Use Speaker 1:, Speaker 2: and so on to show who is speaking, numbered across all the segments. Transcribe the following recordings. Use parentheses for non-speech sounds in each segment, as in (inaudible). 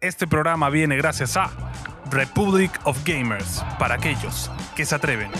Speaker 1: Este programa viene gracias a Republic of Gamers, para aquellos que se atreven.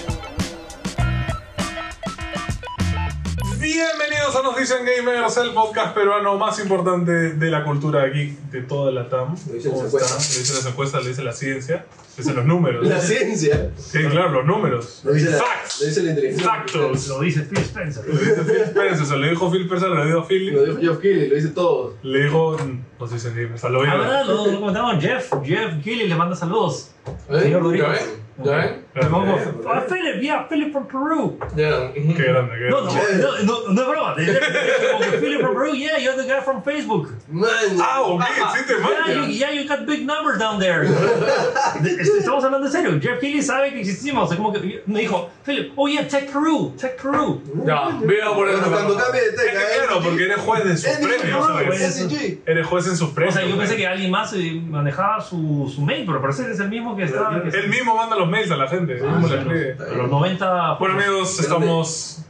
Speaker 2: Bienvenidos a Nos Dicen Gamers, el podcast peruano más importante de la cultura geek de toda la TAM.
Speaker 3: Lo dicen
Speaker 2: ¿Cómo
Speaker 3: las encuestas.
Speaker 2: está? Lo dicen las encuestas, lo dice la ciencia, lo (laughs) dicen los números.
Speaker 3: La ciencia.
Speaker 2: Sí, claro, los números.
Speaker 3: Lo dice la,
Speaker 2: Facts.
Speaker 3: lo dice la inteligencia.
Speaker 2: Factos.
Speaker 4: Lo dice Phil Spencer.
Speaker 2: Lo (laughs) dice Phil Spencer, se lo dijo Phil Spencer, lo dijo Phil.
Speaker 3: Lo dijo Geoff Keighley, lo dice todo.
Speaker 2: Le dijo, mm, Nos Dicen Gamers, a lo
Speaker 4: Ah,
Speaker 2: bien.
Speaker 4: verdad, lo, lo comentamos Jeff. Jeff Gilly le manda saludos.
Speaker 5: ¿Eh?
Speaker 4: Señor Rodrigo.
Speaker 5: ¿Ya ven? ¿Ya ven?
Speaker 4: Le pongo, Ah, Philip, yeah, Philip from Peru.
Speaker 5: Ya. ujú.
Speaker 2: Qué grande, qué
Speaker 4: No, no,
Speaker 2: grande.
Speaker 4: no, no, no es broma. They- they- they- como, Philip from Peru, yeah, you're the guy from Facebook.
Speaker 3: Man. Uh,
Speaker 2: Ah, ok, sí te
Speaker 4: Yeah, you,
Speaker 2: manda.
Speaker 4: yeah, you got big numbers down (laughs) there. De- est- Estamos hablando en serio. Jeff Gilly sabe que existimos. Es como que me dijo, Philip, oh yeah, Tech Peru, Tech Peru.
Speaker 5: Ya, viva por
Speaker 3: Bueno,
Speaker 5: eso.
Speaker 3: cuando cambie de
Speaker 2: Es
Speaker 3: teca. eh,
Speaker 2: que claro, porque eres juez de sus premios. ¿sabes?
Speaker 3: SG.
Speaker 2: Eres juez en sus
Speaker 4: O
Speaker 2: premios.
Speaker 4: sea, yo pensé
Speaker 2: ¿sabes?
Speaker 4: que alguien más eh, manejaba su, su mail, pero parece que es el mismo que está. que-
Speaker 2: Él mismo manda los mails a la gente. él
Speaker 3: Ah,
Speaker 2: mismo le
Speaker 3: claro.
Speaker 2: escribe.
Speaker 4: A los 90.
Speaker 2: Bueno amigos, estamos...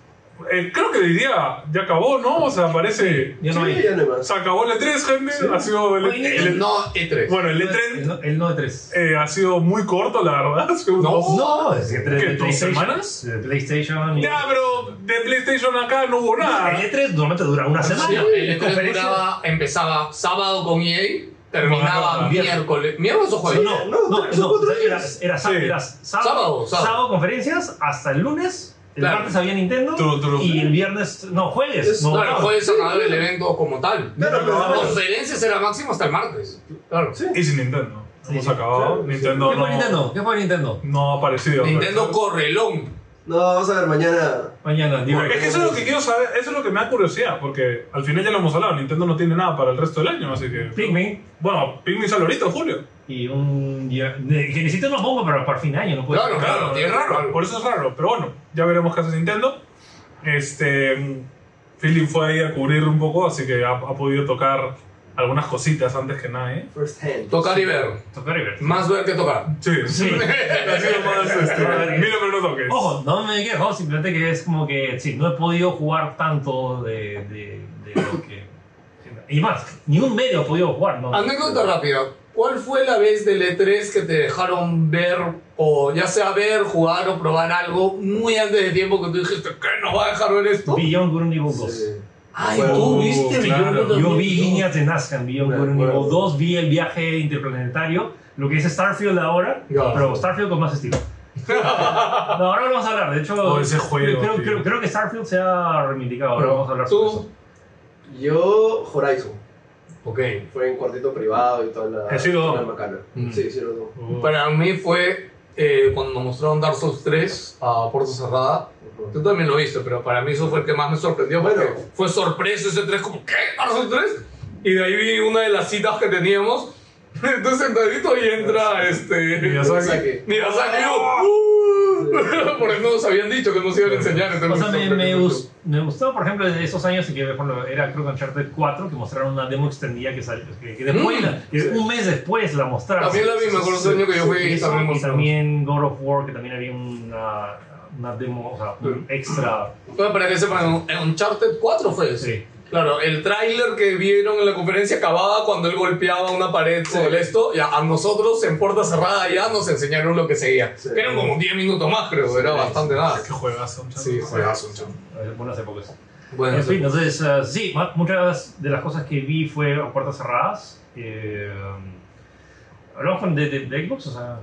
Speaker 2: eh, creo que diría, ya acabó, ¿no? O sea, parece...
Speaker 4: Ya no
Speaker 3: Sí,
Speaker 4: hay.
Speaker 3: ya no hay más.
Speaker 2: Se acabó el E3, gente. Ha sido el,
Speaker 4: Oye,
Speaker 2: el-
Speaker 5: El no E E3.
Speaker 2: Bueno, el
Speaker 4: El
Speaker 2: E3
Speaker 4: no- El no de 3.
Speaker 2: eh, ha sido muy corto, la verdad. (laughs) Ha sido
Speaker 5: No.
Speaker 2: dos-
Speaker 4: No, es que tres
Speaker 2: ¿Qué,
Speaker 4: de
Speaker 2: dos
Speaker 4: PlayStation.
Speaker 2: semanas?
Speaker 4: De PlayStation. y-
Speaker 2: Ya, pero de PlayStation acá no hubo nada.
Speaker 4: El E3 normalmente dura una
Speaker 5: Sí,
Speaker 4: semana.
Speaker 5: el E3
Speaker 4: Conferencia-
Speaker 5: duraba, empezaba sábado con EA, terminaba
Speaker 2: Bueno,
Speaker 5: miércoles. ¿Miércoles o jueves?
Speaker 3: No,
Speaker 4: No, no, no,
Speaker 3: tres- son cuatro
Speaker 4: era,
Speaker 3: días.
Speaker 4: era sá-
Speaker 2: Sí.
Speaker 4: era sábado,
Speaker 5: Sábado, sábado.
Speaker 4: conferencias hasta el lunes. El
Speaker 5: Claro.
Speaker 4: martes había Nintendo.
Speaker 2: Tú- tú-
Speaker 4: y el viernes, no, jueves.
Speaker 3: Es-
Speaker 4: no,
Speaker 5: Claro,
Speaker 4: no.
Speaker 5: jueves acababa el evento como tal.
Speaker 3: Claro, pero-
Speaker 5: La conferencia será máximo hasta el martes. Claro.
Speaker 3: Sí.
Speaker 2: Y sin Nintendo. Hemos
Speaker 4: sí,
Speaker 2: acabado.
Speaker 3: claro,
Speaker 2: Nintendo
Speaker 4: ¿Qué fue
Speaker 2: no,
Speaker 4: Nintendo? ¿Qué fue Nintendo?
Speaker 2: no ha aparecido.
Speaker 5: Nintendo
Speaker 2: pero-
Speaker 5: Correlón.
Speaker 3: No, vamos a ver mañana.
Speaker 4: Mañana, digo.
Speaker 2: Es que eso es lo que quiero saber, eso es lo que me da curiosidad, porque al final ya lo hemos hablado, Nintendo no tiene nada para el resto del año, así que...
Speaker 4: Pikmin.
Speaker 2: Bueno, Pikmin sale ahorita en julio.
Speaker 4: Y un. día- Que necesito una bomba para, para fin de año, no puede
Speaker 5: Claro,
Speaker 4: ser.
Speaker 5: claro.
Speaker 2: Claro,
Speaker 5: tiene
Speaker 2: es
Speaker 5: raro.
Speaker 2: Por eso es raro. Pero bueno, ya veremos qué hace Nintendo. Este. Philip fue ahí a cubrir un poco, así que ha, ha podido tocar algunas cositas antes que nada, ¿eh?
Speaker 3: First hand.
Speaker 5: Tocar y ver.
Speaker 4: Tocar y ver.
Speaker 5: Más ver que tocar.
Speaker 2: Sí,
Speaker 4: Sí.
Speaker 2: (laughs) Ha sido más, este, mira, pero no toques.
Speaker 4: Ojo, no me quejo, simplemente que es como que sí, no he podido jugar tanto de, de, de lo que. Y más, ni un medio he podido jugar, ¿no?
Speaker 5: Anécdota rápida. ¿Cuál fue la vez del E3 que te dejaron ver, o ya sea ver, jugar o probar algo muy antes de tiempo que tú dijiste, ¿qué nos va a dejar ver esto?
Speaker 4: Beyond Good and Evil 2.
Speaker 3: Sí.
Speaker 5: Ay,
Speaker 2: Oh,
Speaker 5: tú viste
Speaker 2: claro.
Speaker 5: Ah, Beyond Good and
Speaker 4: Yo vi
Speaker 5: Evil?
Speaker 4: líneas de Nazca en Beyond
Speaker 3: Me
Speaker 4: Good and Evil
Speaker 3: acuerdo.
Speaker 4: 2, vi el viaje interplanetario, lo que es Starfield ahora,
Speaker 5: Ya.
Speaker 4: pero Starfield con más estilo. No, ahora lo vamos a hablar, de hecho,
Speaker 2: Oh, ese juego,
Speaker 4: creo,
Speaker 2: tío.
Speaker 4: creo- creo que Starfield se ha reivindicado, ahora
Speaker 5: Pero
Speaker 4: vamos a hablar sobre
Speaker 5: Tú,
Speaker 4: eso.
Speaker 3: Yo, Horizon.
Speaker 5: ok.
Speaker 3: Fue en cuartito privado y toda la.
Speaker 2: He sido-
Speaker 3: toda la macana.
Speaker 5: Mm.
Speaker 3: Sí, sí, los dos.
Speaker 2: Oh.
Speaker 5: Para mí fue eh, cuando nos mostraron Dark Souls 3 a puerta cerrada.
Speaker 3: Ujú.
Speaker 5: Tú también lo viste, pero para mí eso fue el que más me sorprendió. porque
Speaker 3: Bueno.
Speaker 5: fue sorpresa ese 3, como, ¿qué? ¿Dark Souls 3? Y de ahí vi una de las citas que teníamos. (laughs) Entonces sentadito y entra (laughs) este.
Speaker 2: Ya sabes.
Speaker 3: O sea que-
Speaker 5: Mira, saqué (laughs) yo. Porque ¡Uh! nos habían dicho que nos iban a enseñar.
Speaker 4: O
Speaker 5: entonces
Speaker 4: sea, me, me,
Speaker 5: sorprendió
Speaker 4: gus- me gustó, por ejemplo, de esos años en que por ejemplo, era creo que Uncharted 4, que mostraron una demo extendida que salió, que, que después,
Speaker 5: Mm,
Speaker 4: la- que
Speaker 3: sí.
Speaker 4: un mes después la mostraron.
Speaker 5: También la vi, me acuerdo ese año que yo fui y
Speaker 4: Eso,
Speaker 5: también
Speaker 4: y
Speaker 5: mostraron.
Speaker 4: también God of War, que también había una, una demo, o sea,
Speaker 5: Mm.
Speaker 4: un extra.
Speaker 5: Bueno, para que sepan, en Uncharted 4 fue eso.
Speaker 4: Sí.
Speaker 5: Claro, el tráiler que vieron en la conferencia acababa cuando él golpeaba una pared con el esto, y a, a nosotros en puerta cerrada ya nos enseñaron lo que seguía.
Speaker 3: Sí.
Speaker 5: Que eran como 10 minutos más, creo, era bastante nada.
Speaker 2: Qué juegazo, muchachos.
Speaker 5: Sí, juegazo, chamo.
Speaker 4: eh, Bueno, hace poco eso.
Speaker 5: Bueno,
Speaker 4: en fin, entonces, eh, sí, ma- muchas de las cosas que vi fue a puertas cerradas. Eh, Hablamos con de, de- de Xbox, o sea.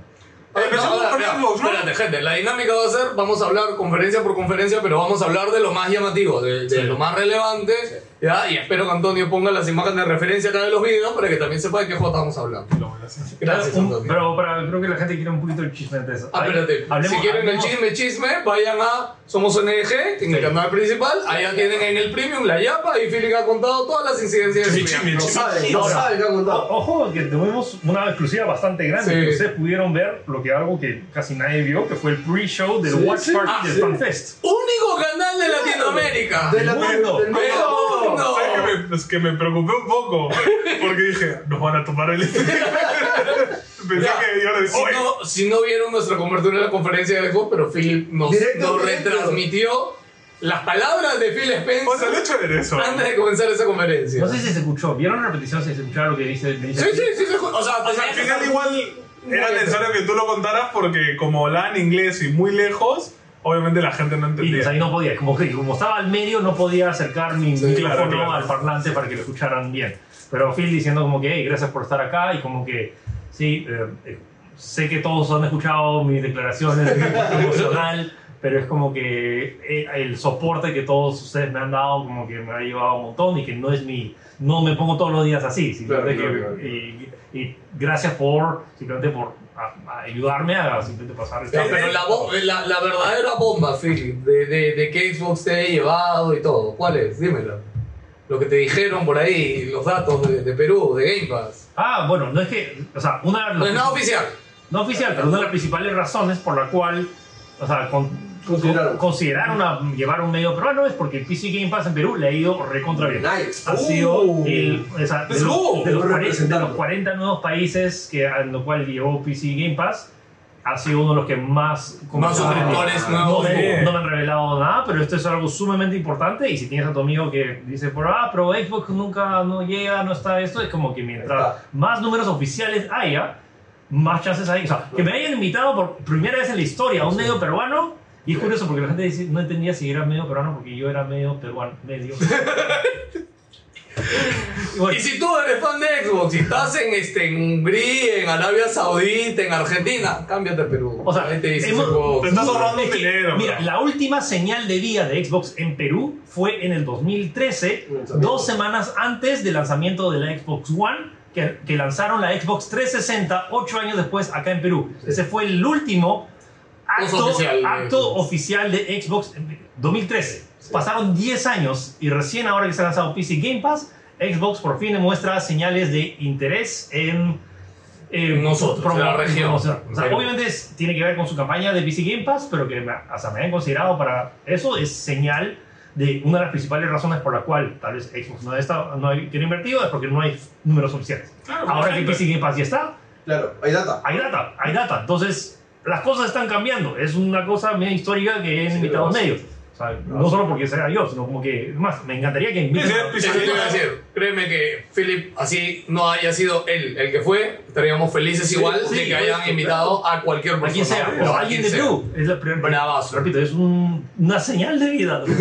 Speaker 5: Ah,
Speaker 2: Empezamos
Speaker 5: ahora,
Speaker 2: por
Speaker 5: mira,
Speaker 2: Xbox, ¿no?
Speaker 5: Espérate, gente, la dinámica va a ser, vamos a hablar conferencia por conferencia, pero vamos a hablar de lo más llamativo, de, de lo más relevante, ¿ya? Y espero que Antonio ponga las imágenes de referencia acá de los videos para que también sepa de qué juego estamos hablando.
Speaker 2: Lo voy a hacer.
Speaker 5: Gracias,
Speaker 4: Un-
Speaker 5: Antonio.
Speaker 4: pero para- creo que la gente quiere un poquito el chisme de eso.
Speaker 5: Ah,
Speaker 4: Ay,
Speaker 5: espérate.
Speaker 4: hablemos-
Speaker 5: si quieren
Speaker 4: hablemos-
Speaker 5: el chisme, chisme, vayan a Somos ONG, en el
Speaker 4: Sí.
Speaker 5: canal principal. Allá tienen en el premium la Yapa y Philip ha contado todas las incidencias de su
Speaker 2: Chisme,
Speaker 3: No
Speaker 5: vida.
Speaker 3: saben, no
Speaker 4: Ahora,
Speaker 3: saben qué han
Speaker 4: o-
Speaker 3: contado.
Speaker 4: Ojo, que tuvimos una exclusiva bastante grande.
Speaker 5: Sí.
Speaker 4: Que ustedes pudieron ver lo que algo que casi nadie vio, que fue el pre-show del
Speaker 3: Sí,
Speaker 4: Watch
Speaker 3: sí.
Speaker 4: Party
Speaker 3: Ah,
Speaker 4: del
Speaker 3: sí.
Speaker 4: FanFest.
Speaker 5: Único canal de Latinoamérica.
Speaker 3: De la-
Speaker 4: mundo.
Speaker 3: del mundo.
Speaker 5: Oh, Pero- No.
Speaker 2: ¿Sabes que me, es que me preocupé un poco? Porque dije, nos van a tomar el (laughs) Pensé
Speaker 5: Ya.
Speaker 2: que yo le
Speaker 5: Si
Speaker 2: decía,
Speaker 5: no, si no vieron nuestra cobertura de la conferencia de Xbox, pero Philip nos,
Speaker 3: Directo,
Speaker 5: nos
Speaker 3: directo.
Speaker 5: retransmitió las palabras de Phil Spencer
Speaker 2: O sea, lo chévere eso.
Speaker 5: antes de comenzar esa conferencia.
Speaker 4: No
Speaker 2: Pues
Speaker 4: sé si se escuchó. ¿Vieron la repetición? Si se escucharon lo que dice.
Speaker 5: Sí, sí, sí, sí, O sea, pues,
Speaker 2: O sea, al
Speaker 5: tenía que
Speaker 2: final
Speaker 5: estar-
Speaker 2: igual era
Speaker 5: bien.
Speaker 2: necesario que tú lo contaras porque como hablaban inglés y muy lejos, obviamente la gente no
Speaker 4: Y pues,
Speaker 2: entendía.
Speaker 4: ahí no podía, como, que- como estaba al medio, no podía acercar mi
Speaker 5: Sí,
Speaker 4: micrófono
Speaker 2: claro, claro.
Speaker 4: al parlante para que lo escucharan bien. Pero Phil diciendo como que, hey, gracias por estar acá y como que, sí, eh, eh, sé que todos han escuchado mis declaraciones de mi parte emocional, pero es como que eh, el soporte que todos ustedes me han dado como que me ha llevado un montón y que no es mi, no me pongo todos los días así, sino
Speaker 3: Claro,
Speaker 4: de
Speaker 3: claro,
Speaker 4: que-
Speaker 3: claro.
Speaker 4: Y, y gracias por, simplemente por a- a ayudarme a simplemente pasar
Speaker 5: No,
Speaker 4: esta-
Speaker 5: pero la, bo- la, la verdadera bomba, Phil, de, de, de qué Xbox te he llevado y todo. ¿Cuál es? Dímelo. Lo que te dijeron por ahí, los datos de, de Perú, de Game Pass.
Speaker 4: Ah, bueno, no es que, o sea, una de
Speaker 5: Pues No es
Speaker 4: las-
Speaker 5: nada oficial.
Speaker 4: no oficial, pero una de las principales razones por la cual, o sea, con-
Speaker 3: Consideraron.
Speaker 4: con- consideraron a llevar un medio peruano es porque el PC Game Pass en Perú le ha ido recontra bien.
Speaker 3: Nice.
Speaker 4: Ha sido
Speaker 2: Uh.
Speaker 4: el, o sea, de,
Speaker 2: Let's
Speaker 4: los-
Speaker 2: go.
Speaker 3: Lo
Speaker 4: de los 40, de los
Speaker 3: representando.
Speaker 4: 40 nuevos países que, a los cuales llevó PC Game Pass, ha sido uno de los que más...
Speaker 5: Más suscriptores
Speaker 4: No
Speaker 5: nuevos.
Speaker 4: me,
Speaker 2: Bien.
Speaker 4: no me han revelado nada, pero esto es algo sumamente importante. Y si tienes a tu amigo que dice, por ah, pero Xbox nunca no llega, no está esto, es como que mientras
Speaker 3: Está.
Speaker 4: más números oficiales haya, más chances hay. O sea, que me hayan invitado por primera vez en la historia a un medio peruano. Y es curioso porque la gente dice, no entendía si era medio peruano porque yo era medio peruano.
Speaker 5: (laughs)
Speaker 4: Medio. Y bueno,
Speaker 5: Y si tú eres fan de Xbox y estás en, este, en Hungría, en Arabia Saudita, en Argentina, cámbiate a Perú.
Speaker 4: O sea,
Speaker 5: ahí te dices
Speaker 4: hemos-
Speaker 5: Xbox.
Speaker 2: Te estás ahorrando
Speaker 4: Es
Speaker 2: un
Speaker 4: que,
Speaker 2: dinero.
Speaker 4: Mira,
Speaker 2: bro.
Speaker 4: la última señal de vida de Xbox en Perú fue en el 2013,
Speaker 3: Lanzamiento.
Speaker 4: dos semanas antes del lanzamiento de la Xbox One, que, que lanzaron la Xbox 360 ocho años después acá en Perú. Ese fue el último acto,
Speaker 5: Uso oficial de
Speaker 4: acto
Speaker 5: Xbox.
Speaker 4: oficial de Xbox en Perú. 2013. Pasaron 10 años y recién ahora que se ha lanzado PC Game Pass, Xbox por fin muestra señales de interés en eh,
Speaker 5: Nosotros,
Speaker 4: promo-
Speaker 5: la región.
Speaker 4: promocionar. O sea,
Speaker 5: Pero-
Speaker 4: obviamente es- tiene que ver con su campaña de PC Game Pass, pero que me, o sea, me hayan considerado para eso es señal de una de las principales razones por la cual tal vez Xbox no, está, no hay- quiere invertido es porque no hay números oficiales.
Speaker 2: Claro,
Speaker 4: Ahora que
Speaker 2: perfecto.
Speaker 4: PC Game Pass ya está,
Speaker 3: Claro, hay data.
Speaker 4: hay data, hay data. Entonces, las cosas están cambiando. Es una cosa media histórica que es
Speaker 3: Sí,
Speaker 4: invitado a
Speaker 3: lo hace.
Speaker 4: medios. O sea, no solo porque sea yo, sino como que, es más, me encantaría que inviten
Speaker 2: Sí,
Speaker 4: a-
Speaker 2: sí,
Speaker 5: Eso te iba a decir. Créeme que Philip, así no haya sido él el que fue, estaríamos felices igual
Speaker 4: sí,
Speaker 5: de que
Speaker 4: por
Speaker 5: hayan
Speaker 4: supuesto.
Speaker 5: invitado a cualquier
Speaker 4: a
Speaker 5: persona.
Speaker 4: quien sea,
Speaker 5: No,
Speaker 4: o
Speaker 5: a
Speaker 4: alguien
Speaker 5: quien
Speaker 4: de
Speaker 5: sea.
Speaker 4: Perú. Es la primera.
Speaker 5: Bravazo.
Speaker 4: Repito, es un- una señal de vida. ni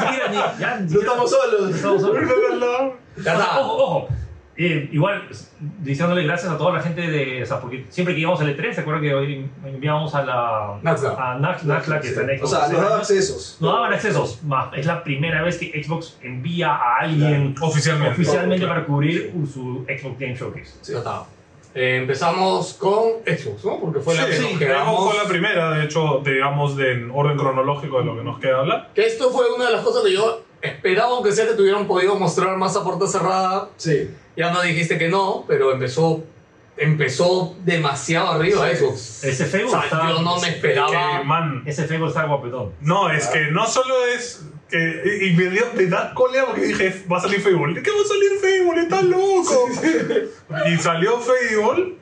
Speaker 4: siquiera ni. Ya, ni
Speaker 3: No
Speaker 4: siquiera-
Speaker 3: estamos solos.
Speaker 4: estamos solos.
Speaker 5: Ya
Speaker 4: O sea,
Speaker 5: está.
Speaker 4: ojo, ojo. Eh, igual, s- diciéndole gracias a toda la gente de. O sea, porque siempre que íbamos al E3, ¿se acuerdan que hoy enviamos a la.
Speaker 5: Naxla.
Speaker 4: A Nax- Naxla, que está en
Speaker 3: O
Speaker 4: Xbox.
Speaker 3: sea, nos daba accesos.
Speaker 4: Nos daban accesos. ma, Es la primera vez que Xbox envía a alguien
Speaker 2: Oficialmente.
Speaker 4: oficialmente
Speaker 3: Claro.
Speaker 4: para cubrir su Xbox Game Showcase.
Speaker 3: Sí.
Speaker 5: Ya está. Eh, empezamos con Xbox, ¿no? Porque fue la
Speaker 2: Sí,
Speaker 5: que
Speaker 2: sí,
Speaker 5: nos
Speaker 2: quedamos
Speaker 5: quedamos.
Speaker 2: con la primera, de hecho, digamos, de, en orden cronológico de lo que nos queda hablar.
Speaker 5: Que esto fue una de las cosas que yo esperaba, aunque sea que te hubieran podido mostrar más a puerta cerrada.
Speaker 3: Sí.
Speaker 5: Ya no dijiste que no, pero empezó, empezó demasiado arriba Xbox.
Speaker 4: Ese
Speaker 5: O
Speaker 4: Facebook
Speaker 5: sea,
Speaker 4: está.
Speaker 5: yo no me esperaba.
Speaker 2: Que, man,
Speaker 4: Ese Facebook está guapetón.
Speaker 2: no, es que no solo es que... Y, y me, dio, me da cólera porque dije, va a salir Fable. ¿Qué va a salir Fable? ¡Está
Speaker 5: (laughs)
Speaker 2: loco! y salió Fable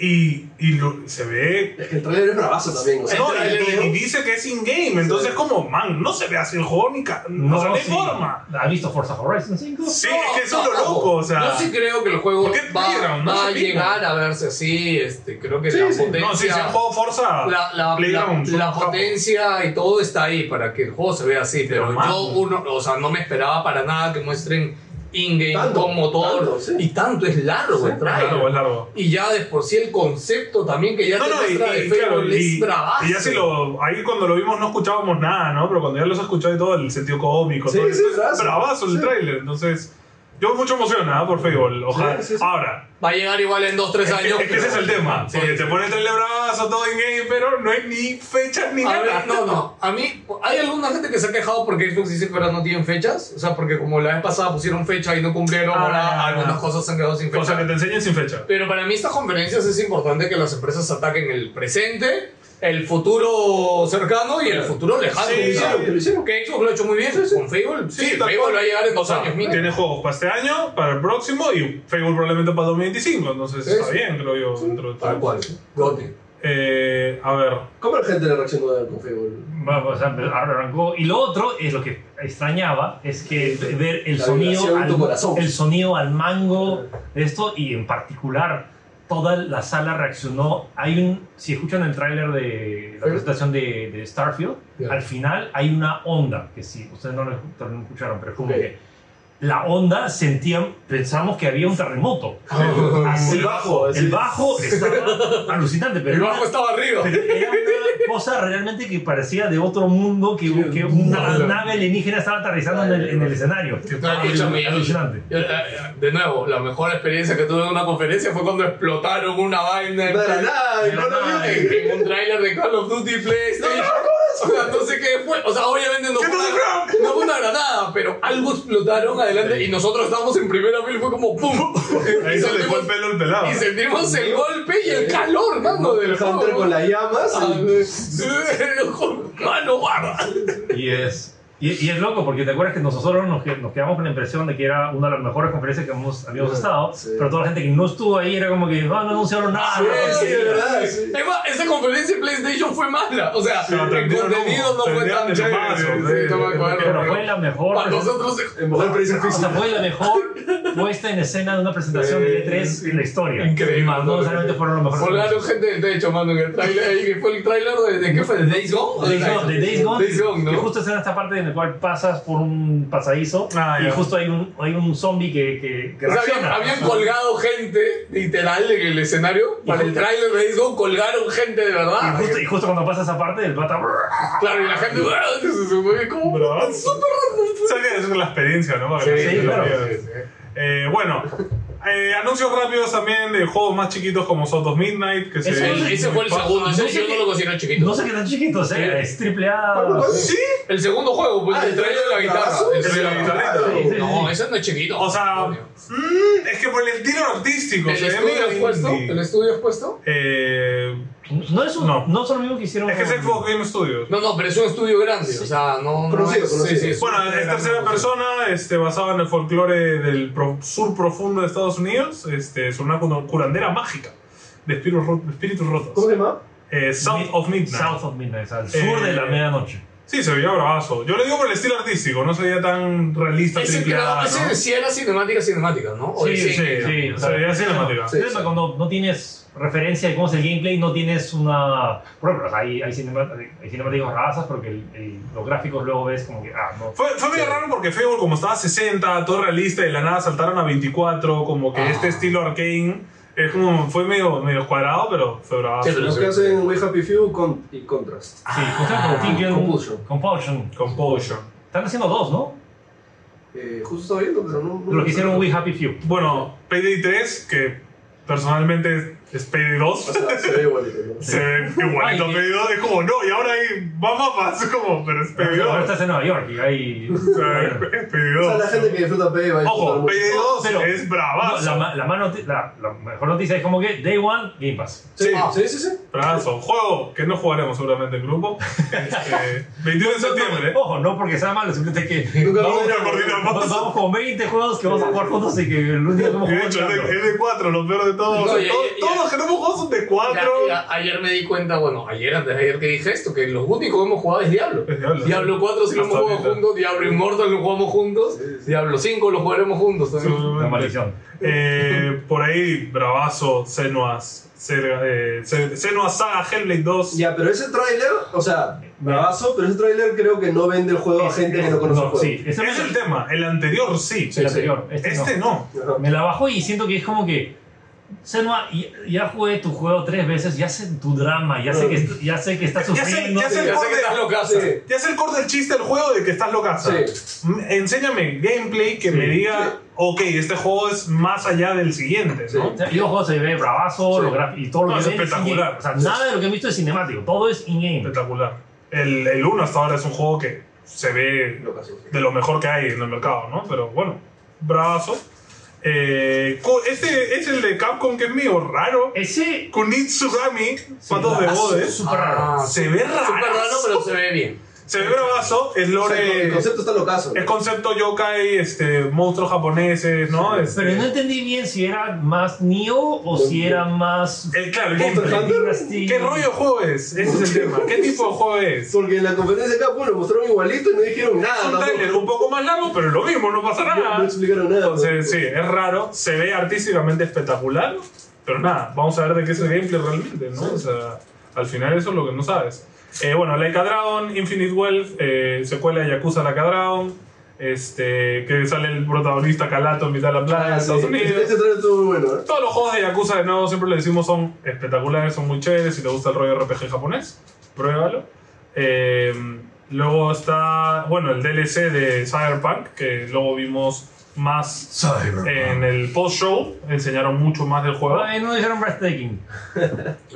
Speaker 2: y, y lo- se ve
Speaker 3: Es que el trailer es bravazo también. O sea,
Speaker 2: No,
Speaker 5: Entra
Speaker 2: y,
Speaker 5: el
Speaker 2: y dice que es in-game, entonces
Speaker 3: Sí.
Speaker 2: como, man, no se ve así el juego ni ca- no, o sea, no hay
Speaker 4: sí.
Speaker 2: forma.
Speaker 4: ¿Has visto Forza Horizon 5?
Speaker 2: Sí,
Speaker 5: No,
Speaker 2: es que eso
Speaker 5: no,
Speaker 2: es lo
Speaker 5: no.
Speaker 2: loco, o sea.
Speaker 5: Yo sí creo que el juego
Speaker 2: ¿Por qué
Speaker 5: va,
Speaker 2: Playground? No
Speaker 5: va
Speaker 2: se
Speaker 5: a
Speaker 2: pilla.
Speaker 5: llegar a verse así. Este, creo que
Speaker 3: Sí,
Speaker 5: la
Speaker 3: sí.
Speaker 5: potencia.
Speaker 2: No, sí, si han jugado Forza,
Speaker 5: la, la-
Speaker 2: Playground,
Speaker 5: la-
Speaker 2: son
Speaker 5: la
Speaker 2: unos capos.
Speaker 5: potencia y todo está ahí para que el juego se vea así, pero
Speaker 2: Pero más,
Speaker 5: yo
Speaker 2: ¿no?
Speaker 5: uno, o sea, no me esperaba para nada que muestren in-game
Speaker 3: Tanto,
Speaker 5: con motor
Speaker 3: tanto, sí.
Speaker 5: y tanto es largo el
Speaker 2: Es
Speaker 5: trailer.
Speaker 2: largo, es largo.
Speaker 5: Y ya de por sí el concepto también que ya
Speaker 2: No,
Speaker 5: te
Speaker 2: no, y,
Speaker 5: muestra de
Speaker 2: y,
Speaker 5: Facebook
Speaker 2: claro,
Speaker 5: es
Speaker 2: y,
Speaker 5: bravazo.
Speaker 2: y ya si lo, ahí cuando lo vimos no escuchábamos nada, ¿no? Pero cuando ya los escuchado y todo, el sentido cómico,
Speaker 3: Sí,
Speaker 2: todo
Speaker 3: sí,
Speaker 2: eso, es
Speaker 3: bravazo.
Speaker 2: bravazo el
Speaker 3: Sí.
Speaker 2: trailer, entonces... Yo mucho emocionada por Fable, ojalá.
Speaker 3: Sí, sí, sí.
Speaker 2: Ahora,
Speaker 5: Va a llegar igual en 2-3
Speaker 2: es que,
Speaker 5: años.
Speaker 2: es que ese es
Speaker 5: pero-
Speaker 2: el tema.
Speaker 5: Sí.
Speaker 2: Porque te pone el trailer bravazo, todo in-game, pero no hay ni fechas ni
Speaker 5: A
Speaker 2: nada.
Speaker 5: ver, no, no. A mí, hay alguna gente que se ha quejado porque Xbox dice que ahora no tienen fechas. O sea, porque como la vez pasada pusieron fecha y no cumplieron,
Speaker 2: Ah,
Speaker 5: ahora
Speaker 2: ya, ya,
Speaker 5: algunas
Speaker 2: ya.
Speaker 5: cosas se han quedado sin fecha.
Speaker 2: O sea, que te enseñen sin fecha.
Speaker 5: Pero para mí estas conferencias es importante que las empresas ataquen el presente, el futuro cercano y el futuro lejano.
Speaker 2: Sí,
Speaker 5: O sea,
Speaker 3: sí, lo hicieron.
Speaker 5: Que Xbox lo ha hecho muy bien con Fable. Sí,
Speaker 2: tal
Speaker 5: Fable
Speaker 2: cual.
Speaker 5: va a llegar en
Speaker 2: O
Speaker 5: dos
Speaker 2: sea,
Speaker 5: años mínimo.
Speaker 2: Ah, Tiene juegos para este año, para el próximo y Facebook probablemente para 2025. Entonces
Speaker 5: Sí,
Speaker 2: está
Speaker 5: sí.
Speaker 2: bien, creo yo, dentro de todo.
Speaker 5: Tal cual. Gotti.
Speaker 2: Eh, a ver.
Speaker 3: ¿Cómo la gente le reaccionó con Facebook?
Speaker 4: Bueno, o sea, arrancó. Y lo otro es lo que extrañaba, es que ver el
Speaker 3: La
Speaker 4: sonido,
Speaker 3: vibración de tu
Speaker 4: al,
Speaker 3: corazón.
Speaker 4: el sonido al mango, de esto, y en particular toda la sala reaccionó. Hay un, si escuchan el tráiler de la
Speaker 5: Sí.
Speaker 4: presentación de, de Starfield,
Speaker 5: Ya.
Speaker 4: al final hay una onda, que si ustedes no lo escu- no lo escucharon, pero es como
Speaker 3: Ok.
Speaker 4: que la onda sentían, pensamos que había un terremoto. Así,
Speaker 3: Ah, El bajo, así.
Speaker 4: el bajo
Speaker 3: (laughs)
Speaker 4: estaba alucinante, pero
Speaker 5: El
Speaker 4: era-
Speaker 5: bajo estaba
Speaker 4: (laughs)
Speaker 5: arriba.
Speaker 4: era una cosa realmente que parecía de otro mundo que,
Speaker 3: Sí,
Speaker 4: que una
Speaker 5: no, no.
Speaker 4: nave alienígena estaba aterrizando en el, en el escenario.
Speaker 5: No, escúchame, yo-
Speaker 4: Alucinante.
Speaker 5: yo- eh, De nuevo, la mejor experiencia que tuve en una conferencia fue cuando explotaron una vaina en,
Speaker 3: No era nada,
Speaker 4: De la
Speaker 3: no lo
Speaker 4: nada.
Speaker 3: viste.
Speaker 5: en un tráiler de Call of Duty PlayStation. O sea, no sé qué fue. O sea, obviamente no, fue una, no fue una granada, pero algo explotaron adelante y nosotros estábamos en primera fila y fue como ¡pum!
Speaker 2: Ahí
Speaker 5: Y
Speaker 2: se le fue
Speaker 5: sentimos-
Speaker 2: el pelo al pelado. (laughs)
Speaker 5: Y sentimos el golpe y el calor, mano, del
Speaker 3: Hunter
Speaker 5: juego.
Speaker 3: con las llamas.
Speaker 5: Ah,
Speaker 3: y-
Speaker 5: Mano, barra.
Speaker 4: Y es, y, y es loco, porque te acuerdas que nosotros nos, que- nos quedamos con la impresión de que era una de las mejores conferencias que hemos, habíamos
Speaker 3: Sí.
Speaker 4: estado, pero toda la gente que no estuvo ahí era como que "Ah, no anunciaron nada.
Speaker 5: Sí,
Speaker 4: no anunciaron
Speaker 5: sí,
Speaker 4: nada".
Speaker 3: verdad, sí.
Speaker 5: Es más, esa conferencia de PlayStation fue mala. O sea,
Speaker 2: Sí,
Speaker 5: el
Speaker 2: aprendieron
Speaker 5: contenido
Speaker 2: humo,
Speaker 5: no fue tan
Speaker 2: aprendieron de
Speaker 5: chévere.
Speaker 2: mazos,
Speaker 5: Sí,
Speaker 2: de-
Speaker 5: no me
Speaker 2: de-
Speaker 5: acuerdo,
Speaker 4: Pero
Speaker 5: pero
Speaker 4: fue la mejor.
Speaker 5: Para nosotros,
Speaker 3: En mejor precio
Speaker 4: O sea, fue la mejor puesta en escena de una presentación de E3 en la historia.
Speaker 5: Increíble.
Speaker 4: Más no solamente fueron los mejores.
Speaker 5: volaron gente del techo, mano, en el trailer. ahí, que fue el trailer de, de qué fue? ¿De Days Gone?
Speaker 4: De Days Gone, de Days Gone,
Speaker 5: Days Gone,
Speaker 4: que
Speaker 5: ¿no?
Speaker 4: justo está en esta parte en la cual pasas por un pasadizo
Speaker 2: Ah,
Speaker 4: y
Speaker 2: ya.
Speaker 4: justo hay un, hay un zombie que, que, que
Speaker 5: O sea, habían,
Speaker 4: reacciona.
Speaker 5: habían colgado gente, literal, en el escenario. Para el trailer de Days Gone colgaron gente de
Speaker 4: y,
Speaker 5: verdad.
Speaker 4: justo, y justo cuando pasa esa parte, el pata...
Speaker 5: Claro, y la gente ¡ah! se sube como...
Speaker 2: Bravo.
Speaker 5: Súper raro.
Speaker 2: Sabía que eso es la experiencia, ¿no? Para que la
Speaker 5: Sí,
Speaker 2: gente lo
Speaker 4: claro.
Speaker 2: viva. Eh, bueno, eh, anuncios rápidos también de juegos más chiquitos como Souls of Midnight. Que
Speaker 4: Ese-
Speaker 2: se
Speaker 5: Ese fue el segundo, ese
Speaker 4: No sé
Speaker 5: yo no
Speaker 4: qué-
Speaker 5: lo considero chiquito.
Speaker 4: No sé qué tan chiquito sea, es triple A.
Speaker 3: ¿Cuál, cuál?
Speaker 2: Sí,
Speaker 5: El segundo juego, pues
Speaker 3: Ah,
Speaker 5: el trailer de la guitarra.
Speaker 3: Ah,
Speaker 5: El
Speaker 2: sí,
Speaker 5: trailer de la guitarra.
Speaker 2: guitarra.
Speaker 4: Sí, sí, sí.
Speaker 5: No, ese no es chiquito.
Speaker 2: O sea,
Speaker 5: Coño.
Speaker 2: mm, es que por el estilo artístico.
Speaker 5: ¿el
Speaker 2: se ve
Speaker 5: estudio
Speaker 2: medio
Speaker 5: es puesto?
Speaker 2: indie.
Speaker 5: ¿El estudio es puesto?
Speaker 2: Eh,
Speaker 4: No es un,
Speaker 2: No.
Speaker 4: no. es lo mismo que hicieron.
Speaker 2: es que es
Speaker 4: con-
Speaker 2: Xbox Game Studios.
Speaker 5: No, no, pero es un estudio grande. O sea, no. no
Speaker 3: Conocido,
Speaker 5: es-
Speaker 3: conocido.
Speaker 5: Sí, sí,
Speaker 2: Bueno, es tercera persona, este, basada en el folclore del pro- sur profundo de Estados Unidos, este, sobre una cu- curandera mágica de espíritus, ro- de espíritus
Speaker 3: ¿Cómo
Speaker 2: rotos.
Speaker 3: se llama?
Speaker 2: Eh, South of Midnight.
Speaker 4: South of Midnight, al sur
Speaker 2: Eh,
Speaker 4: de la medianoche.
Speaker 2: Sí, se veía bravazo. Yo le digo por el estilo artístico, no sería tan realista,
Speaker 5: Ese,
Speaker 2: triple A,
Speaker 5: era- ese
Speaker 2: ¿no?
Speaker 5: sí era cinemática, cinemática, ¿no? O
Speaker 2: Sí,
Speaker 5: ese-
Speaker 2: sí.
Speaker 4: o
Speaker 2: se
Speaker 4: sea,
Speaker 2: veía
Speaker 4: es el-
Speaker 2: cinemática.
Speaker 4: es el
Speaker 3: Sí,
Speaker 4: tema,
Speaker 3: sí.
Speaker 4: Cuando no tienes referencia de cómo es el gameplay, no tienes una. Por ejemplo, hay, hay, cinema- hay cinemáticos razas porque el- el- los gráficos luego ves como que. Ah, no.
Speaker 2: Fue, fue medio raro porque Fable, como estaba a 60, todo realista, y de la nada saltaron a 24, como que
Speaker 5: Ah.
Speaker 2: este estilo arcane es como, fue medio, medio cuadrado, pero fue bravazo.
Speaker 5: Sí, pero-
Speaker 3: Los que hacen We Happy Few con- y Contrast.
Speaker 4: Sí,
Speaker 3: Ah,
Speaker 4: Construct Confusion,
Speaker 3: Compulsion.
Speaker 4: Compulsion.
Speaker 2: Compulsion.
Speaker 4: Están haciendo dos, ¿no?
Speaker 3: Eh, justo estaba viendo, pero no. no
Speaker 4: Lo que hicieron We Happy Few.
Speaker 2: Bueno, Payday 3, que personalmente es Payday 2.
Speaker 3: O sea, se ve igualito. ¿no?
Speaker 2: Se ve igualito a
Speaker 4: Ay,
Speaker 2: Payday 2, es como no, y ahora hay más mapas, es como, pero es Payday
Speaker 4: Ahora
Speaker 2: 2.
Speaker 4: estás en Nueva York
Speaker 2: (laughs)
Speaker 4: y hay.
Speaker 2: O sea, es Payday
Speaker 3: O sea, la
Speaker 2: 2.
Speaker 3: gente que disfruta Pay va a disfrutar
Speaker 2: Ojo,
Speaker 3: mucho.
Speaker 2: Payday 2
Speaker 4: Pero-
Speaker 2: es
Speaker 4: No, Ah, la,
Speaker 2: bravazo.
Speaker 4: ma- la más noti- la- la mejor noticia es como que Day One, Game Pass.
Speaker 3: Sí,
Speaker 5: Ah.
Speaker 3: sí, sí, sí.
Speaker 2: Bravazo. Juego que no jugaremos seguramente en grupo. Este,
Speaker 4: (laughs)
Speaker 2: 21 de septiembre.
Speaker 4: Ojo, no porque sea malo, simplemente que.
Speaker 3: Nunca
Speaker 2: Vamos
Speaker 3: lo
Speaker 2: a coordinar
Speaker 3: veremos.
Speaker 2: más.
Speaker 4: (laughs) Vamos con 20 juegos que vamos a jugar juntos y que el último que hemos
Speaker 2: Y de
Speaker 4: jugado.
Speaker 2: hecho,
Speaker 4: es
Speaker 2: es de,
Speaker 4: Diablo.
Speaker 2: es de 4, lo peor de todo.
Speaker 5: No,
Speaker 2: O sea,
Speaker 5: ya-
Speaker 2: todo-
Speaker 5: ya-
Speaker 2: todos los que no hemos jugado son de 4.
Speaker 5: Ya- ya- ayer me di cuenta, bueno, ayer antes de ayer que dije esto, que lo único que hemos jugado es Diablo.
Speaker 2: Es Diablo, sí.
Speaker 5: 4 sí
Speaker 2: Hasta
Speaker 5: lo hemos jugado
Speaker 2: ahorita.
Speaker 5: juntos, Diablo Immortal lo jugamos juntos, Diablo 5 lo jugaremos juntos también.
Speaker 4: Una maldición.
Speaker 2: Eh, por ahí, bravazo, Senuas. Sega, eh, Se- Senua's Saga Hellblade 2.
Speaker 3: Ya, pero ese tráiler, o sea, bravazo, pero ese tráiler creo que no vende el juego a gente que no conoce el juego.
Speaker 4: Sí, ese
Speaker 2: Ese es el tema. El anterior sí.
Speaker 4: el anterior. Este,
Speaker 2: Este
Speaker 4: no.
Speaker 2: no.
Speaker 3: Ajá.
Speaker 4: Me la bajó y siento que es como que. Senua, ya, ya jugué tu juego tres veces, ya sé tu drama, ya sé que, ya sé que estás
Speaker 2: Ya sé-
Speaker 4: sufriendo.
Speaker 2: ya sé-
Speaker 5: Ya sé que estás loca.
Speaker 3: Sí.
Speaker 2: Ya es el corte del chiste del juego de que estás locaza.
Speaker 3: Sí.
Speaker 2: Mm, Enséñame gameplay que me diga, ok, este juego es más allá del siguiente, ¿no?
Speaker 4: O sea, el juego se ve bravazo,
Speaker 3: Sí.
Speaker 4: los graf- y todo lo
Speaker 2: No,
Speaker 4: que
Speaker 2: es
Speaker 4: ven es
Speaker 2: espectacular.
Speaker 4: in-game. O sea, nada de lo que he visto es cinemático, todo es in-game.
Speaker 2: Espectacular. El, el 1 hasta ahora es un juego que se ve
Speaker 3: Lo que hace.
Speaker 2: de lo mejor que hay en el mercado, ¿no? Pero bueno, bravazo. Eh, co- este es el de Capcom que es medio raro.
Speaker 4: Ese.
Speaker 2: Kunitsugami, ¿eh? patos de
Speaker 4: ah,
Speaker 2: Bode.
Speaker 4: Súper
Speaker 5: Ah,
Speaker 4: raro.
Speaker 2: Se ve
Speaker 5: Súper
Speaker 2: raro.
Speaker 5: raro, pero se ve bien.
Speaker 2: Se ve bravazo, es
Speaker 3: O sea,
Speaker 2: lore.
Speaker 3: el concepto está locazo.
Speaker 2: Es concepto yokai, este, monstruos japoneses, ¿no? Este,
Speaker 4: Pero no entendí bien si era más Neo o si era más.
Speaker 2: el, eh, claro, el
Speaker 3: Monster
Speaker 2: gameplay.
Speaker 3: Hunter.
Speaker 2: ¿Qué rollo juego es? Ese es el tema. ¿Qué tipo de juego
Speaker 4: (laughs)
Speaker 2: es?
Speaker 3: Porque en la conferencia acá, bueno, mostraron igualito y no dijeron nada.
Speaker 2: un
Speaker 3: tampoco.
Speaker 2: trailer un poco más largo, pero lo mismo, no pasa
Speaker 3: No,
Speaker 2: nada.
Speaker 3: no explicaron nada.
Speaker 2: Entonces, sí, es raro, se ve artísticamente espectacular, pero nada, vamos a ver de qué es el gameplay realmente, ¿no? O sea, al final eso es lo que no sabes. Eh, bueno, Laika Dragon, Infinite Wealth, eh, secuela de Yakuza Laika Dragon, este, que sale el protagonista Calato en mitad de la playa
Speaker 3: Ah,
Speaker 2: en
Speaker 3: sí.
Speaker 2: Estados
Speaker 3: Este, (laughs)
Speaker 2: Unidos.
Speaker 3: este trailer estuvo muy bueno, ¿eh?
Speaker 2: Todos los juegos de Yakuza, de nuevo, siempre le decimos son espectaculares, son muy chéveres. Si te gusta el rollo RPG japonés, pruébalo. Eh, luego está, bueno, el DLC de Cyberpunk, que luego vimos más
Speaker 3: Eh,
Speaker 2: en el post-show. Enseñaron mucho más del juego.
Speaker 4: Ay, Ah, eh, no dijeron breathtaking.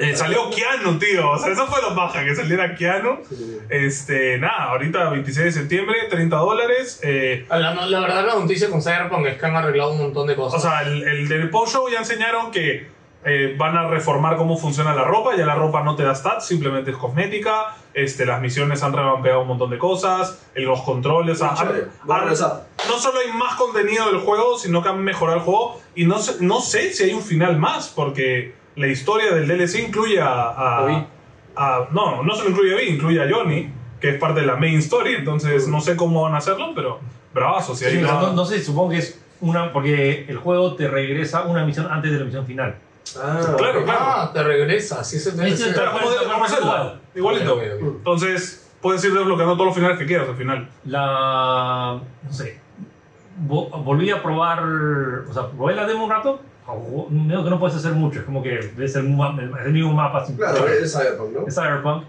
Speaker 2: Eh, salió Keanu, tío. O sea, eso fue lo baja, que saliera Keanu. Este, nada, ahorita 26 de septiembre, 30 dólares. Eh,
Speaker 5: La, la verdad, la noticia con Cyberpunk es que han arreglado un montón de
Speaker 2: O
Speaker 5: cosas.
Speaker 2: sea, el, el del post-show ya enseñaron que eh, van a reformar cómo funciona la ropa. Ya la ropa no te da stats, simplemente es cosmética. Este, las misiones han revampeado un montón de cosas. el- los controles. o sea,
Speaker 3: Muy chévere,
Speaker 2: han-
Speaker 3: muy
Speaker 2: han-
Speaker 3: avanzado.
Speaker 2: no solo hay más contenido del juego, sino que han mejorado el juego. Y no sé, no sé si hay un final más, porque la historia del DLC incluye a. a-
Speaker 5: A Vi.
Speaker 2: a- no, no solo incluye a Vi, incluye a Johnny, que es parte de la main story. Entonces no sé cómo van a hacerlo, pero bravazo. Si ahí
Speaker 4: Sí,
Speaker 2: lo
Speaker 4: no,
Speaker 2: van-
Speaker 4: no- no sé, supongo que es una. Porque el juego te regresa una misión antes de la misión final.
Speaker 3: Ah,
Speaker 2: Claro, claro.
Speaker 5: Ah, te regresa, sí se te
Speaker 4: Ahí está.
Speaker 2: Claro, como, de- como Zelda. Igualito.
Speaker 5: Ok, ok, ok.
Speaker 2: Entonces, puedes ir desbloqueando todos los finales que quieras al final.
Speaker 4: La. No sé. vo- volví a probar. O sea, probé la demo un rato. ojo, Veo que no puedes hacer mucho. Es como que ves el, ma- el- el mismo mapa. sin-
Speaker 3: Claro, eh, es Cyberpunk, ¿no?
Speaker 4: de Cyberpunk.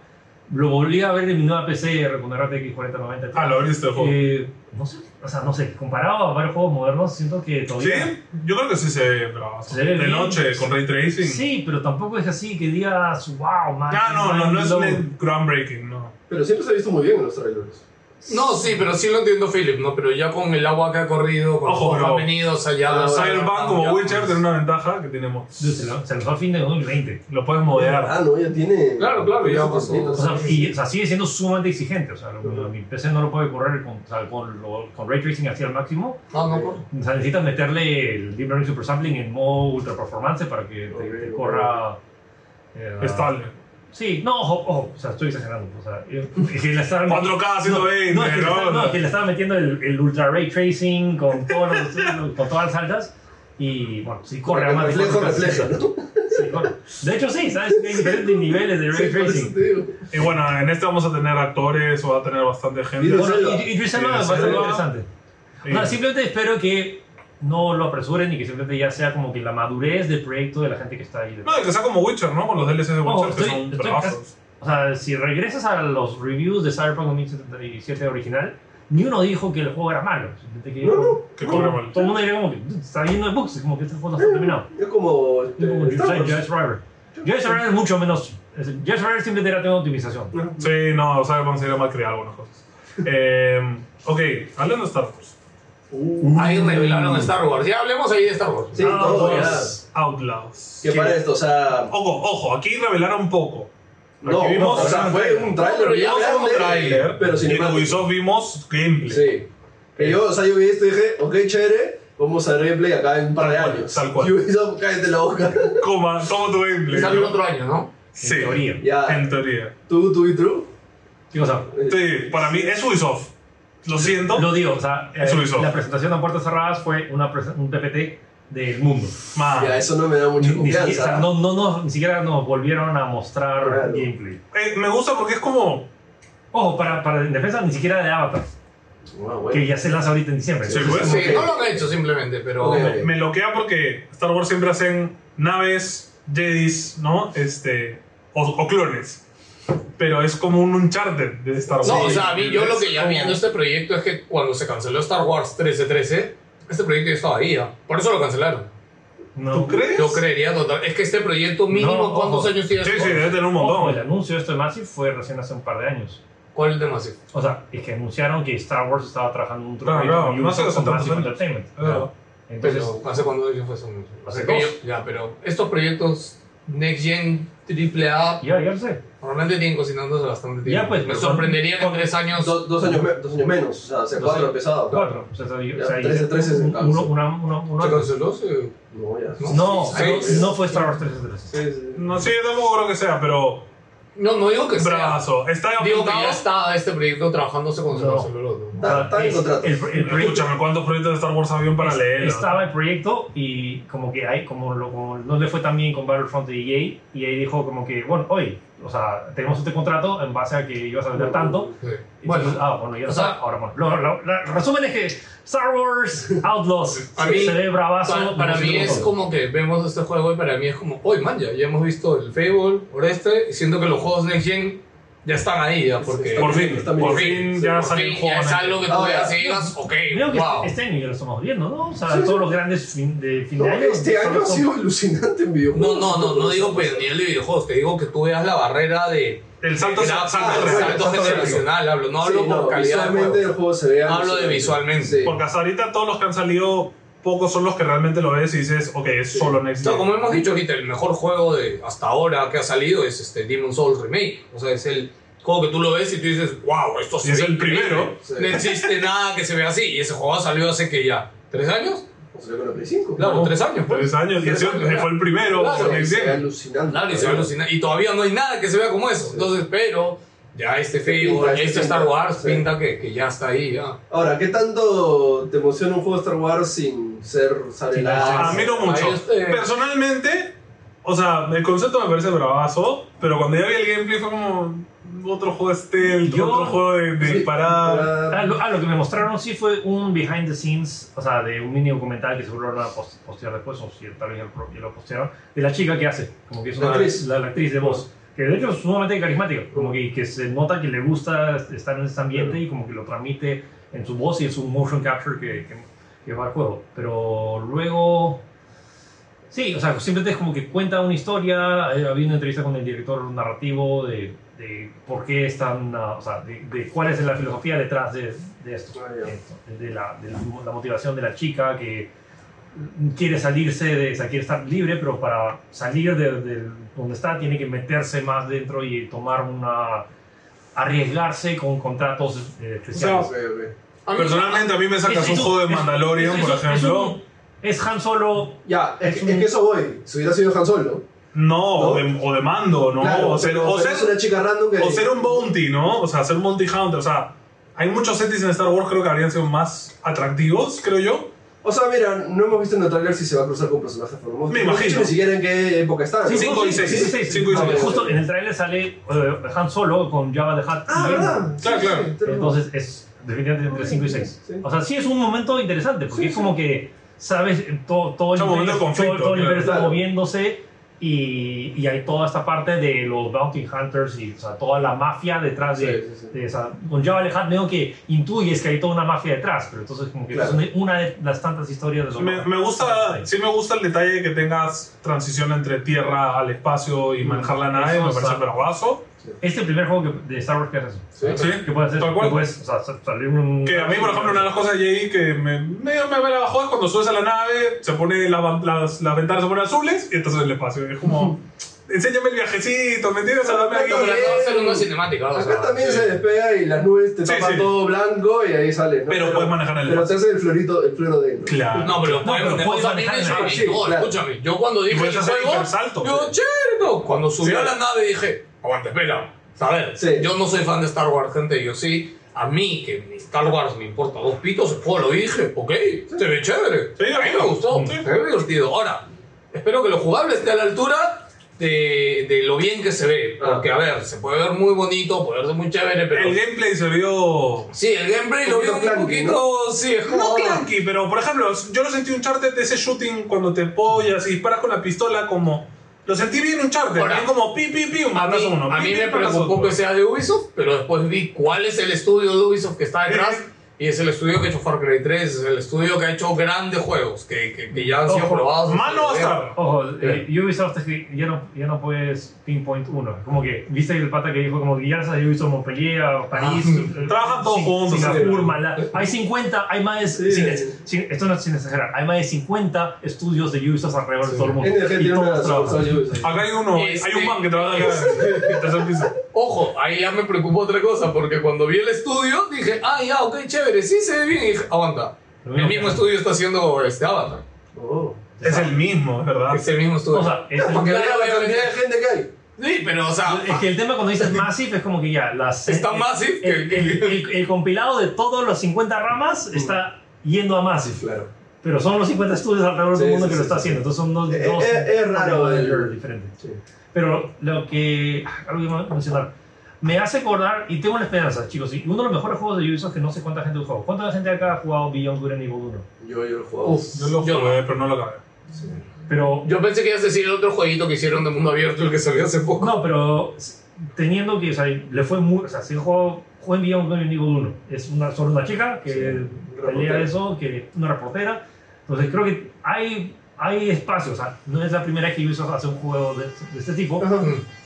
Speaker 4: Lo volví a ver en mi nueva PC con RTX 4090.
Speaker 2: Ah, lo abriste el juego.
Speaker 4: Eh, no sé, o sea, no sé, comparado a varios juegos modernos, siento que
Speaker 2: ¿Sí?
Speaker 4: todavía.
Speaker 2: Yo creo que sí se ve bravazo.
Speaker 4: Se ve
Speaker 2: De
Speaker 4: bien.
Speaker 2: noche, con ray tracing.
Speaker 4: Sí, pero tampoco es así que digas, wow, man.
Speaker 2: Ah, no, no, no es
Speaker 4: mind
Speaker 2: un groundbreaking, no.
Speaker 3: Pero siempre se ha visto muy bien en los trailers.
Speaker 5: No, sí, pero sí lo entiendo, Philip, ¿no? Pero ya con el agua que ha corrido, con
Speaker 2: Ojo,
Speaker 5: los
Speaker 2: pero-
Speaker 5: ha venido, o sea, ya...
Speaker 2: Pero
Speaker 5: ya-
Speaker 2: Cyberpunk, como
Speaker 5: ya-
Speaker 2: Witcher, tiene una ventaja que tenemos.
Speaker 4: blown. Se lo- Se lanzó a fin de 2020.
Speaker 2: Lo puedes modear.
Speaker 3: Ah, no, ya tiene.
Speaker 5: Claro, claro, ya
Speaker 3: ya
Speaker 5: pasó.
Speaker 4: O sea, y, o sea, sigue siendo sumamente exigente. O sea, lo- lo- mi PC no lo puede correr con, o sea, con, lo- con ray tracing hacia el máximo.
Speaker 5: No, no, no.
Speaker 4: O sea, necesitas meterle el Deep Learning Super Sampling en modo ultra performance para que te, te
Speaker 3: Ok,
Speaker 4: corra. eh,
Speaker 2: Estable.
Speaker 4: Sí, no, ojo, ojo, o sea, estoy exagerando. O sea, eh, es que le estaban
Speaker 2: 4K, 120,
Speaker 4: No, no, es que le
Speaker 2: ¿no?
Speaker 4: estaban- no, es que le estaba metiendo el, el ultra ray tracing con, todos (laughs) los- con todas las altas. Y bueno, sí corre a más de
Speaker 3: reflejo,
Speaker 4: 4K,
Speaker 3: reflejo,
Speaker 4: sí,
Speaker 3: ¿no?
Speaker 4: sí, corre. De hecho, sí, ¿sabes? Hay diferentes niveles de ray
Speaker 3: Sí, por eso
Speaker 4: tracing.
Speaker 3: te digo.
Speaker 2: Y bueno, en este vamos a tener actores, va a tener bastante gente.
Speaker 3: Mira,
Speaker 4: Bueno,
Speaker 3: Zelda.
Speaker 4: y- y Idris Elba
Speaker 2: Idris
Speaker 4: va a ser
Speaker 2: Elba.
Speaker 4: interesante.
Speaker 2: Sí.
Speaker 4: No, simplemente espero que no lo apresuren y que simplemente ya sea como que la madurez del proyecto de la gente que está ahí.
Speaker 2: No, y que sea como Witcher, ¿no? Con los DLCs de
Speaker 4: Ojo,
Speaker 2: Witcher, que
Speaker 4: Oh, estoy-
Speaker 2: son
Speaker 4: estoy
Speaker 2: bravazos.
Speaker 4: O sea, si regresas a los reviews de Cyberpunk 2077 original, ni uno dijo que el juego era malo. Simplemente que-
Speaker 3: No, no,
Speaker 2: Que
Speaker 4: como-
Speaker 2: corre mal.
Speaker 4: Todo el mundo diría como que "Dude, está lleno de bugs, como que este juego no está terminado.
Speaker 3: Es como.
Speaker 4: Es como
Speaker 3: este,
Speaker 4: que
Speaker 3: Star
Speaker 4: soy
Speaker 3: Wars.
Speaker 4: Joyce River. Joyce River es mucho menos. es- Joyce River siempre tendrá tema de optimización.
Speaker 3: Ajá.
Speaker 2: Sí, no, o sea, vamos a ir a mal crear algunas cosas. Eh, ok, hablando de Star Wars.
Speaker 3: Uh,
Speaker 5: Ahí revelaron Star Wars. Ya hablemos ahí de Star Wars.
Speaker 3: Sí,
Speaker 2: Star
Speaker 3: todo,
Speaker 2: Wars Outlaws.
Speaker 3: Que para esto, o sea.
Speaker 2: Ojo, ojo, aquí revelaron poco. Aquí
Speaker 3: No,
Speaker 2: vimos
Speaker 3: o sea, fue un trailer.
Speaker 5: pero
Speaker 3: bien
Speaker 5: ya fue un
Speaker 3: grande,
Speaker 5: tráiler,
Speaker 3: Pero
Speaker 2: y
Speaker 3: sin
Speaker 2: en
Speaker 3: embargo.
Speaker 2: Ubisoft vimos gameplay.
Speaker 3: Sí. Que yo, o sea, yo vi esto y dije, ok, chévere, vamos a replay acá en un par de
Speaker 2: Tal cual,
Speaker 3: años.
Speaker 2: tal cual.
Speaker 3: Y Ubisoft, cállate la boca. (laughs)
Speaker 2: Coma, toma tu gameplay.
Speaker 5: Sale el otro año, ¿no?
Speaker 2: Sí,
Speaker 4: En teoría.
Speaker 2: En
Speaker 3: ya.
Speaker 2: teoría.
Speaker 3: ¿Tú, tú y tú?
Speaker 4: ¿Qué cosa?
Speaker 2: Sí, para mí es Ubisoft. Lo siento.
Speaker 4: Lo digo, o sea, eh,
Speaker 2: Eso lo hizo.
Speaker 4: la presentación a puertas cerradas fue una presen- un PPT del mundo.
Speaker 2: Man,
Speaker 3: Ya, eso no me da
Speaker 4: Ni,
Speaker 3: mucha
Speaker 4: ni siquiera- o sea,
Speaker 3: confianza.
Speaker 4: no, no nos- ni siquiera nos volvieron a mostrar
Speaker 3: Claro.
Speaker 4: gameplay.
Speaker 2: eh, me gusta porque es como.
Speaker 4: Ojo, para, para en defensa ni siquiera de Avatar,
Speaker 3: Wow, Ah, bueno.
Speaker 4: que ya se lanza ahorita en diciembre.
Speaker 2: Sí,
Speaker 4: Entonces,
Speaker 2: pues.
Speaker 5: Sí,
Speaker 3: Ok.
Speaker 5: no lo han hecho simplemente, pero...
Speaker 3: Ok.
Speaker 2: Me, me loquea porque Star Wars siempre hacen naves, jedis, ¿no? Este. O, o clones. Pero es como un Uncharted de Star Wars.
Speaker 5: No, o sea, a mí yo lo que ya
Speaker 2: Es
Speaker 5: viendo
Speaker 2: como-
Speaker 5: este proyecto es que cuando se canceló Star Wars 1313, este proyecto ya estaba ahí, ya. Por eso lo cancelaron.
Speaker 4: no.
Speaker 2: ¿Tú crees?
Speaker 5: Yo creería total. Es que este proyecto mínimo,
Speaker 4: No,
Speaker 5: ¿cuántos
Speaker 4: ojo.
Speaker 5: años tiene?
Speaker 2: Sí, sí, debe tener un
Speaker 4: Ojo, el
Speaker 2: montón.
Speaker 4: anuncio de esto de Massive fue recién hace un par de años.
Speaker 5: ¿Cuál es el de Massive?
Speaker 4: O sea, es que anunciaron que Star Wars estaba trabajando en un
Speaker 2: Claro,
Speaker 4: truco
Speaker 2: claro,
Speaker 4: con
Speaker 2: no hace
Speaker 4: Ubisoft con
Speaker 2: tantos
Speaker 4: Massive
Speaker 2: años.
Speaker 4: Entertainment.
Speaker 2: Claro.
Speaker 4: Entonces,
Speaker 5: Pero, ¿hace cuándo fue eso?
Speaker 4: Hace
Speaker 5: Que
Speaker 4: dos.
Speaker 5: yo- Ya, pero estos proyectos Next Gen AAA
Speaker 4: Ya, ya lo sé.
Speaker 5: Normalmente tienen cocinándose bastante tiempo.
Speaker 4: Ya, pues,
Speaker 5: me
Speaker 4: pero
Speaker 5: sorprendería que en
Speaker 4: con-
Speaker 5: tres años.
Speaker 3: Do- dos, años, me- dos años menos, o sea, hace
Speaker 5: Dos
Speaker 3: cuatro
Speaker 5: años.
Speaker 3: empezado. claro.
Speaker 4: Cuatro. O sea, sabía-
Speaker 3: Ya,
Speaker 4: o sea,
Speaker 3: tres de tres es
Speaker 4: uno-
Speaker 3: un caso.
Speaker 4: una- uno- uno-
Speaker 5: ¿Se canceló? Se-
Speaker 3: No, ya.
Speaker 5: No.
Speaker 4: No,
Speaker 5: Seis.
Speaker 4: no, no fue Star Wars 3 de 3.
Speaker 3: Sí, sí.
Speaker 2: No sé, yo tampoco creo que sea, pero.
Speaker 5: No, no digo que sea.
Speaker 2: Brazo. Está
Speaker 5: Digo que
Speaker 2: apuntado.
Speaker 5: ya está este proyecto trabajándose con se
Speaker 4: No.
Speaker 5: canceló el otro.
Speaker 3: Está- está en contrato.
Speaker 4: El, el proyecto
Speaker 2: Escúchame, ¿cuántos proyectos de Star Wars habían para leerlo?
Speaker 4: Estaba el proyecto y como que ahí, como, lo- como no le fue tan bien con Battlefront de EA, y ahí dijo como que, bueno, hoy, o sea, tenemos este contrato en base a que ibas a vender tanto.
Speaker 5: Sí.
Speaker 4: Bueno,
Speaker 5: Bueno,
Speaker 4: ah, bueno, ya
Speaker 5: o
Speaker 4: lo
Speaker 5: sea-
Speaker 4: sabe. Ahora, bueno, lo- lo- la- resumen es que Star Wars Outlaws
Speaker 5: (laughs) A
Speaker 4: se,
Speaker 5: mí-
Speaker 4: se ve bravazo.
Speaker 5: para, para
Speaker 4: no sé
Speaker 5: mí
Speaker 4: cómo
Speaker 5: es
Speaker 4: todo.
Speaker 5: como que vemos este juego y para mí es como, hoy man, ya, ya hemos visto el Fable, por este, y siento que los juegos Next Gen ya están ahí, ya, porque.
Speaker 2: Por fin,
Speaker 3: Está bien.
Speaker 2: por fin
Speaker 5: Sí,
Speaker 2: ya
Speaker 5: por
Speaker 2: salió
Speaker 5: fin
Speaker 2: el juego.
Speaker 5: ya es
Speaker 2: ¿no?
Speaker 5: algo que
Speaker 3: Ahora,
Speaker 5: tú veas y digas, ok,
Speaker 4: Creo que
Speaker 5: wow.
Speaker 4: este año ya lo estamos viendo, ¿no? O sea,
Speaker 3: Sí, sí.
Speaker 4: todos los grandes fin de fin
Speaker 3: No,
Speaker 4: de año.
Speaker 3: este
Speaker 4: solo
Speaker 3: año ha
Speaker 4: son-
Speaker 3: sido alucinante en
Speaker 5: No,
Speaker 3: videojuegos.
Speaker 5: no, no, no digo pues, ni el de videojuegos, te digo que tú veas la barrera de.
Speaker 2: El salto,
Speaker 5: de-
Speaker 2: salto,
Speaker 5: ah,
Speaker 2: salto
Speaker 5: el
Speaker 2: real.
Speaker 5: salto
Speaker 3: salto
Speaker 5: generacional, hablo, no hablo
Speaker 3: Sí,
Speaker 5: por calidad. de
Speaker 3: visualmente
Speaker 5: juego.
Speaker 3: el juego se ve
Speaker 5: Hablo de
Speaker 3: alucinante.
Speaker 5: visualmente.
Speaker 3: Sí.
Speaker 2: Porque hasta ahorita todos los que han salido, pocos son los que realmente lo ves y dices, ok, es solo Next
Speaker 5: No,
Speaker 2: Gen.
Speaker 5: como hemos dicho ahorita, el mejor juego de hasta ahora que ha salido es este Demon's Souls Remake. O sea, es el juego que tú lo ves y tú dices, wow, esto se
Speaker 2: Y es
Speaker 5: ve
Speaker 2: el
Speaker 5: increíble".
Speaker 2: primero.
Speaker 3: Sí. (laughs)
Speaker 5: No existe nada que se vea así. Y ese juego salió hace que ya, ¿tres años?
Speaker 3: O sea, con la Play 5.
Speaker 5: Claro,
Speaker 4: No.
Speaker 5: tres años. pues.
Speaker 2: Tres años, y ese fue el primero.
Speaker 5: Claro,
Speaker 2: por
Speaker 3: Sí,
Speaker 2: Next
Speaker 3: se ve
Speaker 2: Gen.
Speaker 3: alucinante.
Speaker 5: Claro, y se ve alucinante. Y todavía no hay nada que se vea como eso. Entonces, pero ya este Facebook,
Speaker 3: Pinta,
Speaker 5: este
Speaker 3: este
Speaker 5: Star
Speaker 3: pinta.
Speaker 5: Wars,
Speaker 3: Sí.
Speaker 5: pinta que, que ya está ahí. Ya.
Speaker 3: Ahora, ¿qué tanto te emociona un juego de Star Wars sin ser
Speaker 4: Sin
Speaker 3: Sarelá?
Speaker 5: Ah,
Speaker 2: A mí no Ah, mucho.
Speaker 5: Ahí este-
Speaker 2: Personalmente, o sea, el concepto me parece bravazo, pero cuando ya vi el gameplay fue como otro juego de stealth,
Speaker 4: Yo-
Speaker 2: otro juego de, de
Speaker 3: Sí,
Speaker 2: disparar.
Speaker 4: Ah lo, ah, lo que me mostraron sí fue un behind the scenes, o sea, de un mini documental que seguro lo van a pos- postear después, o si tal vez ya lo pro- ya lo postearon, de la chica que hace, como que es
Speaker 3: La
Speaker 4: una, la,
Speaker 3: actriz.
Speaker 4: la actriz de voz, que de hecho es sumamente carismática, como que, que se nota que le gusta estar en ese ambiente y como que lo transmite en su voz y en su motion capture que, que, que va al juego. Pero luego... Sí, o sea, simplemente es como que cuenta una historia. eh, Había una entrevista con el director narrativo de, de por qué están, ah, o sea, de, de cuál es la filosofía detrás de, de esto,
Speaker 3: Ah, ya.
Speaker 4: de esto, de, la, de la motivación de la chica que quiere salirse, de, o sea, quiere estar libre, pero para salir de, de donde está tiene que meterse más dentro y tomar una arriesgarse con contratos eh, especiales.
Speaker 3: Ok, ok.
Speaker 5: A mí-
Speaker 2: Personalmente, a mí me sacas
Speaker 4: Es-
Speaker 2: un
Speaker 4: es
Speaker 2: juego de
Speaker 4: es-
Speaker 2: Mandalorian,
Speaker 4: es-
Speaker 2: por
Speaker 4: es- es un-
Speaker 2: ejemplo.
Speaker 4: Es Han Solo
Speaker 3: Ya, es,
Speaker 4: Es
Speaker 3: que- es
Speaker 4: un-
Speaker 3: que eso voy. Si hubiera sido Han Solo.
Speaker 2: No, O, de, o de mando, ¿no?
Speaker 3: Claro,
Speaker 2: o ser,
Speaker 3: pero-
Speaker 2: o
Speaker 3: pero
Speaker 2: ser-
Speaker 3: es una chica random que.
Speaker 2: o ser un bounty, ¿no? O sea, ser un bounty hunter. O sea, hay muchos settings en Star Wars creo que habrían sido más atractivos, creo yo.
Speaker 3: O sea, mira, no hemos visto en el trailer si se va a cruzar con personajes famosos.
Speaker 2: Me
Speaker 3: No hemos dicho
Speaker 2: imagino.
Speaker 3: Ni siquiera en qué época están.
Speaker 2: Sí, cinco
Speaker 4: no,
Speaker 2: y seis.
Speaker 4: cinco seis.
Speaker 2: Cinco y
Speaker 4: Ah,
Speaker 3: seis.
Speaker 4: Justo en el trailer sale eh, Han Solo con Java de Hat.
Speaker 3: Ah, ¿verdad?
Speaker 2: Claro,
Speaker 3: Sí,
Speaker 2: claro.
Speaker 3: sí, tenemos-
Speaker 4: Entonces es definitivamente entre 5 y 6.
Speaker 3: Sí.
Speaker 4: O sea, sí es un momento interesante porque
Speaker 3: Sí,
Speaker 4: es como que sabes eh, todo, todo
Speaker 2: Es
Speaker 4: el
Speaker 2: un momento de
Speaker 4: todo-
Speaker 2: conflicto,
Speaker 4: todo
Speaker 2: claro.
Speaker 4: el universo está
Speaker 3: Claro.
Speaker 4: moviéndose y, y hay toda esta parte de los bounty hunters y o sea, toda la mafia detrás de,
Speaker 3: Sí, sí, sí.
Speaker 4: de esa. Con Java de Hat medio que intuyes que hay toda una mafia detrás, pero entonces como que
Speaker 3: Claro.
Speaker 4: es una- una de las tantas historias de los
Speaker 2: Me, me gusta, sí me gusta el detalle de que tengas transición entre tierra al espacio y manejar la nave,
Speaker 4: Mm, Eso
Speaker 2: me parece
Speaker 4: está-
Speaker 2: bravazo.
Speaker 4: Este es el primer juego que- de Star Wars que haces.
Speaker 3: Sí.
Speaker 2: Sí.
Speaker 4: Que puedes hacer,
Speaker 2: Tal cual.
Speaker 4: que puedes o sea, sa- salir un...
Speaker 2: Que a mí, por ejemplo, una de las cosas de Jay que me, medio me, la bajó es cuando subes a la nave, se pone la van- las, las ventanas se ponen azules y estás en el espacio. Es
Speaker 4: (laughs)
Speaker 2: como, enséñame el viajecito, ¿me entiendes? A la
Speaker 3: Acá
Speaker 5: Pero
Speaker 2: máquina.
Speaker 5: acá va a ser una cinemática. o
Speaker 3: Acá
Speaker 5: sea,
Speaker 3: también
Speaker 5: sí.
Speaker 3: se despega y las nubes te
Speaker 2: Sí,
Speaker 3: tapan
Speaker 2: sí.
Speaker 3: todo blanco y ahí sale. ¿no?
Speaker 2: Pero puedes manejar el
Speaker 3: Pero te hace el florito, el floro de.
Speaker 2: Claro.
Speaker 5: No, pero,
Speaker 4: No, pero
Speaker 5: bueno,
Speaker 4: puedes
Speaker 5: o sea,
Speaker 4: manejar
Speaker 5: tienes-
Speaker 4: el
Speaker 3: avión.
Speaker 5: no,
Speaker 3: Sí, claro.
Speaker 5: escúchame. Yo cuando
Speaker 2: Y
Speaker 5: dije
Speaker 2: puedes
Speaker 5: el
Speaker 2: hacer
Speaker 5: juego,
Speaker 2: hipersalto,
Speaker 5: yo,
Speaker 2: pues.
Speaker 5: che, no. Cuando subió
Speaker 2: Sí.
Speaker 5: a la nave dije, aguanta, espera. A ver,
Speaker 3: Sí.
Speaker 5: yo no soy fan de Star Wars, gente, yo sí. A mí, que mi Star Wars me importa dos pitos, el juego lo dije, ok, se ve chévere.
Speaker 2: Sí,
Speaker 5: a mí me
Speaker 2: claro.
Speaker 5: gustó,
Speaker 2: Sí.
Speaker 5: se ve divertido. Ahora, espero que lo jugable esté a la altura de, de lo bien que se ve.
Speaker 3: Ah.
Speaker 5: Porque, a ver, se puede ver muy bonito, puede verse muy chévere, pero...
Speaker 2: El gameplay se vio
Speaker 5: Sí, el gameplay lo vi
Speaker 3: Poquito
Speaker 5: un
Speaker 3: clunky, ¿no?
Speaker 5: poquito... Sí, es
Speaker 2: No
Speaker 5: como-
Speaker 2: clanky, pero por ejemplo, yo lo sentí un charter de ese shooting cuando te pollas y disparas con la pistola como... Lo sentí bien un charter,
Speaker 5: Ahora,
Speaker 2: bien como pi, pi, pi, un
Speaker 4: Ah,
Speaker 5: A mí,
Speaker 2: matazo uno.
Speaker 5: a
Speaker 2: pi,
Speaker 5: mí
Speaker 2: pi,
Speaker 5: me
Speaker 2: matazo
Speaker 5: preocupó
Speaker 2: otro.
Speaker 5: que sea de Ubisoft, pero después vi cuál es el estudio de Ubisoft que está detrás Y es el estudio que ha hecho Far Cry 3, es el estudio que ha hecho grandes juegos que, que, que ya han sido
Speaker 4: Ojo,
Speaker 5: probados.
Speaker 2: Mano
Speaker 5: hasta
Speaker 2: hasta.
Speaker 4: Ojo, eh, Ubisoft es que ya no, ya no puedes pinpoint uno. Como que, viste el pata que dijo, como que ya las de Ubisoft Montpellier, a París. eh,
Speaker 2: Ah, trabajan todos
Speaker 4: Sin-
Speaker 2: juntos,
Speaker 4: Singapur,
Speaker 2: sí.
Speaker 4: Mala- Hay 50, hay más. de-
Speaker 3: Sí.
Speaker 4: sin ex- sin- esto no es sin exagerar. Hay más de 50 estudios de Ubisoft alrededor de todo el mundo.
Speaker 3: NG
Speaker 4: Y
Speaker 3: tiene una
Speaker 4: todos trabajan.
Speaker 3: sucursal Ubisoft.
Speaker 2: Acá hay uno, hay
Speaker 5: Este-
Speaker 2: un man que trabaja acá en el tercer piso.
Speaker 5: Ojo, ahí ya me preocupó otra cosa, porque cuando vi el estudio dije, ah, ya, ok, chévere, sí se ve bien. Y dije, aguanta,
Speaker 4: Lo
Speaker 5: el
Speaker 4: mismo
Speaker 5: mismo
Speaker 4: que-
Speaker 5: estudio está haciendo este Avatar.
Speaker 3: Oh.
Speaker 2: Es el mismo, es verdad.
Speaker 5: Es el mismo estudio.
Speaker 4: Ah, O sea, es
Speaker 5: Para
Speaker 4: el-
Speaker 5: que
Speaker 3: Claro,
Speaker 5: vean
Speaker 3: la
Speaker 5: la
Speaker 3: cantidad de
Speaker 5: diferencia.
Speaker 3: gente que hay.
Speaker 5: Sí, pero, o sea,
Speaker 4: Es que el tema cuando dices Massive es como que ya las... eh,
Speaker 5: Es tan
Speaker 4: el-
Speaker 5: Massive que-
Speaker 4: el, el- el- el compilado de todos los 50 ramas está yendo a
Speaker 2: Ah,
Speaker 4: Massive.
Speaker 3: Claro.
Speaker 4: Pero son los 50 estudios alrededor
Speaker 3: Sí,
Speaker 4: del mundo
Speaker 3: sí,
Speaker 4: que
Speaker 3: sí,
Speaker 4: lo está
Speaker 3: sí.
Speaker 4: haciendo. Entonces son dos...
Speaker 3: Eh,
Speaker 4: dos
Speaker 3: eh, es raro
Speaker 4: dos
Speaker 3: el-
Speaker 4: layers diferentes.
Speaker 3: Sí.
Speaker 4: Pero lo que... ah, Algo que iba a mencionar. Me hace acordar, y tengo una esperanza, chicos, y uno de los mejores juegos de Ubisoft que no sé cuánta gente ha jugado. ¿Cuánta gente acá ha jugado Beyond Good and Evil 1?
Speaker 3: Yo, yo lo jugaba. (laughs)
Speaker 5: (laughs) Uf.
Speaker 2: Yo lo
Speaker 5: Yo
Speaker 2: jugué, pero no lo acabé.
Speaker 4: Pero...
Speaker 5: yo pensé que ibas a decir el otro jueguito que hicieron de mundo abierto, el que salió hace poco.
Speaker 4: No, pero s- teniendo que, o sea, le fue muy, o sea, si jugó, jugó en Beyond Good and Evil 1, es una, sobre una chica que
Speaker 3: Sí,
Speaker 4: pelea
Speaker 3: reportera.
Speaker 4: eso, que una reportera, entonces creo que hay, hay espacio, o sea, no es la primera vez que Ubisoft hace un juego de, de este tipo,
Speaker 5: Además,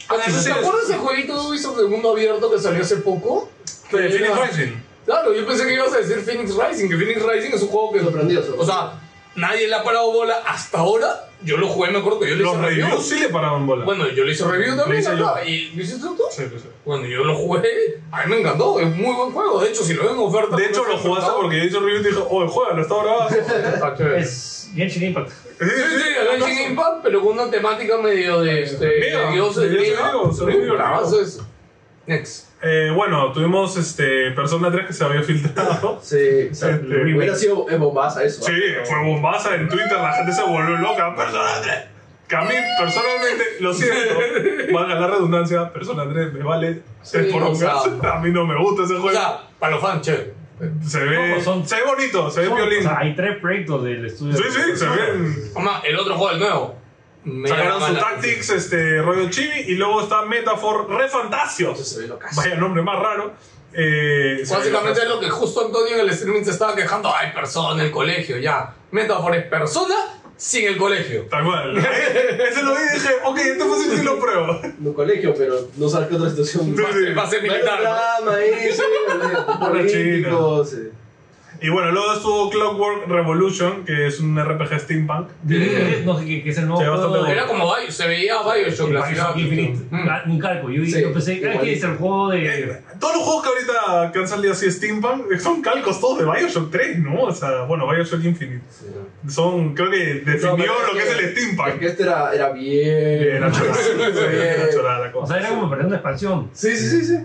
Speaker 5: Ah, ¿Te acuerdas del jueguito de Ubisoft de mundo abierto que salió hace poco?
Speaker 2: Pero
Speaker 5: Era-
Speaker 2: Phoenix Rising.
Speaker 5: Claro, yo pensé que ibas a decir Phoenix Rising, que Phoenix Rising es un juego que...
Speaker 3: Sorprendido, sorprendido.
Speaker 5: O sea, nadie le ha parado bola hasta ahora. Yo lo jugué, me acuerdo que yo le
Speaker 2: Los
Speaker 5: hice review.
Speaker 2: reviews sí le paraban bola.
Speaker 5: Bueno, yo le hice review también,
Speaker 2: hice
Speaker 5: acá,
Speaker 2: yo.
Speaker 5: ¿Y lo hiciste tú?
Speaker 2: Sí, sí, sí.
Speaker 5: Bueno, yo lo jugué, a mí me encantó, es muy buen juego. De hecho, si lo ven en oferta...
Speaker 2: De hecho, lo jugaste porque yo hice review y te dije, oh, juega, está grabado. Sí,
Speaker 5: Está chévere.
Speaker 4: es
Speaker 5: Sí,
Speaker 4: Genshin Impact.
Speaker 5: sí, el Genshin Impact, pero con una temática medio de, este,
Speaker 2: Griega,
Speaker 5: de dioses
Speaker 2: de dioses
Speaker 5: griega.
Speaker 2: griegos,
Speaker 5: Sí,
Speaker 2: griego,
Speaker 5: bravazo
Speaker 2: griego.
Speaker 5: eso. Next.
Speaker 2: Eh, bueno, tuvimos este, Persona 3 que se había filtrado.
Speaker 3: Sí.
Speaker 2: Este,
Speaker 3: Hubiera sido eh, bombaza eso.
Speaker 2: sí, fue bombaza en Twitter, la gente se volvió loca. Persona 3. Que a mí, personalmente, lo siento, valga la redundancia, Persona 3 me vale
Speaker 5: Sí,
Speaker 2: tres porongas.
Speaker 5: o sea.
Speaker 2: A mí no me gusta ese
Speaker 5: O
Speaker 2: juego.
Speaker 5: sea, para los fans, chévere.
Speaker 2: se, ve,
Speaker 4: Ojo, son-
Speaker 2: se ve bonito, se ve
Speaker 4: Son-
Speaker 2: violín.
Speaker 4: O sea, hay tres proyectos del estudio.
Speaker 2: sí,
Speaker 4: de-
Speaker 2: sí, se ve.
Speaker 5: Además, el otro juego, el nuevo. Me
Speaker 2: Sacaron
Speaker 5: llama
Speaker 2: su
Speaker 5: la atención.
Speaker 2: Tactics, este, rollo chibi, y luego está Metafor Refantasios.
Speaker 3: Se ve locazo.
Speaker 2: Vaya nombre más raro. Eh, se ve
Speaker 5: Básicamente es
Speaker 2: locazo.
Speaker 5: lo que justo Antonio en el streaming se estaba quejando. Ay, persona en el colegio, ya. Metáfora es persona sin el colegio.
Speaker 2: Tal
Speaker 3: (laughs)
Speaker 2: cual. Ese lo vi y dije, ok, esto es posible si lo pruebo.
Speaker 3: En un colegio, pero no sabes qué otra situación.
Speaker 2: Sí, sí.
Speaker 5: Va a ser militar. ¿no?
Speaker 2: (laughs)
Speaker 3: drama ahí, sí, olvídate,
Speaker 2: Por la
Speaker 3: político, sí.
Speaker 2: Y bueno, luego estuvo Clockwork Revolution, que es un RPG steampunk.
Speaker 4: de- de- no sé qué qué es el nuevo
Speaker 2: Se ve
Speaker 4: juego.
Speaker 2: bastante
Speaker 5: Era como Bio- se veía Bioshock
Speaker 4: El
Speaker 5: la
Speaker 4: Bioshock
Speaker 5: final.
Speaker 4: Infinite.
Speaker 5: Mm.
Speaker 4: Ah, Un calco. Yo,
Speaker 3: Sí,
Speaker 4: yo pensé, ah,
Speaker 3: igualito.
Speaker 4: ¿qué es el juego de...?
Speaker 2: Eh, todos los juegos que ahorita que han salido así steampunk eh, son calcos todos de Bioshock 3, ¿no? O sea, bueno, Bioshock Infinite. Son, creo que definió
Speaker 3: No, pero
Speaker 2: lo que eh, es el steampunk.
Speaker 3: Porque este era, era bien. (laughs)
Speaker 2: Bien, la (laughs) chorada. Sí, la chorada la
Speaker 4: O
Speaker 2: cosa.
Speaker 4: sea, era como para una expansión.
Speaker 3: Sí, sí, sí, sí.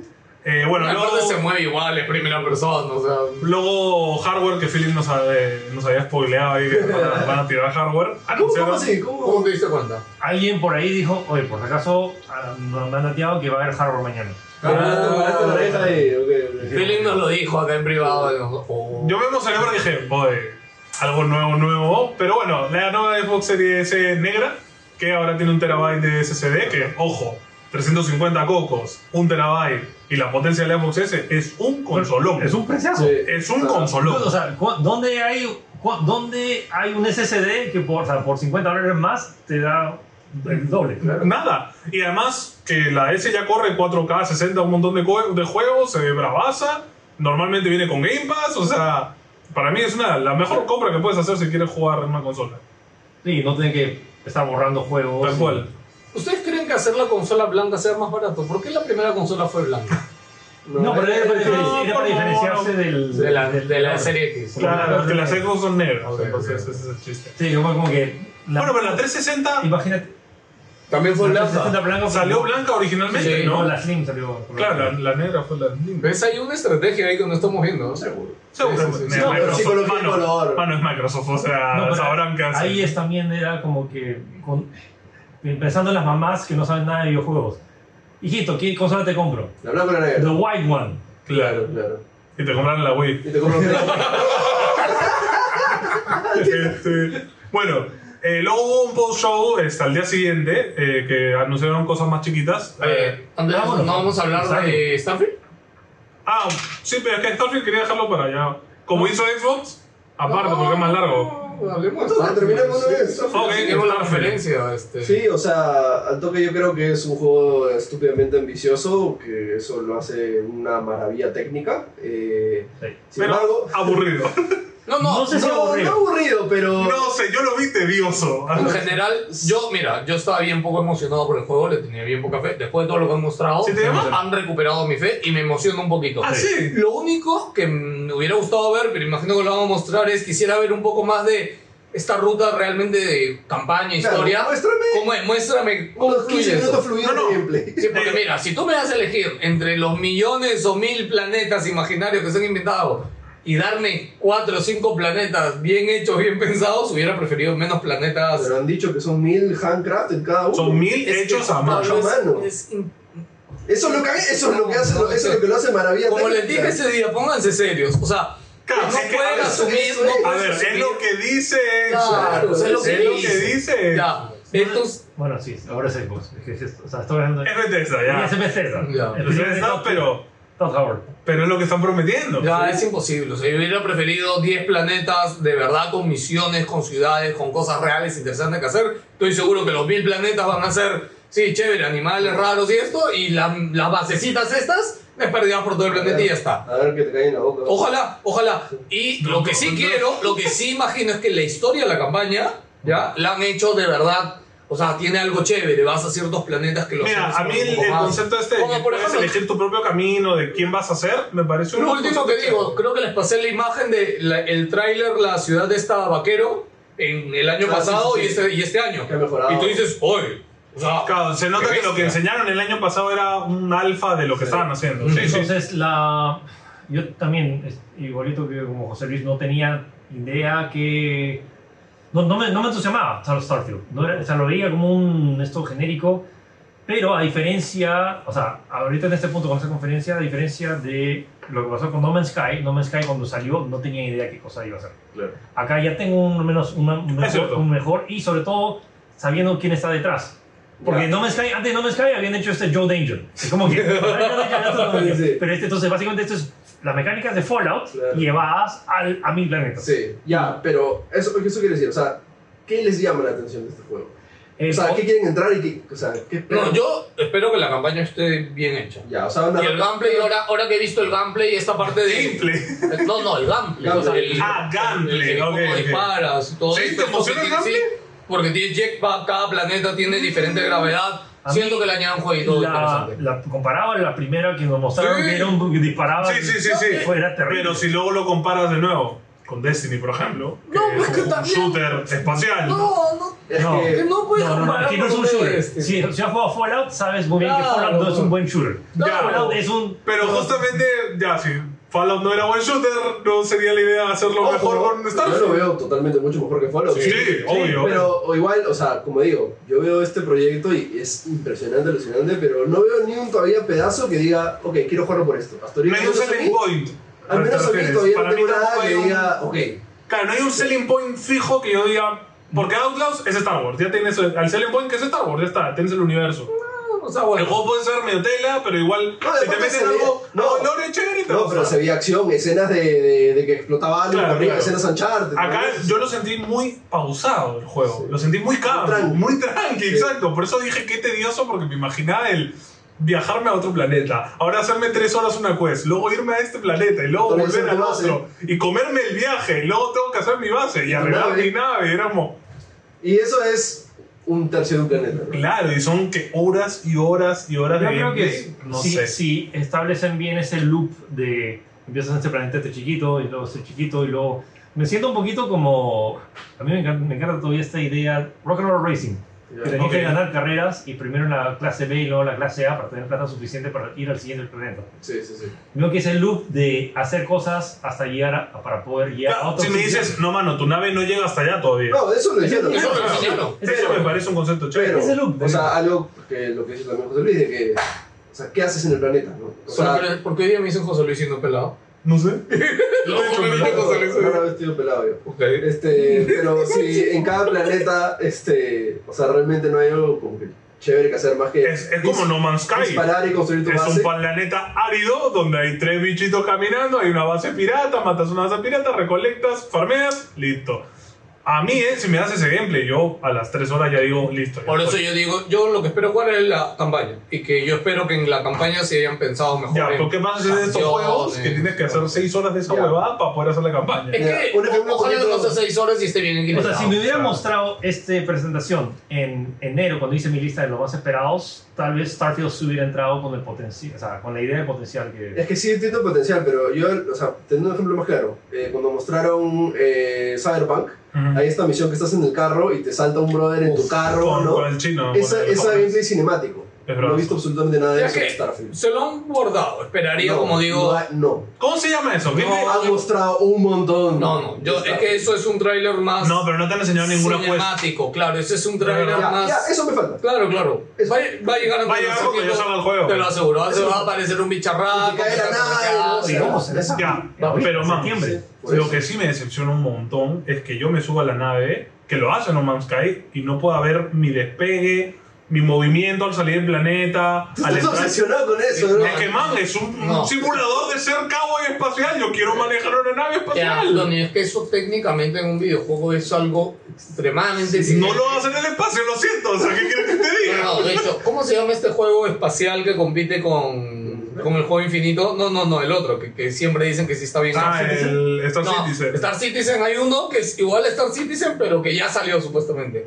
Speaker 2: Eh, bueno,
Speaker 5: La
Speaker 2: luego...
Speaker 5: parte se mueve igual, es primera persona, o sea.
Speaker 2: Luego hardware que Philip nos, ha- eh, nos había spoileado (laughs) ahí que van a, van a tirar hardware.
Speaker 3: Ah, ¿Cómo,
Speaker 2: Anunciaron-
Speaker 3: cómo así?
Speaker 5: ¿Cómo
Speaker 3: ¿Cómo?
Speaker 5: te diste cuenta?
Speaker 4: Alguien por ahí dijo, oye, por si acaso ah, nos han dateado que va a haber Harbor mañana.
Speaker 3: Ah, te paraste la oreja y. ok,
Speaker 5: Feeling nos lo dijo acá en privado. ¿no? Oh.
Speaker 2: Yo me emocioné porque dije, voy, algo nuevo, nuevo. Pero bueno, la nueva Xbox Series S negra, que ahora tiene un terabyte de SSD, que, ojo, 350 cocos, un terabyte, y la potencia de la Xbox S es un consolón.
Speaker 4: Es un preciazo.
Speaker 3: ok. Sí.
Speaker 2: Es un
Speaker 3: Ah,
Speaker 2: consolón.
Speaker 4: O sea, cu- ¿dónde hay, cu- dónde hay un SSD que por, o sea, por 50 dólares más te da el doble?
Speaker 2: Nada. Y además que la S ya corre 4K, 60, un montón de, co- de juegos, se bravaza. Normalmente viene con Game Pass, o sea, para mí es una la mejor compra que puedes hacer si quieres jugar en una consola.
Speaker 4: Sí, no tienen que estar borrando juegos.
Speaker 2: Tal cual.
Speaker 5: ¿Ustedes creen que hacer la consola blanca sea más barato? ¿Por qué la primera consola fue blanca?
Speaker 4: No, pero era, para
Speaker 3: eh,
Speaker 4: diferen- era para
Speaker 2: por
Speaker 4: diferenciarse del...
Speaker 5: De la,
Speaker 4: del-
Speaker 5: de la
Speaker 4: del-
Speaker 5: serie X.
Speaker 4: Claro,
Speaker 2: porque las
Speaker 4: claro.
Speaker 2: Xbox son negras,
Speaker 5: Ok,
Speaker 2: entonces
Speaker 5: ok.
Speaker 2: ese es el chiste.
Speaker 4: Sí, yo como que... la-
Speaker 2: Bueno, pero la 360
Speaker 4: Imagínate...
Speaker 5: También fue
Speaker 4: la
Speaker 5: blanca.
Speaker 4: 360 blanca
Speaker 2: salió blanca originalmente,
Speaker 5: Sí,
Speaker 4: No,
Speaker 2: ¿no?
Speaker 4: la Slim salió...
Speaker 2: Claro, la, la negra fue la
Speaker 5: ¿Ves? Hay una estrategia ahí que no estamos viendo. ¿no?
Speaker 3: Seguro.
Speaker 2: Seguro.
Speaker 5: sí, sí.
Speaker 2: Mira,
Speaker 3: No, pero
Speaker 2: Microsoft,
Speaker 3: psicología de
Speaker 2: mano,
Speaker 3: color.
Speaker 2: mano, es Microsoft, o sea,
Speaker 4: No, pero
Speaker 2: Ah, sabrán qué hacer.
Speaker 4: Ahí es también era como que con- pensando en las mamás que no saben nada de videojuegos. Hijito, ¿qué consola te compro?
Speaker 3: La blanca o la
Speaker 4: The
Speaker 3: negra.
Speaker 4: White One.
Speaker 2: Claro.
Speaker 3: Claro.
Speaker 2: Y te compraron la Wii.
Speaker 3: Y te (laughs) compro un
Speaker 2: Este, bueno, eh, luego hubo un post-show este, al día siguiente eh, que anunciaron cosas más chiquitas. Eh,
Speaker 5: Eh, antes,
Speaker 4: Vámonos.
Speaker 5: ¿no vamos a hablar de Starfield?
Speaker 2: ah, sí, pero es que Starfield quería dejarlo para allá. Como hizo Xbox, aparte, porque es más largo.
Speaker 5: Hablemos de
Speaker 3: Entonces,
Speaker 5: Starfield.
Speaker 3: terminemos de
Speaker 5: Sí,
Speaker 3: Starfield.
Speaker 5: sí,
Speaker 2: Ok,
Speaker 5: tengo la
Speaker 2: Starfield.
Speaker 5: referencia. Este.
Speaker 3: Sí, o sea, al toque yo creo que es un juego estúpidamente ambicioso, que eso lo hace una maravilla técnica. Eh,
Speaker 4: Sí.
Speaker 3: sin
Speaker 2: Pero
Speaker 3: embargo,
Speaker 2: aburrido.
Speaker 5: No, no.
Speaker 4: No sé si
Speaker 3: no,
Speaker 4: aburrido.
Speaker 3: no aburrido, pero...
Speaker 2: No sé, yo lo vi tedioso.
Speaker 5: En general, yo, mira, yo estaba bien poco emocionado por el juego, le tenía bien poca fe. Después de todo lo que han mostrado,
Speaker 2: ¿Sí te llama?
Speaker 5: han recuperado mi fe y me emociona un poquito.
Speaker 2: Ah, sí.
Speaker 5: Lo único que me hubiera gustado ver, pero imagino que lo van a mostrar, es quisiera ver un poco más de esta ruta realmente de campaña,
Speaker 3: Claro,
Speaker 5: historia.
Speaker 3: muéstrame.
Speaker 5: ¿Cómo es? Muéstrame cómo
Speaker 3: Unos 15
Speaker 5: fluye eso.
Speaker 3: minutos fluidos
Speaker 2: No, no.
Speaker 3: de gameplay. (laughs)
Speaker 5: Sí, porque mira, si tú me das a elegir entre los millones o mil planetas imaginarios que se han inventado y darme cuatro o cinco planetas bien hechos, bien pensados, hubiera preferido menos planetas.
Speaker 3: Pero han dicho que son mil handcraft en cada uno.
Speaker 2: Son mil
Speaker 5: Es que
Speaker 2: hechos a
Speaker 5: Pablo,
Speaker 2: mano.
Speaker 3: Mucho
Speaker 5: es-
Speaker 3: mano.
Speaker 5: es in-
Speaker 3: Eso es lo que, eso es lo que hace,
Speaker 5: No,
Speaker 3: eso es lo que lo hace maravilla
Speaker 5: como les
Speaker 3: técnica.
Speaker 5: dije ese día, pónganse serios. O sea,
Speaker 2: Claro,
Speaker 5: no
Speaker 2: es que,
Speaker 5: pueden
Speaker 2: a ver,
Speaker 5: asumir. no
Speaker 2: A
Speaker 5: pueden
Speaker 2: ver, es
Speaker 5: asumir-
Speaker 2: lo que dice
Speaker 5: Claro,
Speaker 2: eso.
Speaker 5: es lo que
Speaker 2: Es lo que
Speaker 5: dice.
Speaker 2: dice.
Speaker 5: Ya, estos.
Speaker 4: Bueno, sí, ahora es Xbox. Es que es esto. O sea, estoy hablando de.
Speaker 2: Es Bethesda,
Speaker 4: Ya
Speaker 2: ya.
Speaker 4: es Bethesda.
Speaker 5: Ya.
Speaker 4: El
Speaker 2: Es
Speaker 4: primer de
Speaker 2: Bethesda,
Speaker 4: Todd-
Speaker 2: pero,
Speaker 4: Todd Howard.
Speaker 2: pero es lo que están prometiendo.
Speaker 5: Ya, es imposible. O sea, yo hubiera preferido 10 planetas de verdad con misiones, con ciudades, con cosas reales interesantes que hacer. Estoy seguro que los mil planetas van a ser, sí, chévere, animales raros y esto, y la- las basecitas estas desperdigadas por todo el planeta y ya está.
Speaker 3: A ver que te cae en la boca.
Speaker 5: Ojalá, ojalá. Y lo que sí quiero, lo que sí imagino es que la historia de la campaña, ¿ya? La han hecho de verdad. O sea, tiene algo chévere. Vas a ciertos planetas que los
Speaker 2: Mira, a
Speaker 5: exploran
Speaker 2: mí
Speaker 5: un
Speaker 2: el,
Speaker 5: poco
Speaker 2: el
Speaker 5: más.
Speaker 2: concepto este de
Speaker 5: Como
Speaker 2: que
Speaker 5: por
Speaker 2: puedes
Speaker 5: ejemplo,
Speaker 2: elegir tu propio camino de quién vas a ser, me parece un
Speaker 5: Lo último que
Speaker 2: concepto
Speaker 5: digo,
Speaker 2: chévere.
Speaker 5: creo que les pasé la imagen de la- el tráiler La ciudad de esta vaquero en el año
Speaker 3: Ah,
Speaker 5: pasado
Speaker 3: sí, sí, sí.
Speaker 5: Y, este, y este año.
Speaker 3: Que ha mejorado.
Speaker 5: Y tú dices, hoy. O sea,
Speaker 2: Claro, se nota
Speaker 5: qué
Speaker 2: que lo que
Speaker 5: bestia.
Speaker 2: enseñaron el año pasado era un alfa de lo que estaban haciendo. Sí, sí.
Speaker 4: Entonces, la. Yo también, es- igualito que como José Luis, no tenía idea que. No, no, me, no me entusiasmaba Star- Starfield. No era- o sea, lo veía como un esto genérico. Pero a diferencia, o sea, ahorita en este punto con esta conferencia, a diferencia de lo que pasó con No Man's Sky, No Man's Sky cuando salió no tenía idea qué cosa iba a hacer.
Speaker 3: Claro.
Speaker 4: Acá ya tengo un, menos, una- un, mejor,
Speaker 2: cierto.
Speaker 4: un mejor y sobre todo sabiendo quién está detrás. Porque
Speaker 3: Ya.
Speaker 4: No Man's Sky, antes de No Man's Sky habían hecho este Joe Danger. Es como que...
Speaker 3: Sí.
Speaker 4: Pero este, entonces básicamente esto es las mecánicas de Fallout
Speaker 3: Claro.
Speaker 4: llevadas al, a mil planetas.
Speaker 3: Sí, ya, pero eso, eso quiere decir, o sea, ¿qué les llama la atención de este juego? O
Speaker 4: El-
Speaker 3: sea, ¿qué quieren entrar y qué, o sea, qué esperan?
Speaker 5: No, yo espero que la campaña esté bien hecha.
Speaker 3: Ya, o sea,
Speaker 5: Y
Speaker 3: una...
Speaker 5: el gameplay, ahora, ahora que he visto el gameplay, esta parte de.
Speaker 2: Gameplay.
Speaker 5: No, no, el gameplay.
Speaker 3: Gameplay.
Speaker 5: o sea, el-
Speaker 2: Ah, gameplay,
Speaker 5: El, el cómo
Speaker 2: ok, ok.
Speaker 5: disparas y todo
Speaker 2: ¿Sí?
Speaker 5: esto,
Speaker 2: ¿Te emociona el Mm.
Speaker 5: porque-
Speaker 2: gameplay?
Speaker 5: sí, porque tiene jetpack, cada planeta tiene diferente gravedad.
Speaker 4: A mí-
Speaker 5: Siento que le añadan jueguito
Speaker 4: la,
Speaker 5: interesante.
Speaker 4: la- comparado a la primera que nos mostraron
Speaker 5: Sí.
Speaker 4: que era un disparaba
Speaker 2: Sí, sí, sí, sí.
Speaker 5: eh,
Speaker 4: fuera terrible.
Speaker 2: Pero si luego lo comparas de nuevo con Destiny, por ejemplo, que
Speaker 5: No, pues
Speaker 2: es
Speaker 5: que
Speaker 2: un
Speaker 5: también-
Speaker 2: shooter espacial.
Speaker 5: No, no. eh,
Speaker 3: Es
Speaker 4: No.
Speaker 3: que...
Speaker 5: No puedes
Speaker 4: no, no, no,
Speaker 5: comparar
Speaker 4: aquí no es un
Speaker 5: con
Speaker 4: shooter.
Speaker 5: este.
Speaker 4: Si, si has jugado Fallout, sabes muy bien
Speaker 5: Claro.
Speaker 4: que Fallout no es un buen shooter.
Speaker 2: Claro.
Speaker 4: Fallout es un.
Speaker 2: Pero justamente, ya, si Fallout no era buen shooter, no sería la idea hacerlo
Speaker 3: Ojo,
Speaker 2: mejor con
Speaker 3: Yo lo
Speaker 2: Starfield.
Speaker 3: veo totalmente mucho mejor que Fallout.
Speaker 2: Sí, obvio.
Speaker 3: Pero o igual, o sea, como digo, yo veo este proyecto y es impresionante, alucinante, pero no veo ni un todavía pedazo que diga, ok, quiero jugarlo por esto. Hasta ahorita,
Speaker 2: Menos
Speaker 3: al menos a
Speaker 2: selling
Speaker 3: mí,
Speaker 2: point.
Speaker 3: al menos a mí todavía
Speaker 2: Para
Speaker 3: no tengo
Speaker 2: mí tampoco
Speaker 3: nada
Speaker 2: hay
Speaker 3: que
Speaker 2: un-
Speaker 3: diga, ok,
Speaker 2: Claro, no hay un selling point fijo que yo diga. Porque Outlaws es Star Wars, ya tienes el al selling point que es Star Wars, ya está, tienes el universo.
Speaker 5: O sea,
Speaker 2: El
Speaker 5: bueno.
Speaker 2: juego puede ser medio tela, pero igual
Speaker 3: No,
Speaker 2: si te
Speaker 3: aparte
Speaker 2: meten
Speaker 3: se ve-
Speaker 2: algo,
Speaker 3: no.
Speaker 2: no, no, es chévere, te
Speaker 3: No,
Speaker 2: gusta.
Speaker 3: pero se veía acción, escenas de, de, de que explotaba algo,
Speaker 2: Claro,
Speaker 3: arriba,
Speaker 2: claro.
Speaker 3: escenas Uncharted.
Speaker 2: Acá
Speaker 3: ¿no?
Speaker 2: yo lo sentí muy pausado el juego,
Speaker 3: Sí.
Speaker 2: lo sentí muy calmo,
Speaker 3: tranqui.
Speaker 2: muy tranqui,
Speaker 3: Sí.
Speaker 2: exacto. Por eso dije que tedioso, porque me imaginaba el viajarme a otro planeta, ahora hacerme tres horas una quest, luego irme a este planeta y luego
Speaker 3: Entonces,
Speaker 2: volver
Speaker 3: en
Speaker 2: al
Speaker 3: tu base.
Speaker 2: otro y comerme el viaje y luego tengo que hacer mi base y
Speaker 3: tu
Speaker 2: arreglar
Speaker 3: nave.
Speaker 2: mi nave. Y era como,
Speaker 3: Y eso es un tercio de un planeta. ¿no?
Speaker 2: claro, y son que horas y horas y horas
Speaker 4: Yo
Speaker 2: de
Speaker 4: creo que
Speaker 2: gameplay,
Speaker 4: es-
Speaker 2: no
Speaker 4: si,
Speaker 2: sé.
Speaker 4: si establecen bien ese loop de empiezas en este planeta este chiquito y luego este chiquito y luego... Me siento un poquito como... A mí me encanta, me encanta todavía esta idea Rock and Roll Racing. Que tenías
Speaker 2: ok.
Speaker 4: que ganar carreras y primero en la clase B y luego en la clase A para tener plata suficiente para ir al siguiente planeta.
Speaker 3: Sí, sí, sí.
Speaker 4: Creo que es el loop de hacer cosas hasta llegar a, para poder llegar a
Speaker 2: Claro,
Speaker 4: otro
Speaker 2: si me
Speaker 4: sitio.
Speaker 2: dices, no mano, tu nave no llega hasta allá todavía.
Speaker 3: No, de eso lo dijeron.
Speaker 5: Eso lo
Speaker 2: Claro,
Speaker 5: enseñaron.
Speaker 2: Eso me parece un concepto chévere.
Speaker 3: Pero,
Speaker 4: Ese look,
Speaker 3: o
Speaker 4: de-
Speaker 3: sea, algo que lo que dice también José Luis, de que, o sea, ¿qué haces en el planeta? No? O sea,
Speaker 5: Pero, ¿Por qué hoy día me dicen José Luis siendo pelado?
Speaker 2: No sé. (laughs)
Speaker 5: Lo
Speaker 2: hecho
Speaker 5: me
Speaker 2: pelado.
Speaker 5: dicen José Luis.
Speaker 3: ahora vestido pelado yo.
Speaker 5: Ok.
Speaker 3: Este, pero si en cada planeta, este, o sea, realmente no hay algo como que chévere que hacer más que.
Speaker 2: Es, es como
Speaker 3: dis-
Speaker 2: No Man's Sky.
Speaker 3: Disparar y construir tu
Speaker 2: Es
Speaker 3: base.
Speaker 2: un planeta árido donde hay tres bichitos caminando, hay una base pirata, matas una base pirata, recolectas, farmeas, listo. A mí, eh, si me haces ese gameplay, yo a las tres horas ya digo, listo. ya
Speaker 5: Por eso
Speaker 2: estoy.
Speaker 5: yo digo, yo lo que espero jugar es la campaña. Y que yo espero que en la campaña se hayan pensado mejor.
Speaker 2: Ya,
Speaker 5: en
Speaker 2: pero ¿qué pasa de estos
Speaker 5: canciones,
Speaker 2: juegos
Speaker 5: eh,
Speaker 2: que tienes que hacer seis horas de esa
Speaker 3: Ya.
Speaker 2: huevada para poder hacer la campaña?
Speaker 5: Es que
Speaker 3: Mira, un ejemplo
Speaker 5: ojalá
Speaker 3: poquito-
Speaker 5: no sea 6 horas y esté
Speaker 4: O
Speaker 5: bien
Speaker 4: sea,
Speaker 5: equilibrado.
Speaker 4: si me hubieran
Speaker 2: claro.
Speaker 4: mostrado esta presentación en enero, cuando hice mi lista de los más esperados, tal vez Starfield se hubiera entrado con el potencial, o sea, con la idea de potencial que...
Speaker 3: Es que sí entiendo el potencial, pero yo, o sea, teniendo un ejemplo más claro, eh, cuando mostraron eh, Cyberpunk,
Speaker 2: Ujú.
Speaker 3: hay esta misión que estás en el carro y te salta un brother en tu carro,
Speaker 2: Con,
Speaker 3: ¿no?
Speaker 2: con el chino.
Speaker 3: Esa,
Speaker 2: con el
Speaker 3: esa
Speaker 2: japonés.
Speaker 3: gameplay cinemático.
Speaker 2: Es
Speaker 3: no
Speaker 2: bravazo.
Speaker 3: he visto absolutamente nada de
Speaker 5: Ya
Speaker 3: eso en
Speaker 5: que
Speaker 3: Starfield.
Speaker 5: se lo han bordado. Esperaría,
Speaker 3: No,
Speaker 5: como digo.
Speaker 3: No, ha- no.
Speaker 2: ¿Cómo se llama eso? ¿Gameplay?
Speaker 3: Han mostrado un montón.
Speaker 5: No, no. Yo, es
Speaker 3: Starfield.
Speaker 5: que eso es un tráiler más.
Speaker 2: No, pero no te han enseñado ninguna quest.
Speaker 5: cinemático, claro. Ese es un tráiler
Speaker 2: Ya,
Speaker 3: Ya,
Speaker 5: más.
Speaker 3: ya, eso me falta.
Speaker 5: Claro, claro.
Speaker 3: Eso.
Speaker 5: Va, va a llegar antes
Speaker 2: Va a
Speaker 5: del
Speaker 2: llegar cuando
Speaker 5: lanzamiento,
Speaker 2: ya salga el juego.
Speaker 5: Te lo aseguro. Se
Speaker 3: Eso.
Speaker 5: va a aparecer un bicharraco.
Speaker 3: Y que Ah, cae la
Speaker 5: que está
Speaker 3: nave,
Speaker 5: bloqueado,
Speaker 3: no sé.
Speaker 4: Y vamos a ver esa-
Speaker 2: Ya,
Speaker 4: ahorita,
Speaker 2: pero
Speaker 4: en
Speaker 2: man,
Speaker 4: septiembre.
Speaker 3: Por
Speaker 2: Lo
Speaker 3: eso.
Speaker 2: que sí me decepciona un montón es que yo me suba a la nave, que lo hace No Man's Sky, y no pueda ver mi despegue, mi movimiento al salir del planeta,
Speaker 3: Tú
Speaker 2: al
Speaker 3: estás
Speaker 2: entrar.
Speaker 3: obsesionado con eso, bro.
Speaker 2: Es que man, es un,
Speaker 5: No.
Speaker 2: un simulador de ser cowboy espacial. Yo quiero manejar una nave
Speaker 5: Ya,
Speaker 2: espacial.
Speaker 5: Anthony, es que eso técnicamente en un videojuego es algo extremadamente
Speaker 2: no
Speaker 5: exigente.
Speaker 2: lo hacen en el espacio, lo siento. O sea, ¿qué quieres que te diga?
Speaker 5: No, no, de hecho, ¿cómo se llama este juego espacial que compite con, con el juego infinito? No, no, no, el otro, que, que siempre dicen que sí está bien.
Speaker 2: Ah, el Star
Speaker 5: No,
Speaker 2: Citizen.
Speaker 5: Star Citizen, hay uno que es igual a Star Citizen, pero que ya salió supuestamente.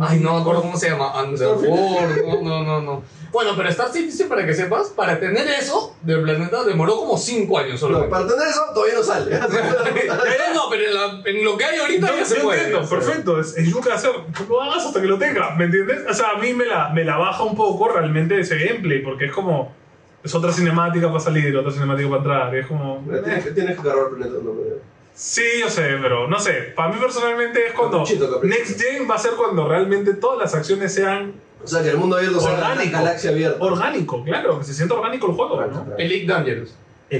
Speaker 5: Ay, no me acuerdo cómo se llama. Underworld, no, no, no, no. Bueno, pero Star Citizen, para que sepas, para tener eso del planeta demoró como 5 años solo.
Speaker 3: No, para tener eso todavía no sale. (laughs)
Speaker 5: no, pero en, la- en lo que hay ahorita
Speaker 2: No,
Speaker 5: ya se
Speaker 2: yo
Speaker 5: puede.
Speaker 2: entiendo, perfecto. Es, es Lucas hacer. No lo hagas hasta que lo tenga, ¿me entiendes? O sea, a mí me la, me la baja un poco realmente ese gameplay, porque es como. Es otra cinemática para salir, otra cinemática para entrar. y es como. eh.
Speaker 3: tienes, que- tienes que agarrar el planeta. No, no.
Speaker 2: Sí, yo sé, pero no sé. Para mí personalmente es cuando.
Speaker 3: Caprichito, caprichito.
Speaker 2: Next Gen va a ser cuando realmente todas las acciones sean
Speaker 3: O sea, que el mundo abierto sea una
Speaker 2: Orgánico.
Speaker 3: galaxia abierta.
Speaker 2: orgánico, claro, que se sienta orgánico el juego, ¿no?
Speaker 5: Elite Dangerous.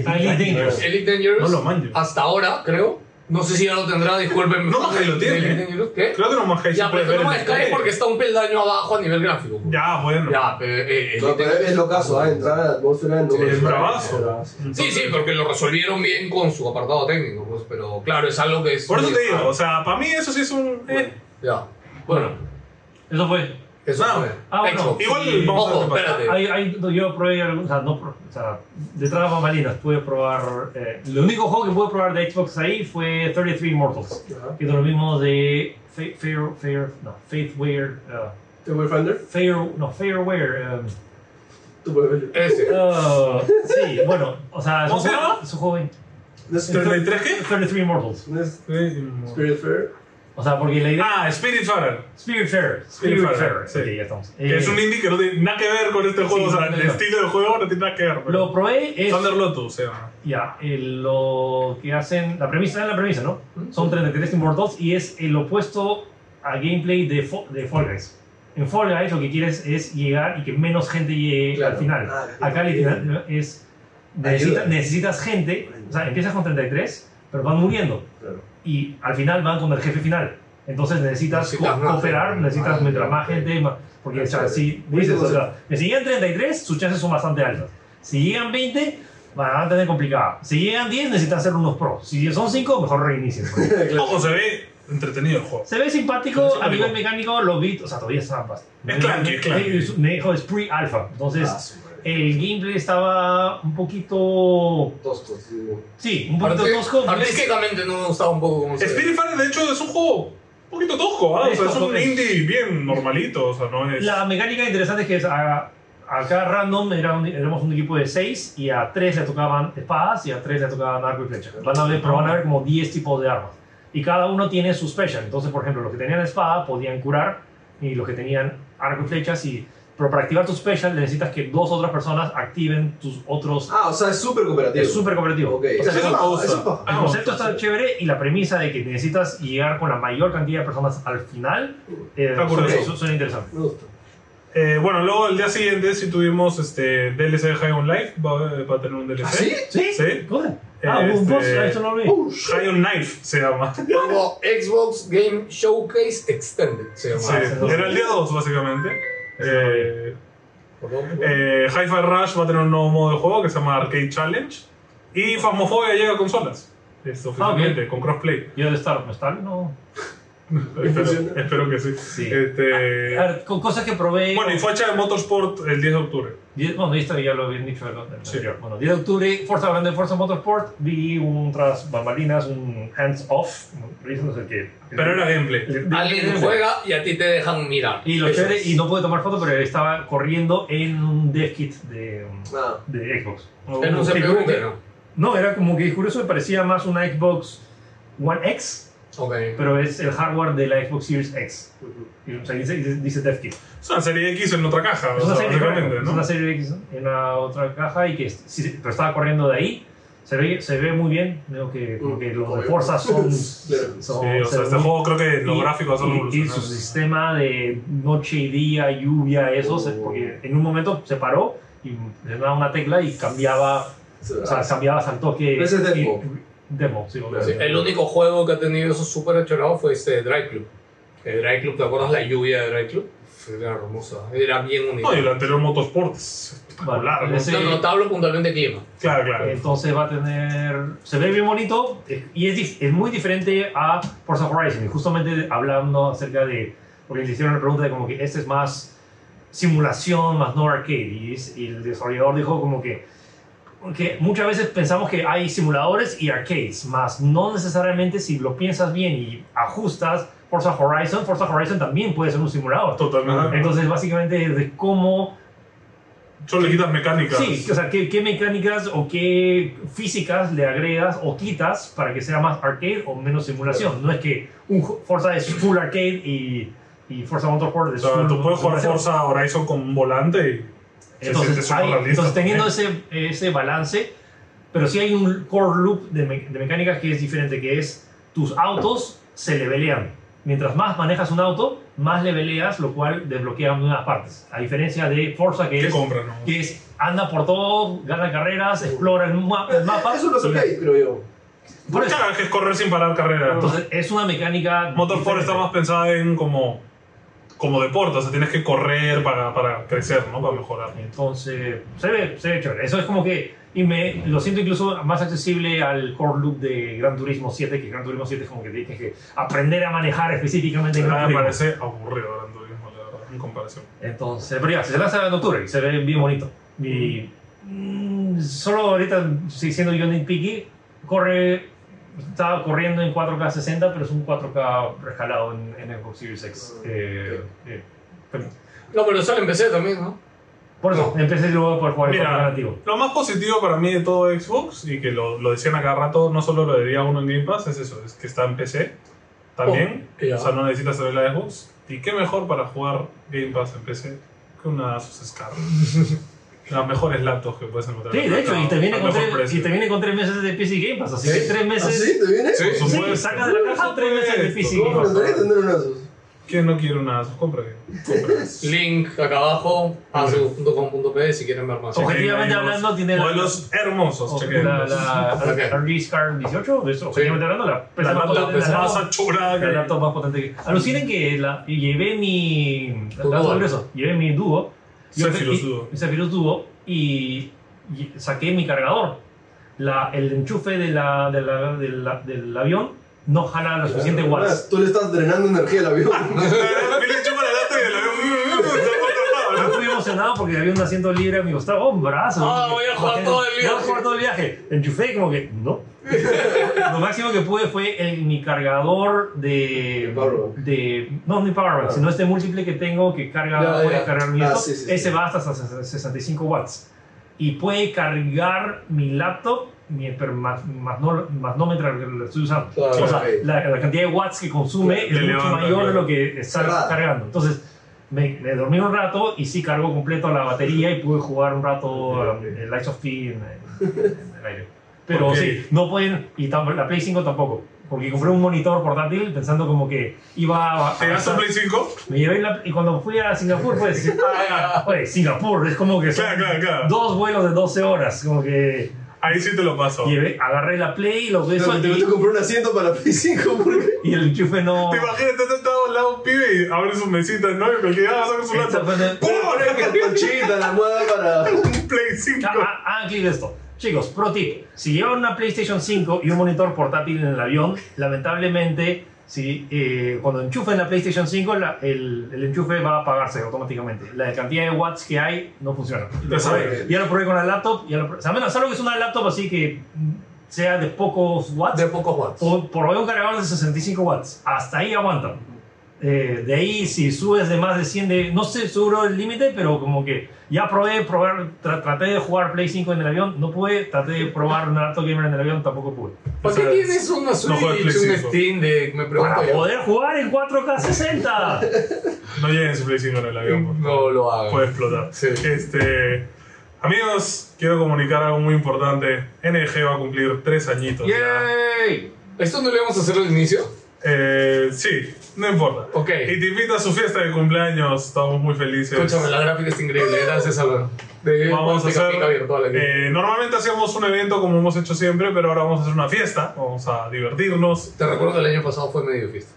Speaker 4: Alien Dangerous.
Speaker 5: Elite Dangerous.
Speaker 2: No lo manjo.
Speaker 5: Hasta ahora, creo. No sé si ya lo tendrá, disculpen.
Speaker 2: No, Manhattan lo tiene.
Speaker 5: Elite Dangerous, ¿Qué?
Speaker 2: Creo que no más que ahí se
Speaker 5: ya,
Speaker 2: puede
Speaker 5: pero
Speaker 2: ver
Speaker 5: no
Speaker 2: en
Speaker 5: me
Speaker 2: el
Speaker 5: cae
Speaker 2: trailer.
Speaker 5: porque está un peldaño abajo a nivel gráfico.
Speaker 2: Ya, bueno.
Speaker 5: Ya, pero, eh, eh,
Speaker 3: No, pero es lo caso, ¿ah? entrar a la atmósfera no
Speaker 2: Sí, es
Speaker 3: Es
Speaker 2: bravazo.
Speaker 3: bravazo.
Speaker 5: Sí, sí, porque lo resolvieron bien con su apartado técnico, pues, pero claro, es algo que es...
Speaker 2: Por eso te digo, o sea, para mí eso sí es un. eh.
Speaker 5: Ya, bueno,
Speaker 4: Eso fue.
Speaker 5: eso
Speaker 2: No.
Speaker 5: fue.
Speaker 4: Ah, bueno.
Speaker 5: Xbox.
Speaker 2: Igual vamos a
Speaker 5: Ojo,
Speaker 2: ver qué pasa.
Speaker 5: espérate.
Speaker 4: Ahí- ahí no- yo probé, algún- o sea, no, pro- o sea, detrás de bambalinas pude probar, eh, el único juego que pude probar de Xbox ahí fue 33 Immortals,
Speaker 3: Ajá.
Speaker 4: que es lo mismo de Fa- Fair, Fair, no, Faithware, eh,
Speaker 3: ¿Te voy a Finder?
Speaker 4: Fair, no, Fairware, em,
Speaker 3: Tú puedes verlo.
Speaker 5: Ese.
Speaker 4: Ah, sí, bueno, o sea, es
Speaker 2: ¿Cómo
Speaker 4: un
Speaker 2: se
Speaker 4: juego-
Speaker 2: llama?
Speaker 4: es un joven.
Speaker 3: ¿No es Spirit-
Speaker 2: 33 qué?
Speaker 4: 33 Immortals.
Speaker 3: no es
Speaker 2: Sí.
Speaker 3: Spirit Fair?
Speaker 4: O sea, porque la idea.
Speaker 2: Ah, Spiritfarer.
Speaker 4: Spiritfarer.
Speaker 2: Spiritfarer,
Speaker 4: Spiritfarer.
Speaker 2: sí.
Speaker 4: Ok, ya estamos.
Speaker 2: Que es
Speaker 4: Eh,
Speaker 2: un indie que no tiene nada que ver con este juego.
Speaker 4: sí,
Speaker 2: o sea,
Speaker 4: no,
Speaker 2: el
Speaker 4: no.
Speaker 2: estilo de juego no tiene nada que ver. pero-
Speaker 4: Lo probé es.
Speaker 2: Thunder Lotus se llama.
Speaker 4: Ya, eh, lo que hacen. La premisa es la premisa, ¿no? Son 33 Immortals y es el opuesto a gameplay de, Fo- de Fall Guys. En Fall Guys lo que quieres es llegar y que menos gente llegue
Speaker 3: Claro.
Speaker 4: al final.
Speaker 3: Ah,
Speaker 4: Acá
Speaker 3: bien.
Speaker 4: literal ¿no? es. necesita- necesitas gente. O sea, empiezas con 33, pero van muriendo.
Speaker 3: Claro.
Speaker 4: y al final van con el jefe final. Entonces necesitas
Speaker 5: Necesitas
Speaker 4: co-
Speaker 5: más
Speaker 4: cooperar,
Speaker 5: gente.
Speaker 4: necesitas
Speaker 5: Ah,
Speaker 4: meter
Speaker 5: ya,
Speaker 4: más
Speaker 5: ok.
Speaker 4: gente, más- porque
Speaker 3: Ah,
Speaker 4: o sea,
Speaker 3: chévere.
Speaker 4: si
Speaker 3: Muy
Speaker 4: dices, o
Speaker 3: interesante.
Speaker 4: sea, si llegan 33, sus chances son bastante altas. Si llegan 20, van a tener complicada. Si llegan 10, necesitas hacer unos pros. Si son 5, mejor reinicien.
Speaker 3: Claro.
Speaker 2: Ojo, se ve entretenido el juego.
Speaker 4: Se ve simpático,
Speaker 2: Sí, sí,
Speaker 4: a
Speaker 2: amigo.
Speaker 4: nivel mecánico lo vi, o sea, todavía es trampas.
Speaker 2: Es clunky, es clunky.
Speaker 4: Me dijo, es pre-alpha. Entonces,
Speaker 3: Ah, su madre.
Speaker 4: el gameplay estaba un poquito...
Speaker 3: Tosco, sí.
Speaker 4: Sí, un poquito tosco. pero-
Speaker 5: Artísticamente no me gustaba un poco como se ve.
Speaker 2: Spiritfarer, de hecho, es un juego un poquito tosco. ¿ah? O
Speaker 4: Es
Speaker 2: sea, es
Speaker 4: tosco,
Speaker 2: un
Speaker 4: es-
Speaker 2: indie bien normalito. O sea, no es.
Speaker 4: La mecánica interesante es que a, a cada random era un- éramos un equipo de 6 y a 3 le tocaban espadas y a 3 le tocaban arco y flecha. Van a ver, pero van a haber como 10 tipos de armas. Y cada uno tiene su special. Entonces, por ejemplo, los que tenían espada podían curar y los que tenían arco y flechas. Y, pero para activar tu special necesitas que dos otras personas activen tus otros...
Speaker 3: Ah, o sea, es súper cooperativo.
Speaker 4: Es Ah, súper cooperativo.
Speaker 3: Ok, Ah,
Speaker 4: O sea,
Speaker 3: eso es
Speaker 2: no-
Speaker 3: paja, eso es paja.
Speaker 4: el concepto está chévere y la premisa de que necesitas llegar con la mayor cantidad de personas al final eh,
Speaker 2: Está
Speaker 4: suena,
Speaker 2: curioso.
Speaker 4: suena interesante.
Speaker 3: Me gusta.
Speaker 2: Eh, bueno, luego el día siguiente sí tuvimos este, DLC de High on Life. Va, va a tener un DLC.
Speaker 4: ¿Sí?
Speaker 2: Sí.
Speaker 4: ¿Cómo? Ah,
Speaker 2: Este-
Speaker 4: un boss, ah, esto no lo vi.
Speaker 2: High on Knife se llama. Sí,
Speaker 5: Luego, Xbox Game Showcase Extended se llama.
Speaker 4: ese no.
Speaker 2: Era el día 2, básicamente. Eh, eh, Hi-Fi Rush va a tener un nuevo modo de juego que se llama Arcade Challenge. Y Phasmophobia llega a consolas. Es
Speaker 4: Ah,
Speaker 2: oficialmente, con crossplay.
Speaker 4: Yo de estar, ¿no está? No.
Speaker 2: espero, espero que sí.
Speaker 4: Sí. Ah,
Speaker 2: Este,
Speaker 4: A ver, con cosas que probé.
Speaker 2: bueno, y fecha de Motorsport el 10 de octubre.
Speaker 4: Die- Bueno, esto ya lo habían dicho en el
Speaker 2: Sí.
Speaker 4: anterior. Bueno, 10 de octubre, Forza hablando de Forza Motorsport, vi un tras bambalinas, un hands off, no sé qué.
Speaker 2: Pero era gameplay.
Speaker 4: El-
Speaker 5: Alguien juega y a ti te dejan mirar.
Speaker 4: Y lo
Speaker 5: Eso
Speaker 4: chévere,
Speaker 5: es.
Speaker 4: y no pude tomar foto, pero estaba corriendo en un dev kit de,
Speaker 3: Ah,
Speaker 4: de Xbox.
Speaker 5: En un
Speaker 4: Que
Speaker 5: CPU,
Speaker 4: creo que-
Speaker 5: ¿no?
Speaker 4: No, era como que curioso, me parecía más una Xbox One X,
Speaker 5: Ok.
Speaker 4: pero es el hardware de la Xbox Series X.
Speaker 3: ujú.
Speaker 4: Y, o sea, dice, dice, dice dev kit.
Speaker 2: Es una serie X en otra caja,
Speaker 4: Es
Speaker 2: o
Speaker 4: una
Speaker 2: sea,
Speaker 4: serie,
Speaker 2: básicamente,
Speaker 4: claro,
Speaker 2: ¿no?
Speaker 4: es una serie X en la otra caja y que es- sí, sí, pero estaba corriendo de ahí. Se ve, se ve muy bien, veo que, como que los de
Speaker 3: Obvio.
Speaker 4: Forza son...
Speaker 3: Claro.
Speaker 4: son
Speaker 2: Sí, o
Speaker 4: se
Speaker 2: sea,
Speaker 4: ven
Speaker 2: este
Speaker 4: muy-
Speaker 2: juego creo que los
Speaker 4: y-
Speaker 2: gráficos son
Speaker 4: y- y su
Speaker 2: evolucionados.
Speaker 4: sistema de noche y día, lluvia, eso, se-
Speaker 3: Oh.
Speaker 4: porque en un momento se paró y le daba una tecla y cambiaba, o sea, cambiabas al toque.
Speaker 3: Ese es
Speaker 4: y-
Speaker 3: demo.
Speaker 4: demo, sí,
Speaker 5: Sí,
Speaker 4: obviamente.
Speaker 5: el único juego que ha tenido eso súper achorado fue este Dry Club. Que Dry Club, ¿te acuerdas la lluvia de Dry Club? Era hermosa, era bien
Speaker 2: No, y
Speaker 5: única.
Speaker 2: el anterior Motorsport es espectacular.
Speaker 4: Vale,
Speaker 2: ¿no?
Speaker 4: ese-
Speaker 5: No, no, te hablo puntualmente de clima.
Speaker 2: Claro, claro.
Speaker 4: Entonces va a tener. Se ve bien bonito eh, y es, dif- es muy diferente a Forza Horizon. Y justamente hablando acerca de. Porque le hicieron la pregunta de como que este es más simulación, más no arcade. Y, es- y el desarrollador dijo como que. Que muchas veces pensamos que hay simuladores y arcades, más no necesariamente si lo piensas bien y ajustas Forza Horizon, Forza Horizon también puede ser un simulador.
Speaker 2: Totalmente.
Speaker 4: Entonces, básicamente, es de cómo
Speaker 2: Solo le quitas mecánicas.
Speaker 4: Sí, o sea, ¿qué, qué mecánicas o qué físicas le agregas o quitas para que sea más arcade o menos simulación? No es que un ju- Forza es full arcade y, y Forza Motorsport
Speaker 2: O
Speaker 4: es
Speaker 2: sea,
Speaker 4: full
Speaker 2: tú puedes jugar
Speaker 4: simulación.
Speaker 2: Forza Horizon con un volante y se siente
Speaker 4: Entonces,
Speaker 2: súper
Speaker 4: hay-
Speaker 2: realista
Speaker 4: entonces teniendo
Speaker 2: también.
Speaker 4: ese, ese balance, pero sí hay un core loop de, me- de mecánicas que es diferente, que es tus autos se levelean. Mientras más manejas un auto, más leveleas, lo cual desbloquea nuevas partes. A diferencia de Forza, que
Speaker 2: ¿Qué
Speaker 4: es
Speaker 2: compras, no?
Speaker 4: que es anda por todo, gana carreras, explora el, ma- el mapa.
Speaker 3: Ah, Eso no es
Speaker 4: y-
Speaker 3: arcade, creo yo.
Speaker 4: Por eso.
Speaker 2: Claro, que es correr sin parar carrera.
Speaker 4: Entonces, es una mecánica.
Speaker 2: Motorsport está más
Speaker 4: diferente.
Speaker 2: pensada en como, como deporte, o sea, tienes que correr para, para crecer, ¿no? Para mejorar.
Speaker 4: Entonces, se ve, se ve chévere. Eso es como que. Y me, lo siento incluso más accesible al core loop de Gran Turismo 7, que Gran Turismo 7 es como que tienes que aprender a manejar específicamente en
Speaker 2: Ah,
Speaker 4: Gran
Speaker 2: me
Speaker 4: Turismo.
Speaker 2: parece aburrido Gran Turismo, la verdad, en comparación.
Speaker 4: Entonces, pero ya, se lanza en octubre y se ve bien bonito. Y mm, solo ahorita, si siendo yo nitpicky, corre, estaba corriendo en 4K60, pero es un 4K rejalado en, en Xbox Series X.
Speaker 3: Ah,
Speaker 4: Eh, eh, pero-
Speaker 5: No, pero sale en PC también, ¿no?
Speaker 4: por eso, empecé luego por jugar en 4K
Speaker 2: Mira,
Speaker 4: nativo.
Speaker 2: lo más positivo para mí de todo Xbox, y que lo, lo decían a cada rato, no solo lo diría uno en Game Pass, es eso, es que está en PC también.
Speaker 5: Oh, ya.
Speaker 2: O sea, no necesitas saber la Xbox. ¿Y qué mejor para jugar Game Pass en PC que una Asus Scarlett?
Speaker 4: (laughs)
Speaker 2: Las mejores laptops que puedes encontrar.
Speaker 4: Sí,
Speaker 2: en el
Speaker 4: de hecho,
Speaker 2: mercado,
Speaker 4: y te, viene
Speaker 2: al
Speaker 4: con
Speaker 2: mejor
Speaker 4: tres,
Speaker 2: precio.
Speaker 4: y te viene con tres meses de PC Game Pass, así
Speaker 5: ¿Sí?
Speaker 4: que tres
Speaker 3: ¿Ah,
Speaker 4: meses.
Speaker 3: sí? ¿Te viene?
Speaker 2: Sí, por
Speaker 5: Sí,
Speaker 4: Sí,
Speaker 2: supuesto.
Speaker 4: saca de la caja tres meses de PC Game
Speaker 3: Me
Speaker 4: Pass.
Speaker 3: encantaría tener una Asus.
Speaker 2: ¿Quién no quiere una Asus? Compra Compra.
Speaker 5: Link acá abajo, asus.com.pe si quieren ver más.
Speaker 4: Ojalá. Objetivamente
Speaker 2: Chequen ahí
Speaker 4: hablando,
Speaker 2: los
Speaker 4: tiene la-
Speaker 2: modelos hermosos.
Speaker 4: O
Speaker 2: chequen.
Speaker 4: La, la,
Speaker 5: Ok.
Speaker 4: la RG Scar 18, eso, objetivamente hablando, la,
Speaker 2: La
Speaker 4: la
Speaker 2: laptop es
Speaker 4: la-
Speaker 2: más achurada
Speaker 4: El
Speaker 2: que
Speaker 4: laptop más potente que. Alucinen que la, llevé mi.
Speaker 5: Tu
Speaker 4: la-
Speaker 5: Duo.
Speaker 4: sobre eso, llevé mi dúo.
Speaker 2: Zephyrus Duo.
Speaker 4: Zephyrus Duo. Y, y saqué mi cargador. La, el enchufe de la, de la- de la- del avión no jala lo suficiente watts.
Speaker 3: Ah, Tú le estás drenando energía al avión.
Speaker 2: Feliz chupa la lata y el avión. está por otro
Speaker 4: Yo
Speaker 2: lado, ¿no?
Speaker 4: Estuve emocionado porque había un asiento libre a mi costado. ¡Oh, un brazo!
Speaker 5: Ah, voy a jugar todo el
Speaker 4: Voy a
Speaker 5: viaje.
Speaker 4: jugar todo el viaje. Enchufé y como que, no. Lo máximo que pude fue el, mi cargador de...
Speaker 3: El powerbank.
Speaker 4: de no, mi powerbank,
Speaker 3: Ah.
Speaker 4: sino este múltiple que tengo que carga,
Speaker 5: Ya,
Speaker 4: voy a
Speaker 5: ya.
Speaker 4: cargar mi
Speaker 3: Ah,
Speaker 4: laptop.
Speaker 3: sí, sí, sí.
Speaker 4: Ese va hasta 65 watts. Y puede cargar mi laptop, mi- pero más, más no, más no mientras lo estoy usando.
Speaker 5: Claro,
Speaker 4: o sea,
Speaker 3: ok.
Speaker 4: la, la cantidad de watts que
Speaker 2: Claro,
Speaker 4: consume es
Speaker 2: te
Speaker 4: mucho
Speaker 2: levanta,
Speaker 4: mayor de
Speaker 2: claro.
Speaker 4: lo que está
Speaker 3: Cerrada.
Speaker 4: cargando. Entonces, me, me dormí un rato y sí cargó completo la batería y pude jugar un rato um, el Lights of P en, en- en
Speaker 2: (laughs)
Speaker 4: el aire. Pero
Speaker 2: Ok.
Speaker 4: sí, no pueden, y tam- la Play 5 tampoco, porque compré un monitor portátil pensando como que iba a...
Speaker 2: ¿Te gastas Ah, Play 5?
Speaker 4: Me llevé la- y cuando fui a
Speaker 2: (laughs)
Speaker 4: Singapur, pues, ah, oye, Singapur, es como que son
Speaker 2: Claro, claro, claro.
Speaker 4: dos vuelos de 12 horas, como que...
Speaker 2: Ahí sí te lo paso.
Speaker 4: Llevé, agarré la Play, lo que
Speaker 3: Pero te, te compró un asiento para Play 5 porque.
Speaker 4: y el enchufe no.
Speaker 2: Te imaginas, estás sentado al lado de un pibe y abre su mesita, ¿no? Y cualquier día saca su
Speaker 4: Esta
Speaker 2: lata.
Speaker 4: fue de-
Speaker 3: Pobre
Speaker 4: (laughs)
Speaker 3: que panchita, la moda para.
Speaker 2: Un Play 5.
Speaker 4: Ah, ah, ah, clic de esto. Chicos, pro tip. Si llevan una PlayStation 5 y un monitor portátil en el avión, lamentablemente, si, eh, cuando enchufen la PlayStation 5, la- el, el enchufe va a apagarse automáticamente. La cantidad de watts que hay no funciona.
Speaker 2: Te sabe.
Speaker 4: Ya lo probé con la laptop. Ya lo probé. O sea, menos, salvo que es una laptop así que mm, sea de pocos watts.
Speaker 5: De pocos watts.
Speaker 4: o por lo menos un cargador de 65 watts. Hasta ahí aguantan. Eh, de ahí, si subes de más de 100, de, no sé seguro el límite, pero como que ya probé, probar, tra- traté de jugar Play 5 en el avión, no pude, traté de probar una laptop gamer en el avión, tampoco pude.
Speaker 5: ¿Para qué tienes una Switch,
Speaker 2: juegas Play
Speaker 5: un
Speaker 2: 5.
Speaker 5: Steam Deck? Me pregunto
Speaker 4: Para
Speaker 5: yo.
Speaker 4: poder jugar en 4K 60.
Speaker 2: No lleguen su Play 5 en el avión. por favor.
Speaker 5: No lo hagas.
Speaker 2: puede explotar.
Speaker 5: Sí.
Speaker 2: Este, amigos, quiero comunicar algo muy importante. NG va a cumplir tres añitos. ya.
Speaker 5: ¡Yay! ¿Esto no lo íbamos a hacer al inicio?
Speaker 2: Eh, sí, no importa.
Speaker 5: Ok.
Speaker 2: Y te invita a su fiesta de cumpleaños. Estamos muy felices.
Speaker 5: Escúchame, la gráfica es increíble. Gracias, Álvaro. De
Speaker 2: Vamos a
Speaker 5: Pica
Speaker 2: hacer.
Speaker 5: Pica virtual aquí.
Speaker 2: eh, normalmente hacíamos un evento como hemos hecho siempre, pero ahora vamos a hacer una fiesta. Vamos a divertirnos.
Speaker 5: Te recuerdo que el año pasado fue medio fiesta.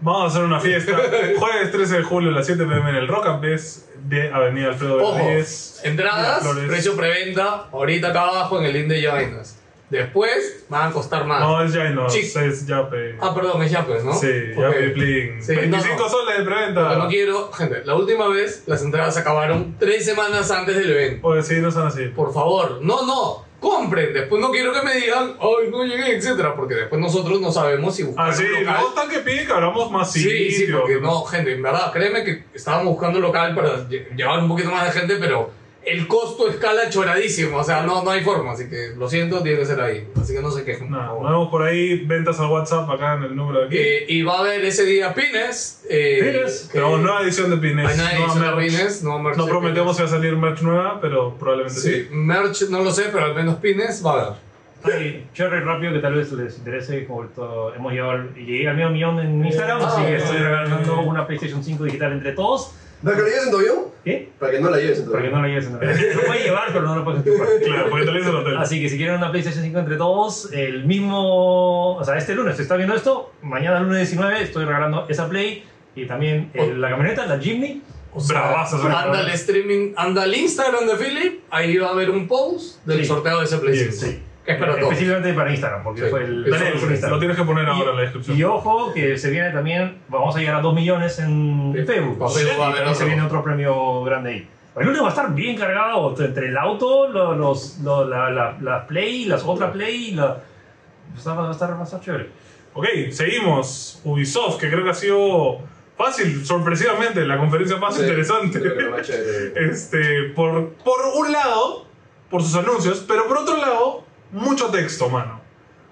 Speaker 2: Vamos a hacer una fiesta.
Speaker 5: (laughs)
Speaker 2: Jueves 13 de julio a las 7 pm en el Rock and Pez de Avenida Alfredo
Speaker 5: Ojo,
Speaker 2: Rodríguez.
Speaker 5: entradas,
Speaker 2: Miraflores.
Speaker 5: precio preventa, ahorita acá abajo en el link de Jainas. Después van a costar más.
Speaker 2: No, es ya no,
Speaker 5: Sí.
Speaker 2: es ya pe-
Speaker 5: Ah, perdón, es ya pues, ¿no?
Speaker 2: Sí, ya
Speaker 5: Ok.
Speaker 2: me plin.
Speaker 5: Sí, no,
Speaker 2: 25
Speaker 5: no.
Speaker 2: soles de preventa.
Speaker 5: Porque no quiero, gente, la última vez las entradas se acabaron tres semanas antes del evento.
Speaker 2: Oye, Pues sí, no son así.
Speaker 5: Por favor, no, no, compren. Después no quiero que me digan, ay, no llegué, etcétera, porque después nosotros no sabemos si buscar
Speaker 2: Ah,
Speaker 5: un
Speaker 2: sí,
Speaker 5: local.
Speaker 2: luego están que piden que abramos más
Speaker 5: Sí, sí,
Speaker 2: sitio.
Speaker 5: porque no, gente, en verdad, créeme que estábamos buscando local para lle- llevar un poquito más de gente, pero el costo escala choradísimo, o sea, no, no hay forma, así que lo siento, tiene que ser ahí, así que no se quejen. por
Speaker 2: Nada, nos
Speaker 5: favor.
Speaker 2: vemos por ahí, ventas al WhatsApp acá en el número de aquí.
Speaker 5: Eh, y va a haber ese día Pines. Eh,
Speaker 4: Pines.
Speaker 5: que-
Speaker 2: Tenemos nueva edición de Pines.
Speaker 5: hay una
Speaker 2: nueva
Speaker 5: edición de
Speaker 2: merch.
Speaker 5: Pines, nuevo merch
Speaker 2: No
Speaker 5: de
Speaker 2: prometemos que va a salir merch nueva, pero probablemente sí.
Speaker 5: Sí, merch no lo sé, pero al menos Pines va a haber.
Speaker 4: Ay, Cherry rápido que tal vez les interese, como esto, hemos llegado, al- llegué al medio millón en Instagram, así que estoy regalando una PlayStation 5 digital entre todos.
Speaker 3: ¿Para que la lleves en tu avión?
Speaker 4: ¿Qué?
Speaker 3: Para que no la lleves en tu
Speaker 4: Para que
Speaker 3: avión.
Speaker 4: no la lleves en el avión. Lo puedes llevar, pero no lo puedes enchufar.
Speaker 2: Claro, porque te lo dice el hotel.
Speaker 4: Así que si quieren una PlayStation 5 entre todos, el mismo, o sea, este lunes, si está viendo esto, mañana lunes 19 estoy regalando esa Play y también eh, la camioneta, la Jimny.
Speaker 5: O sea,
Speaker 2: Bravazos,
Speaker 5: anda
Speaker 2: bravazos.
Speaker 5: el streaming, anda el Instagram de Philip, ahí va a haber un post del
Speaker 4: Sí.
Speaker 5: sorteo de ese Play
Speaker 2: Bien,
Speaker 5: 5.
Speaker 4: sí.
Speaker 5: Que espero todos.
Speaker 4: Específicamente para Instagram, porque
Speaker 5: Sí.
Speaker 4: fue el...
Speaker 5: Dale,
Speaker 4: fue el
Speaker 2: Dale,
Speaker 4: Instagram.
Speaker 2: lo tienes que poner ahora en la
Speaker 4: Y,
Speaker 2: descripción.
Speaker 4: y ojo que se viene también, vamos a llegar a 2 millones en
Speaker 5: Sí.
Speaker 4: Facebook.
Speaker 5: Pa' Facebook va a
Speaker 4: y
Speaker 5: haber
Speaker 4: también se
Speaker 5: otro.
Speaker 4: viene otro premio grande ahí. El lunes va a estar bien cargado entre el auto, lo- los, lo- la, la- la Play, las otras Play, la... va a estar- va a estar, va a estar chévere.
Speaker 2: Ok, seguimos. Ubisoft, que creo que ha sido fácil, sorpresivamente, la conferencia más
Speaker 3: Sí,
Speaker 2: interesante.
Speaker 3: creo que lo más
Speaker 4: (laughs)
Speaker 3: chévere.
Speaker 2: Este, por, por un lado, por sus anuncios, pero por otro lado, mucho texto, mano.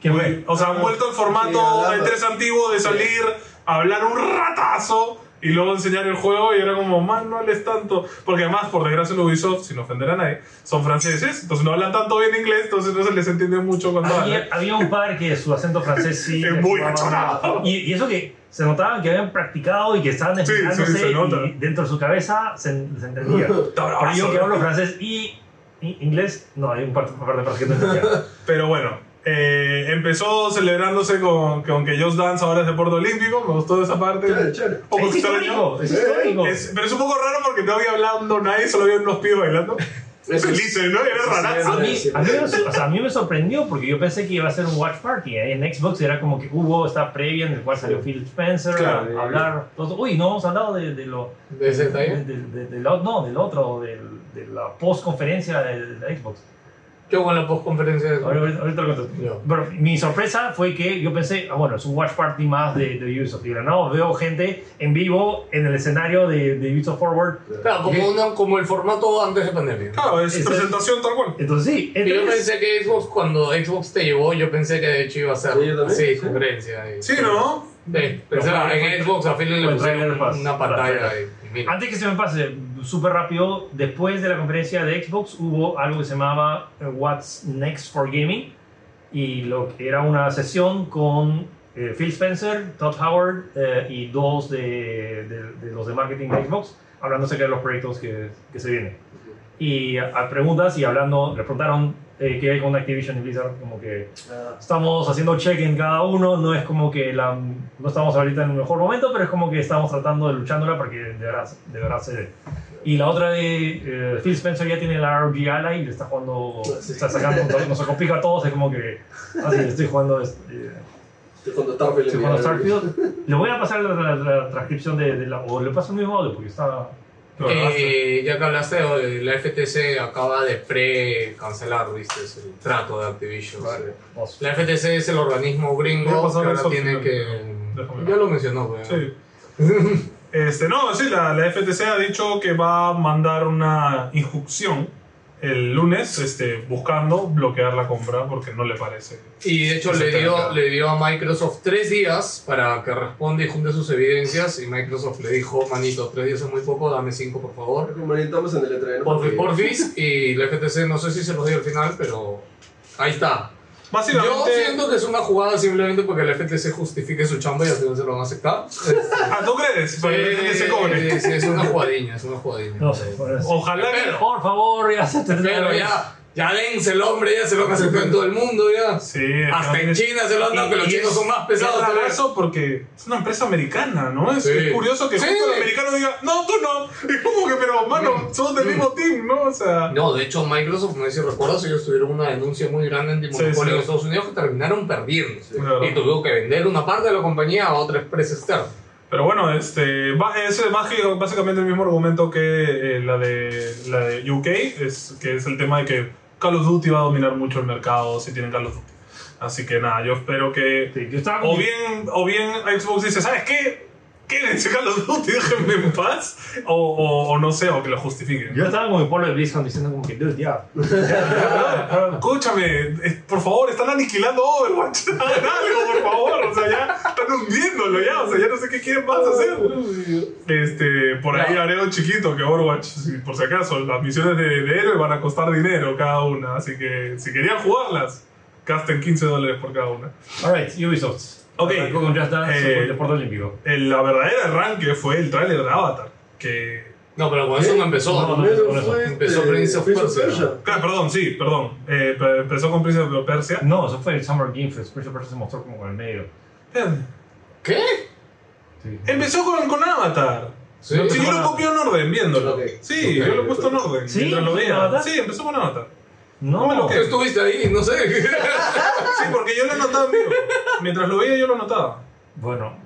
Speaker 4: ¿Qué Ah, fue?
Speaker 2: Güey, O sea, han vuelto al
Speaker 3: Sí,
Speaker 2: formato
Speaker 3: hablaba.
Speaker 2: de tres antiguo de salir, hablar un ratazo y luego enseñar el juego y era como, man, no hables tanto. Porque además, por desgracia, en Ubisoft, sin ofender a nadie, son franceses, entonces no hablan tanto bien inglés, entonces no se les entiende mucho cuando hablan.
Speaker 4: Había, había un par que su acento francés sí.
Speaker 2: Es muy
Speaker 4: les-
Speaker 2: cachonado.
Speaker 4: Y, y eso que se notaban que habían practicado y que estaban
Speaker 2: sí,
Speaker 4: explicándose
Speaker 2: se nota.
Speaker 4: y dentro de su cabeza se,
Speaker 2: (laughs)
Speaker 4: se entendía. Pero yo que hablo francés y, y inglés, no, hay un par, un par de cosas que
Speaker 2: (laughs)
Speaker 4: no entendía.
Speaker 2: Pero bueno, eh, empezó celebrándose con, con que Just Dance ahora es deporte olímpico, me gustó esa parte.
Speaker 3: Chévere, chévere.
Speaker 2: Un poco
Speaker 4: es
Speaker 2: extraño.
Speaker 4: histórico, es histórico.
Speaker 2: Es- pero es un poco raro porque no había hablando nadie, solo había unos pibes bailando.
Speaker 3: Eso es-
Speaker 2: Felices, ¿no? Era
Speaker 3: eso sí,
Speaker 2: rarazo.
Speaker 4: A mí,
Speaker 3: Sí,
Speaker 4: a, mí me, o sea, a mí me sorprendió porque yo pensé que iba a ser un watch party. ¿eh? En Xbox era como que hubo esta previa en el cual salió Phil Spencer
Speaker 2: Claro.
Speaker 4: a hablar. todo- uy, no hemos hablado de, de lo.
Speaker 5: ¿De ese detalle?
Speaker 4: del- del- del- no, del otro, del- de la postconferencia de la Xbox.
Speaker 5: Yo con la postconferencia de
Speaker 4: Ahorita, ahorita lo contesto.
Speaker 5: Ya.
Speaker 4: Pero mi sorpresa fue que yo pensé, ah, bueno, es un watch party más de, de Ubisoft. Y de la nada veo gente en vivo en el escenario de, de Ubisoft Forward.
Speaker 5: Claro, como, una- como el formato antes de pandemia.
Speaker 2: Claro, Ah, es
Speaker 4: Eso es-
Speaker 2: presentación tal cual.
Speaker 4: Entonces sí,
Speaker 5: Y yo
Speaker 4: entonces,
Speaker 5: pensé que Xbox, cuando Xbox te llevó, yo pensé que de hecho iba a ser
Speaker 3: Sí, yo también,
Speaker 5: así,
Speaker 3: sí.
Speaker 5: conferencia. y-
Speaker 2: Sí, ¿no?
Speaker 5: Sí, pensaba, en Xbox a Philip le
Speaker 4: Fue
Speaker 5: pusieron
Speaker 4: trailer más-
Speaker 5: una pantalla ahí. y mira.
Speaker 4: antes que se me pase, súper rápido, después de la conferencia de Xbox hubo algo que se llamaba eh, What's Next for Gaming. Y lo que era una sesión con eh, Phil Spencer, Todd Howard eh, y dos de, de- de los de marketing de Xbox hablando acerca de los proyectos que, que se vienen. y a, a preguntas y hablando, le preguntaron eh, qué hay con Activision y Blizzard, como que
Speaker 3: Ah,
Speaker 4: estamos haciendo check en cada uno, no es como que la, no estamos ahorita en el mejor momento, pero es como que estamos tratando de luchándola para que de verdad, de verdad se dé. Y la otra de eh, Phil Spencer ya tiene la RG Ally y le está jugando,
Speaker 3: Sí.
Speaker 4: está sacando, nos acopica a todos, es como que, así, estoy jugando, este,
Speaker 3: estoy jugando Starfield.
Speaker 4: Sí,
Speaker 3: en
Speaker 4: cuando
Speaker 3: mi-
Speaker 4: Starfield- Le voy a pasar la, la- la transcripción de, de la. O le paso el mismo audio porque está.
Speaker 2: Lo grabaste.
Speaker 5: Eh, ya que hablaste, oh, eh, la FTC acaba de pre-cancelar, viste, Es el trato de Activision.
Speaker 3: Vale.
Speaker 4: vamos.
Speaker 5: La FTC es el organismo
Speaker 2: Voy a
Speaker 5: gringo que
Speaker 2: pasar
Speaker 5: ahora
Speaker 2: eso,
Speaker 5: tiene
Speaker 2: sí,
Speaker 5: que...
Speaker 2: déjame ver.
Speaker 5: Ya lo mencionó, weón.
Speaker 3: (laughs)
Speaker 2: Sí. Este, no, sí, la, la FTC ha dicho que va a mandar una injunción el lunes este, buscando bloquear la compra porque no le parece.
Speaker 5: Y de hecho
Speaker 2: Eso
Speaker 5: le
Speaker 2: está
Speaker 5: dio,
Speaker 2: claro.
Speaker 5: le dio a Microsoft tres días para que responda y junte sus evidencias. Y Microsoft le dijo, manito, tres días es muy poco, dame cinco por favor.
Speaker 3: Como estamos en el entreno.
Speaker 5: Porfis,
Speaker 3: porque-
Speaker 5: porfis. Y la FTC, no sé si se los dio al final, pero ahí está. Yo
Speaker 2: Básicamente,
Speaker 5: siento que es una jugada simplemente porque la FTC justifique su chamba y al final se lo van a aceptar.
Speaker 2: Ah, ¿tú crees? (laughs) Para que la FTC cobre.
Speaker 5: Sí, sí, es una jugadinha, es una jugadinha.
Speaker 4: No sé. bueno, es-
Speaker 2: Ojalá que...
Speaker 5: Pero-
Speaker 4: Por favor, ya se te-
Speaker 5: Pero ya, ya dense el hombre, ya se lo han aceptado en todo el mundo, ya.
Speaker 2: Sí,
Speaker 5: Hasta en
Speaker 2: realmente-
Speaker 5: China se lo han dado, que los
Speaker 2: Y- y
Speaker 5: chinos
Speaker 2: es-
Speaker 5: son más pesados.
Speaker 2: Es
Speaker 5: tal vez.
Speaker 2: rarazo porque es una empresa americana, ¿no? Es,
Speaker 5: Sí.
Speaker 2: es curioso que
Speaker 5: Sí.
Speaker 2: justo el americano diga, no, tú no. (laughs) Es como que, pero, mano, somos del mismo team, ¿no? O sea,
Speaker 5: No, de hecho, Microsoft, no sé si recuerdas, ellos tuvieron una denuncia muy grande antimonopolio
Speaker 2: Sí, sí.
Speaker 5: en Estados Unidos que terminaron perdiendo.
Speaker 2: Claro.
Speaker 5: Y tuvieron que vender una parte de la compañía a otra empresa externa.
Speaker 2: pero bueno, este, va- es basi- básicamente el mismo argumento que eh, la, de, la de UK, es, que es el tema de que Call of Duty va a dominar mucho el mercado si tienen Call of Duty. Así que nada, yo espero que...
Speaker 4: Sí, Yo estaba
Speaker 2: O bien, o bien Xbox dice, ¿sabes qué? Quédense Call of Duty, (laughs) déjenme en paz. O, o, o no sé, o que lo justifiquen.
Speaker 4: Yo estaba con mi pueblo de BlizzCon diciendo como que, dude, ya.
Speaker 2: Escúchame, eh, por favor, están aniquilando Overwatch. (laughs) Hagan algo, por favor. O sea, ya están hundiéndolo ya. O sea, ya no sé qué quieren más hacer. Este, por ahí
Speaker 5: Claro.
Speaker 2: haré un chiquito que Overwatch, si- por si acaso, las misiones de, de héroe van a costar dinero cada una. Así que si querían jugarlas, gasten 15 dólares por cada una.
Speaker 4: Alright, Ubisoft.
Speaker 2: Ok.
Speaker 4: Arrancó Con Just Dance,
Speaker 2: Eh,
Speaker 4: el deporte olímpico.
Speaker 2: El- la verdadera arranque fue el tráiler de Avatar. Que.
Speaker 5: No, pero con eso no empezó.
Speaker 4: No, no.
Speaker 3: Primero
Speaker 4: con eso.
Speaker 3: fue,
Speaker 5: Empezó
Speaker 3: este,
Speaker 5: Prince of Persia.
Speaker 2: Claro, perdón, sí, perdón. Eh, pe- empezó con Príncipe de Persia.
Speaker 4: No, eso fue el Summer Game Fest. Prince of Persia se mostró como en el medio.
Speaker 2: Espérame,
Speaker 5: ¿Qué?
Speaker 4: Sí.
Speaker 3: Eh,
Speaker 2: Empezó con, con Avatar.
Speaker 5: Sí.
Speaker 2: Sí, yo lo copié en orden, viéndolo.
Speaker 3: Ok.
Speaker 2: Sí, yo
Speaker 5: Ok,
Speaker 2: lo he
Speaker 5: ok.
Speaker 2: puesto en orden.
Speaker 4: ¿Sí?
Speaker 2: Mientras lo veía.
Speaker 4: ¿Avatar?
Speaker 2: Sí, empezó con Avatar.
Speaker 4: No,
Speaker 2: Bueno,
Speaker 5: Tú estuviste ahí, no sé. (laughs)
Speaker 2: Sí, porque yo lo anotaba en vivo. Mientras lo veía, yo lo anotaba.
Speaker 4: Bueno,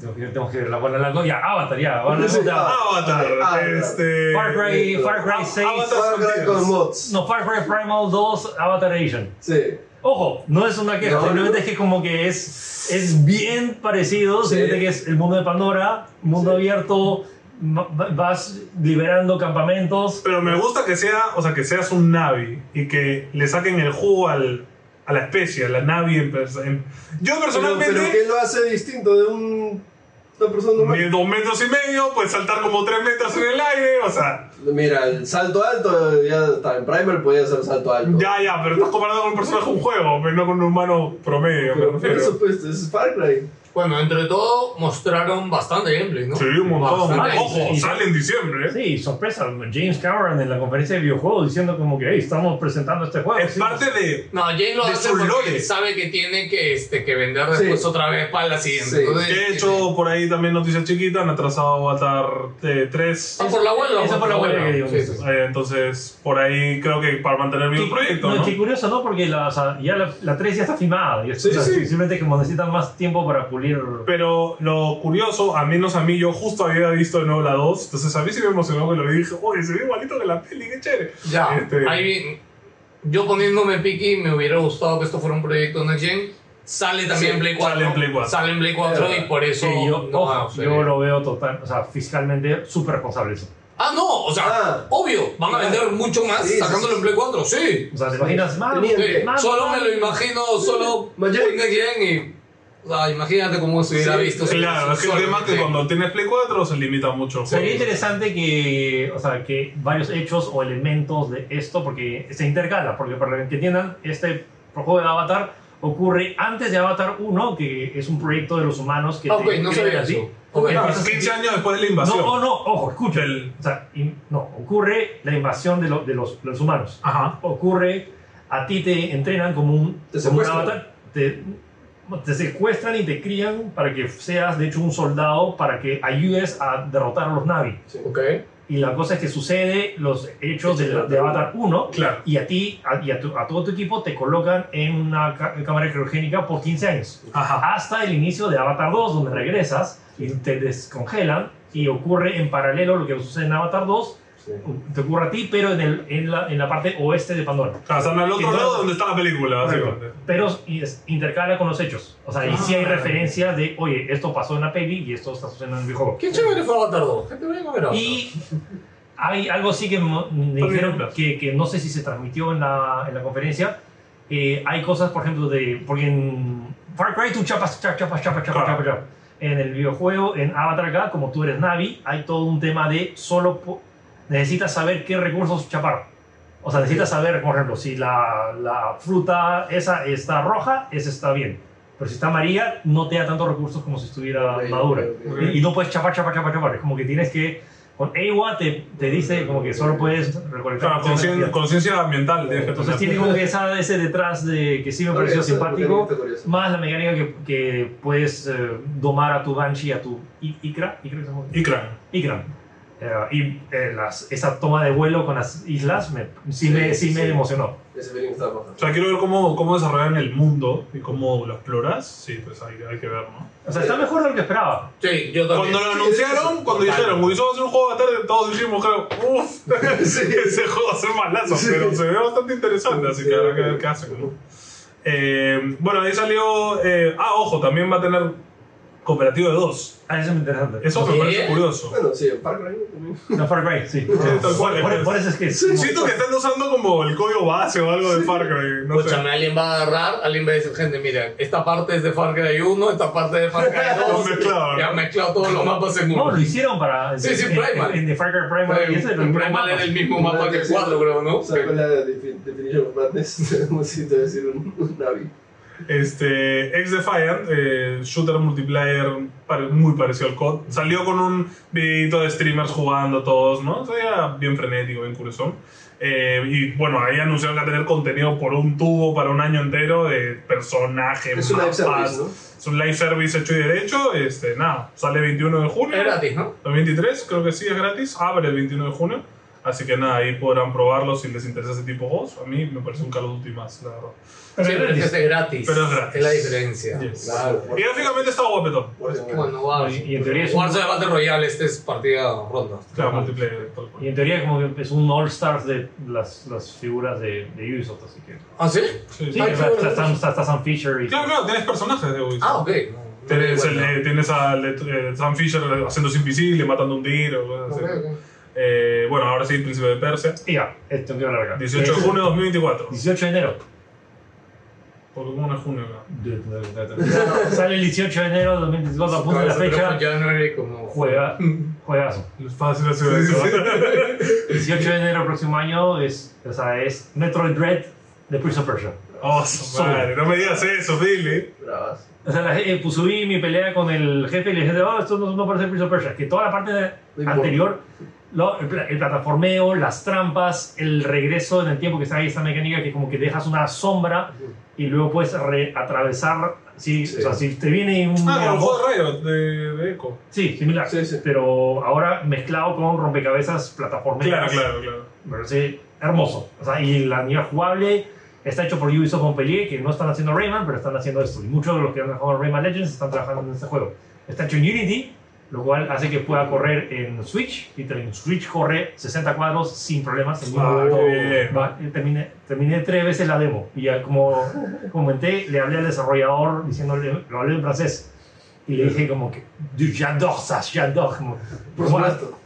Speaker 4: tengo que, tengo que ver la bola. la- No, ya, Avatar, ya. Avatar,
Speaker 3: Sí,
Speaker 4: ya.
Speaker 3: Ah, eh,
Speaker 2: Avatar.
Speaker 3: Avatar.
Speaker 2: Este.
Speaker 4: Far Cry, Far Cry 6.
Speaker 2: Avatar.
Speaker 3: Far Cry con mods.
Speaker 4: No, Far Cry Primal 2, Avatar Asian.
Speaker 3: Sí.
Speaker 4: Ojo, no es una queja,
Speaker 3: No.
Speaker 4: simplemente es que como que es, es bien parecido,
Speaker 3: Sí.
Speaker 4: simplemente que es el mundo de Pandora, mundo abierto, ma- va- vas liberando campamentos.
Speaker 2: Pero me gusta que sea, o sea, que seas un Navi y que le saquen el jugo al, a la especie, a la Navi en, perso- en- Yo
Speaker 3: Pero,
Speaker 2: personalmente.
Speaker 3: pero ¿qué lo hace distinto de un, una persona normal?
Speaker 2: mide dos metros y medio, puedes saltar como tres metros en el aire, o sea,
Speaker 3: Mira, el salto alto, ya está, en Primer podía ser salto alto.
Speaker 2: ya, ya, pero estás comparado con un personaje de un juego, pero no con un humano promedio. me
Speaker 3: Pero por
Speaker 2: refiero.
Speaker 3: eso pues, es Far Cry.
Speaker 5: Bueno, entre todo, mostraron bastante gameplay, ¿no?
Speaker 2: Sí, un montón.
Speaker 5: Bastante.
Speaker 2: Ojo,
Speaker 4: Y-
Speaker 2: sale en diciembre. ¿eh?
Speaker 4: Sí, sorpresa, James Cameron en la conferencia de videojuegos diciendo como que, hey, estamos presentando este juego.
Speaker 2: Es
Speaker 4: Sí,
Speaker 2: parte de.
Speaker 5: No, Jay lo
Speaker 2: De
Speaker 5: hace
Speaker 2: su
Speaker 5: porque
Speaker 2: lore.
Speaker 5: sabe que tiene que, este, que vender
Speaker 3: Sí.
Speaker 5: después otra vez para la siguiente.
Speaker 3: Sí.
Speaker 5: Entonces,
Speaker 2: De
Speaker 5: tiene-
Speaker 2: hecho, por ahí también noticias chiquitas, han atrasado Avatar eh, 3.
Speaker 5: Ah, por la abuela.
Speaker 4: Eso por la abuela que digo. pues,
Speaker 5: Sí, sí, sí.
Speaker 2: Eh, entonces, por ahí creo que para mantener
Speaker 4: Qué-
Speaker 2: bien el proyecto,
Speaker 4: no,
Speaker 2: ¿no?
Speaker 4: qué curioso, ¿no? Porque la, o sea, ya la, la 3 ya está filmada. y es-
Speaker 3: Sí,
Speaker 4: o sea,
Speaker 3: sí.
Speaker 4: Simplemente que necesitan más tiempo para pulir.
Speaker 2: Pero lo curioso, al menos a mí, yo justo había visto de nuevo la 2, entonces a mí sí me emocionó que lo vi, dije, oye, se ve igualito que la peli, qué chévere.
Speaker 5: Ya,
Speaker 2: Este-
Speaker 5: ahí vi- yo poniéndome piqui, me hubiera gustado que esto fuera un proyecto Next Gen. Sale también
Speaker 3: Sí,
Speaker 5: en Play 4.
Speaker 2: sale en Play 4.
Speaker 5: Sale en Play 4
Speaker 3: Sí,
Speaker 5: y por eso.
Speaker 4: Sí, yo,
Speaker 5: no,
Speaker 4: ojo,
Speaker 5: o sea,
Speaker 4: yo lo veo total, o sea, fiscalmente súper responsable eso.
Speaker 5: Ah, no, o sea,
Speaker 3: Ah.
Speaker 5: obvio, van a
Speaker 3: Claro.
Speaker 5: vender mucho más
Speaker 3: Sí, sí,
Speaker 5: sacándolo
Speaker 3: sí.
Speaker 5: en Play 4, sí.
Speaker 4: O sea, ¿te imaginas más?
Speaker 3: Tenía
Speaker 5: Sí,
Speaker 3: que-
Speaker 4: más-
Speaker 5: solo
Speaker 4: más-
Speaker 5: me lo imagino, solo
Speaker 3: Más Gen.
Speaker 5: un Next Gen y. O sea, imagínate cómo se hubiera
Speaker 3: Sí,
Speaker 5: visto. si
Speaker 2: Claro, es que el
Speaker 5: solamente-
Speaker 2: tema es que cuando tienes Play 4 se limita mucho el
Speaker 4: Sería
Speaker 2: juego.
Speaker 4: interesante que, o sea, que varios hechos o elementos de esto, porque se intercala, porque para que entiendan, este juego de Avatar ocurre antes de Avatar 1, que es un proyecto de los humanos que...
Speaker 5: Ah, ok,
Speaker 4: te
Speaker 5: no
Speaker 4: crean
Speaker 5: sabía
Speaker 4: a ti.
Speaker 5: eso. Ok.
Speaker 4: Ah,
Speaker 2: Pues 15 años después de la invasión.
Speaker 4: No, no, no, ojo, escucha.
Speaker 2: Del-
Speaker 4: O sea, in- no, ocurre la invasión de, lo- de los, los humanos.
Speaker 2: Ajá.
Speaker 4: Ocurre, a ti te entrenan como un.
Speaker 3: Te
Speaker 4: como un
Speaker 3: secuestran.
Speaker 4: avatar. Te, te secuestran y te crían para que seas, de hecho, un soldado para que ayudes a derrotar a los Navi.
Speaker 5: Ok.
Speaker 4: Y la cosa es que sucede los hechos de, de Avatar 1
Speaker 2: Claro.
Speaker 4: y a ti a- y a, tu- a todo tu equipo te colocan en una ca- cámara criogénica por 15 años.
Speaker 2: Ajá.
Speaker 4: Hasta el inicio de Avatar 2, donde regresas y te descongelan y ocurre en paralelo lo que sucede en Avatar 2,
Speaker 3: Sí.
Speaker 4: te ocurre a ti, pero en, el- en la, en la parte oeste de Pandora.
Speaker 2: O sea, están al otro
Speaker 4: Entonces-
Speaker 2: lado donde está la película, básicamente.
Speaker 4: Pero y es- intercala con los hechos. O sea, y sí hay
Speaker 2: Ah.
Speaker 4: referencias de, oye, esto pasó en la peli y esto está sucediendo en el videojuego.
Speaker 5: Qué chévere fue Avatar 2. Gente, voy a comer ahora.
Speaker 4: Y hay algo así que mo- me
Speaker 2: Está
Speaker 4: dijeron
Speaker 2: bien,
Speaker 4: que, que no sé si se transmitió en la, en la conferencia. Eh, hay cosas, por ejemplo, de. Porque en Far Cry tú chapas, chapas, chapas, chapas, chapas,
Speaker 2: Claro.
Speaker 4: chapas, chapas. En el videojuego, en Avatar acá, como tú eres Navi, hay todo un tema de solo. po- Necesitas saber qué recursos chapar. O sea, necesitas saber, por ejemplo, si la, la fruta esa está roja, esa está bien. Pero si está amarilla, no te da tantos recursos como si estuviera
Speaker 3: Ok,
Speaker 4: madura.
Speaker 3: ok, ok.
Speaker 4: Y- Y no puedes chapar, chapar, chapar, chapar. Es como que tienes que. Con EWA te, te dice como que solo puedes recolectar.
Speaker 2: Claro, conciencia,
Speaker 4: energía.
Speaker 2: conciencia ambiental. tienes que
Speaker 4: Entonces
Speaker 2: tener.
Speaker 4: tiene como que esa, ese detrás de que sí me
Speaker 3: Ok,
Speaker 4: pareció
Speaker 3: eso es
Speaker 4: simpático.
Speaker 3: mecánica curiosa.
Speaker 4: Más la mecánica que, que puedes eh, domar a tu Banshee, a tu I- Ikra. Ikra, ¿se llama?
Speaker 2: Ikra.
Speaker 4: Ikra. Eh, y eh, las- esa toma de vuelo con las islas me, sí, me, sí,
Speaker 3: Sí,
Speaker 4: me
Speaker 3: sí.
Speaker 4: emocionó.
Speaker 3: Ese feeling está baja.
Speaker 2: O sea, quiero ver cómo, cómo desarrollan el mundo y cómo lo exploras. Sí, pues hay, hay que ver, ¿no?
Speaker 4: O sea, está mejor de lo que esperaba.
Speaker 5: Sí, yo también.
Speaker 2: Cuando lo anunciaron, cuando dijeron, Ubisoft va a hacer un juego de tarde, todos dijimos, creo, (laughs) uff, ese juego va a ser malazo,
Speaker 3: Sí.
Speaker 2: pero se ve bastante interesante, así que habrá que ver qué hacen, ¿no? Eh, bueno, ahí salió. eh, ah, ojo, también va a tener cooperativo de dos.
Speaker 4: Ah, eso es interesante.
Speaker 2: Eso me
Speaker 5: ¿Sí?
Speaker 2: parece curioso.
Speaker 3: Bueno, sí, en Far Cry también.
Speaker 4: No, Far Cry, sí.
Speaker 2: tal cual.
Speaker 4: Por, por- por eso es que...
Speaker 3: Sí, sí.
Speaker 2: Siento que están usando como el código base o algo de Far Cry. No sé.
Speaker 5: Escúchame, alguien va a agarrar, alguien va a decir, gente, mira, esta parte es de Far Cry 1, esta parte es de
Speaker 2: (laughs)
Speaker 5: Far Cry 2.
Speaker 2: Lo mezclaron.
Speaker 5: Ya han mezclado todos los mapas en
Speaker 4: No,
Speaker 5: uno.
Speaker 4: lo hicieron para...
Speaker 5: Sí, sí,
Speaker 4: en,
Speaker 5: Primal.
Speaker 4: En, en The Far Cry Primal. y ese
Speaker 5: El
Speaker 4: es el mismo
Speaker 5: primal
Speaker 4: mapa.
Speaker 5: era el mismo mapa que 4, creo, ¿no?
Speaker 3: Sacó la defi- definición of (laughs) madness. No sé si te voy a decir un, un Navi.
Speaker 2: Este, X Defiant, eh, shooter multiplayer pare- muy parecido al COD. Salió con un videito de streamers jugando todos, ¿no? Sería bien frenético, bien curioso. y bueno, ahí anunciaron que va a tener contenido por un tubo para un año entero de personajes,
Speaker 3: Es un live
Speaker 2: mapas.
Speaker 3: service, ¿no?
Speaker 2: Es un live service hecho y derecho. Este, nada, sale 21 de junio.
Speaker 5: Es gratis, ¿no?
Speaker 2: 2023, creo que sí, es gratis. Abre el 21 de junio. Así que nada, ahí podrán probarlo si les interesa ese tipo de juegos. A mí me parece un Call of Duty más, la verdad.
Speaker 4: Pero
Speaker 5: sí,
Speaker 4: es
Speaker 5: pero es que
Speaker 4: gratis.
Speaker 5: este es gratis.
Speaker 2: Pero es gratis.
Speaker 5: la diferencia.
Speaker 2: Yes.
Speaker 3: Claro.
Speaker 2: Y gráficamente está guapetón.
Speaker 3: Bueno,
Speaker 5: Bueno, wow.
Speaker 4: Y- y en teoría es un-
Speaker 5: Warzone de Battle Royale, este es partida ronda.
Speaker 2: Claro, multiplayer, tal
Speaker 4: Y
Speaker 2: cual.
Speaker 4: en teoría como que es un All Stars de las, las figuras de, de Ubisoft, así que...
Speaker 5: ¿Ah, sí?
Speaker 2: Sí, sí.
Speaker 4: Sí, o sea,
Speaker 5: Ay,
Speaker 4: está,
Speaker 5: qué bueno.
Speaker 4: está- está- está Sam Fisher y...
Speaker 2: Claro, claro, tienes personajes de Ubisoft.
Speaker 5: Ah, ok. No, no me di
Speaker 2: Tienes, el,
Speaker 5: cuenta.
Speaker 2: eh, tienes a Let- eh, Sam Fisher haciéndose invisible, matando un tiro. cosas así.
Speaker 5: Ok, ok.
Speaker 2: Eh, bueno, ahora sí, Príncipe de Persia.
Speaker 4: Y ya, esto quiero hablar acá.
Speaker 2: 18 de
Speaker 4: Eh,
Speaker 2: junio de 2024.
Speaker 4: 18 de enero.
Speaker 2: Porque como no es junio acá.
Speaker 4: Sale el 18 de enero de 2024, apunta la
Speaker 5: Cabeza,
Speaker 4: fecha.
Speaker 5: pero Mm.
Speaker 4: (laughs)
Speaker 5: January como
Speaker 4: Juega, juegazo.
Speaker 2: Es (laughs) fácil hacer eso. ¿eh?
Speaker 4: 18 de enero del próximo año es, o sea, es Metroid Dread de Prince of Persia.
Speaker 2: Oh, su madre, no me digas eso, Billy.
Speaker 3: Bravas.
Speaker 4: O sea, la, eh, pues subí mi pelea con el jefe y le dije, oh, esto no, no parece Prince of Persia. Que toda la parte de-
Speaker 3: No importa.
Speaker 4: anterior, lo- el, pla- el plataformeo, las trampas, el regreso en el tiempo que está ahí, esta mecánica que como que dejas una sombra y luego puedes re- atravesar. Si,
Speaker 3: Sí.
Speaker 4: O sea, si te viene un...
Speaker 2: Ah, como el juego de Riot, de, de Echo.
Speaker 4: Sí, similar.
Speaker 3: Sí, sí.
Speaker 4: Pero ahora mezclado con rompecabezas
Speaker 2: Claro,
Speaker 4: plataformeras.
Speaker 2: claro, claro.
Speaker 4: Me parece hermoso. O sea, y la nivel jugable está hecho por Ubisoft Montpellier, que no están haciendo Rayman, pero están haciendo esto. Y muchos de los que han trabajado en Rayman Legends están trabajando en este juego. Está hecho en Unity, lo cual hace que pueda correr en Switch. Y en Switch corre 60 cuadros sin problemas. En
Speaker 2: Ah,
Speaker 4: ningún
Speaker 2: qué
Speaker 4: momento.
Speaker 2: bien.
Speaker 4: Va, eh, terminé, terminé tres veces la demo. Y ya como comenté, le hablé al desarrollador diciéndole, lo hablé en francés. Y le dije como que, "Dude, j'adore ça, j'adore. Como,
Speaker 3: Por supuesto.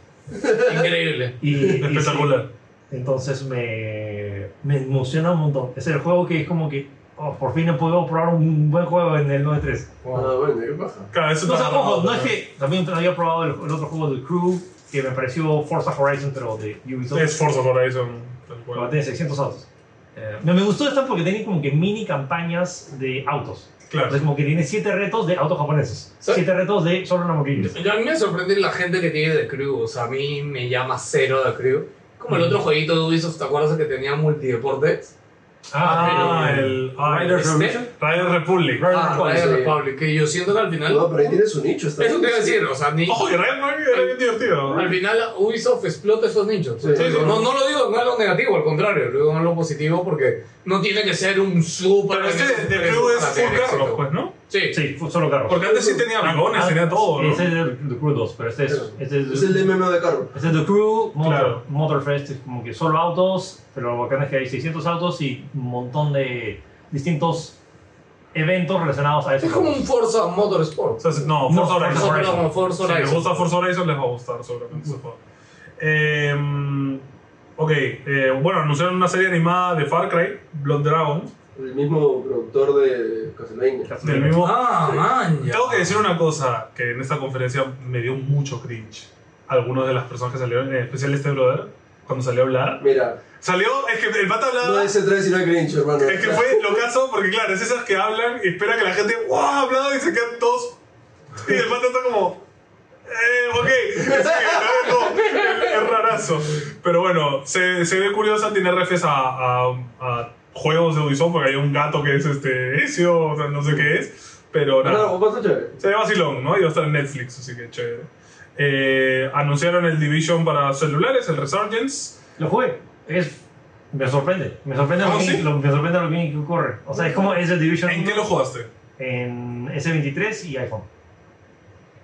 Speaker 5: Increíble.
Speaker 4: Y, y-
Speaker 2: Espectacular.
Speaker 4: entonces me, me emociona un montón. Es el juego que es como que oh, por fin puedo probar un buen juego en el 9.3.
Speaker 3: Ah, bueno, ¿qué pasa?
Speaker 2: Claro, eso
Speaker 4: No, o sea,
Speaker 2: está-
Speaker 4: ojo, no es que también había probado el, el otro juego del Crew que me pareció Forza Horizon, pero de Ubisoft.
Speaker 2: Es Forza Horizon, tal
Speaker 4: Pero
Speaker 2: cual.
Speaker 4: tiene 600 autos. Eh, me me gustó esta porque tiene como que mini campañas de autos.
Speaker 2: Claro.
Speaker 4: Entonces, como que tiene siete retos de autos japoneses.
Speaker 5: Sí.
Speaker 4: Siete retos de solo Lamborghinis.
Speaker 5: Yo a mí me sorprende la gente que tiene The Crew, o sea, a mí me llama cero The Crew. Como el otro jueguito de Ubisoft, ¿te acuerdas que tenía multideportes?
Speaker 2: Ah, el. ah, el-
Speaker 4: Riders
Speaker 5: este-
Speaker 4: Revolution.
Speaker 2: Rider Republic.
Speaker 5: Ah,
Speaker 4: Rider Republic.
Speaker 5: Riders
Speaker 3: sí.
Speaker 5: Republic, que yo siento que al final...
Speaker 3: No, pero ahí tiene su nicho. Está
Speaker 5: ¿Eh? eso te
Speaker 3: bien.
Speaker 5: iba a decir, o sea, ni...
Speaker 2: Ojo, y Rider Republic era bien divertido.
Speaker 5: Al final Ubisoft explota esos nichos.
Speaker 3: Sí, sí, sí.
Speaker 5: No, no lo digo no es lo negativo, al contrario, lo digo en lo positivo porque no tiene que ser un super.
Speaker 2: Pero este de- de
Speaker 5: super-
Speaker 2: Crew es
Speaker 5: para tener
Speaker 2: full carros,
Speaker 5: éxito.
Speaker 2: pues, ¿no?
Speaker 5: Sí.
Speaker 4: Sí, fue solo carros.
Speaker 2: Porque antes sí tenía bigones,
Speaker 4: Ah,
Speaker 2: tenía todo, ¿no?
Speaker 4: Ese es el The Crew 2, pero este es. Este es,
Speaker 3: Es el de MMO de carro.
Speaker 4: este es The Crew, Motor,
Speaker 2: Claro.
Speaker 4: Motorfest, es como que solo autos, pero lo bacán es que hay 600 autos y un montón de distintos eventos relacionados a
Speaker 5: Es
Speaker 4: esos
Speaker 5: como
Speaker 4: autos.
Speaker 5: un Forza Motorsport.
Speaker 2: Entonces, no,
Speaker 4: No,
Speaker 2: Forza Horizon.
Speaker 5: Forza, perdón,
Speaker 2: Si
Speaker 5: Forza
Speaker 2: les
Speaker 5: Horizon.
Speaker 2: gusta Forza Horizon, les va a gustar seguramente ese juego. Em, ok, eh, bueno, anunciaron una serie animada de Far Cry, Blood Dragon,
Speaker 3: El mismo productor de Castlevania.
Speaker 2: del mismo...
Speaker 5: Ah, man. ya.
Speaker 2: Tengo que decir una cosa que en esta conferencia me dio mucho cringe. Algunos de las personas que salieron, en especial este brother, cuando salió a hablar.
Speaker 3: Mira,
Speaker 2: Salió, es que el pata
Speaker 3: no
Speaker 2: hablaba...
Speaker 3: es E3 sino es Grinch, hermano.
Speaker 2: Es que fue lo caso porque, claro, es esas que hablan y espera que la gente, wow, ha hablado y se quedan todos. Y el pata está como, eh, ok, Sí, no, no, es, es rarazo. Pero bueno, se, se ve curiosa, tiene refes a, a- a juegos de Ubisoft porque hay un gato que es este Ezio, o sea, no sé qué es, pero
Speaker 3: Pero
Speaker 2: nada.
Speaker 3: no, bastante chévere.
Speaker 2: Se ve vacilón, ¿no? Y va a estar en Netflix, así que chévere. Eh, anunciaron el Division para celulares, el Resurgence.
Speaker 4: Lo jugué. Es, me sorprende. Me sorprende,
Speaker 2: ¿Ah,
Speaker 4: lo, bien-
Speaker 2: sí?
Speaker 4: lo- me sorprende lo bien que ocurre. O sea, es como es el Division
Speaker 2: ¿En qué lo jugaste?
Speaker 4: en S23 y iPhone.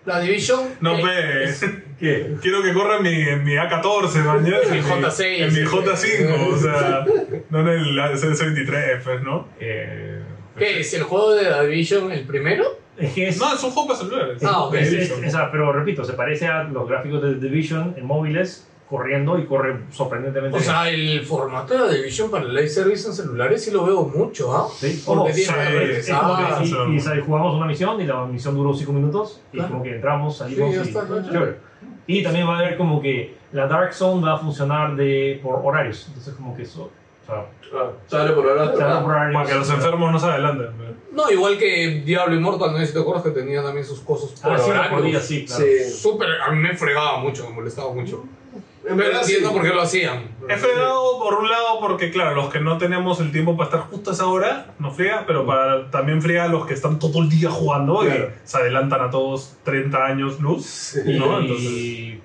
Speaker 5: La Division.
Speaker 2: No
Speaker 5: eh,
Speaker 2: ves. (laughs)
Speaker 4: ¿Qué?
Speaker 2: Quiero que corra en mi, en mi A14, mañana.
Speaker 5: En mi J6.
Speaker 2: En mi J5, o (laughs) sea, no en el C23, pues, ¿no?
Speaker 4: Eh,
Speaker 5: ¿Qué es el juego de la Division el primero?
Speaker 4: es que es.
Speaker 2: No, es un juego para celulares.
Speaker 5: Ah, ok.
Speaker 4: es- es-
Speaker 2: Division.
Speaker 4: o sea, pero repito, se parece a los gráficos de The Division en móviles corriendo y corre sorprendentemente
Speaker 5: O
Speaker 4: bien.
Speaker 5: sea, el formato de la Division para el live service en celulares sí lo veo mucho, ¿ah?
Speaker 4: Sí.
Speaker 5: Porque
Speaker 4: Oh,
Speaker 5: tiene
Speaker 2: sí,
Speaker 4: Es
Speaker 5: que
Speaker 4: como que-
Speaker 5: regresar.
Speaker 2: Ah,
Speaker 4: y-
Speaker 2: sí.
Speaker 4: y, sal- jugamos una misión y la misión duró 5 minutos y
Speaker 5: Claro.
Speaker 4: como que entramos,
Speaker 5: Sí,
Speaker 4: salimos
Speaker 5: ya
Speaker 4: y...
Speaker 5: está, ya.
Speaker 4: Chévere. Y también va a haber como que la Dark Zone va a funcionar de, por horarios. Entonces como que eso... O sea,
Speaker 3: Ah, sale por ahora.
Speaker 4: se van a por horarios.
Speaker 2: Para que los enfermos no se adelanten. pues.
Speaker 5: No, igual que Diablo Immortal, no sé si te acuerdas que tenía también sus cosas
Speaker 4: Ah, sí,
Speaker 5: horarios.
Speaker 4: por día, sí, claro.
Speaker 3: Sí.
Speaker 5: Súper, a mí me fregaba mucho, me molestaba mucho.
Speaker 3: En
Speaker 5: Pero
Speaker 3: verdad,
Speaker 5: entiendo
Speaker 3: sí.
Speaker 5: por qué lo hacían.
Speaker 2: He fregado por un lado porque, claro, los que no tenemos el tiempo para estar justo a esa hora, nos friega, pero para, también friega a los que están todo el día jugando
Speaker 3: Claro.
Speaker 2: y se adelantan a todos 30 años luz.
Speaker 4: Y,
Speaker 2: ¿no?
Speaker 4: y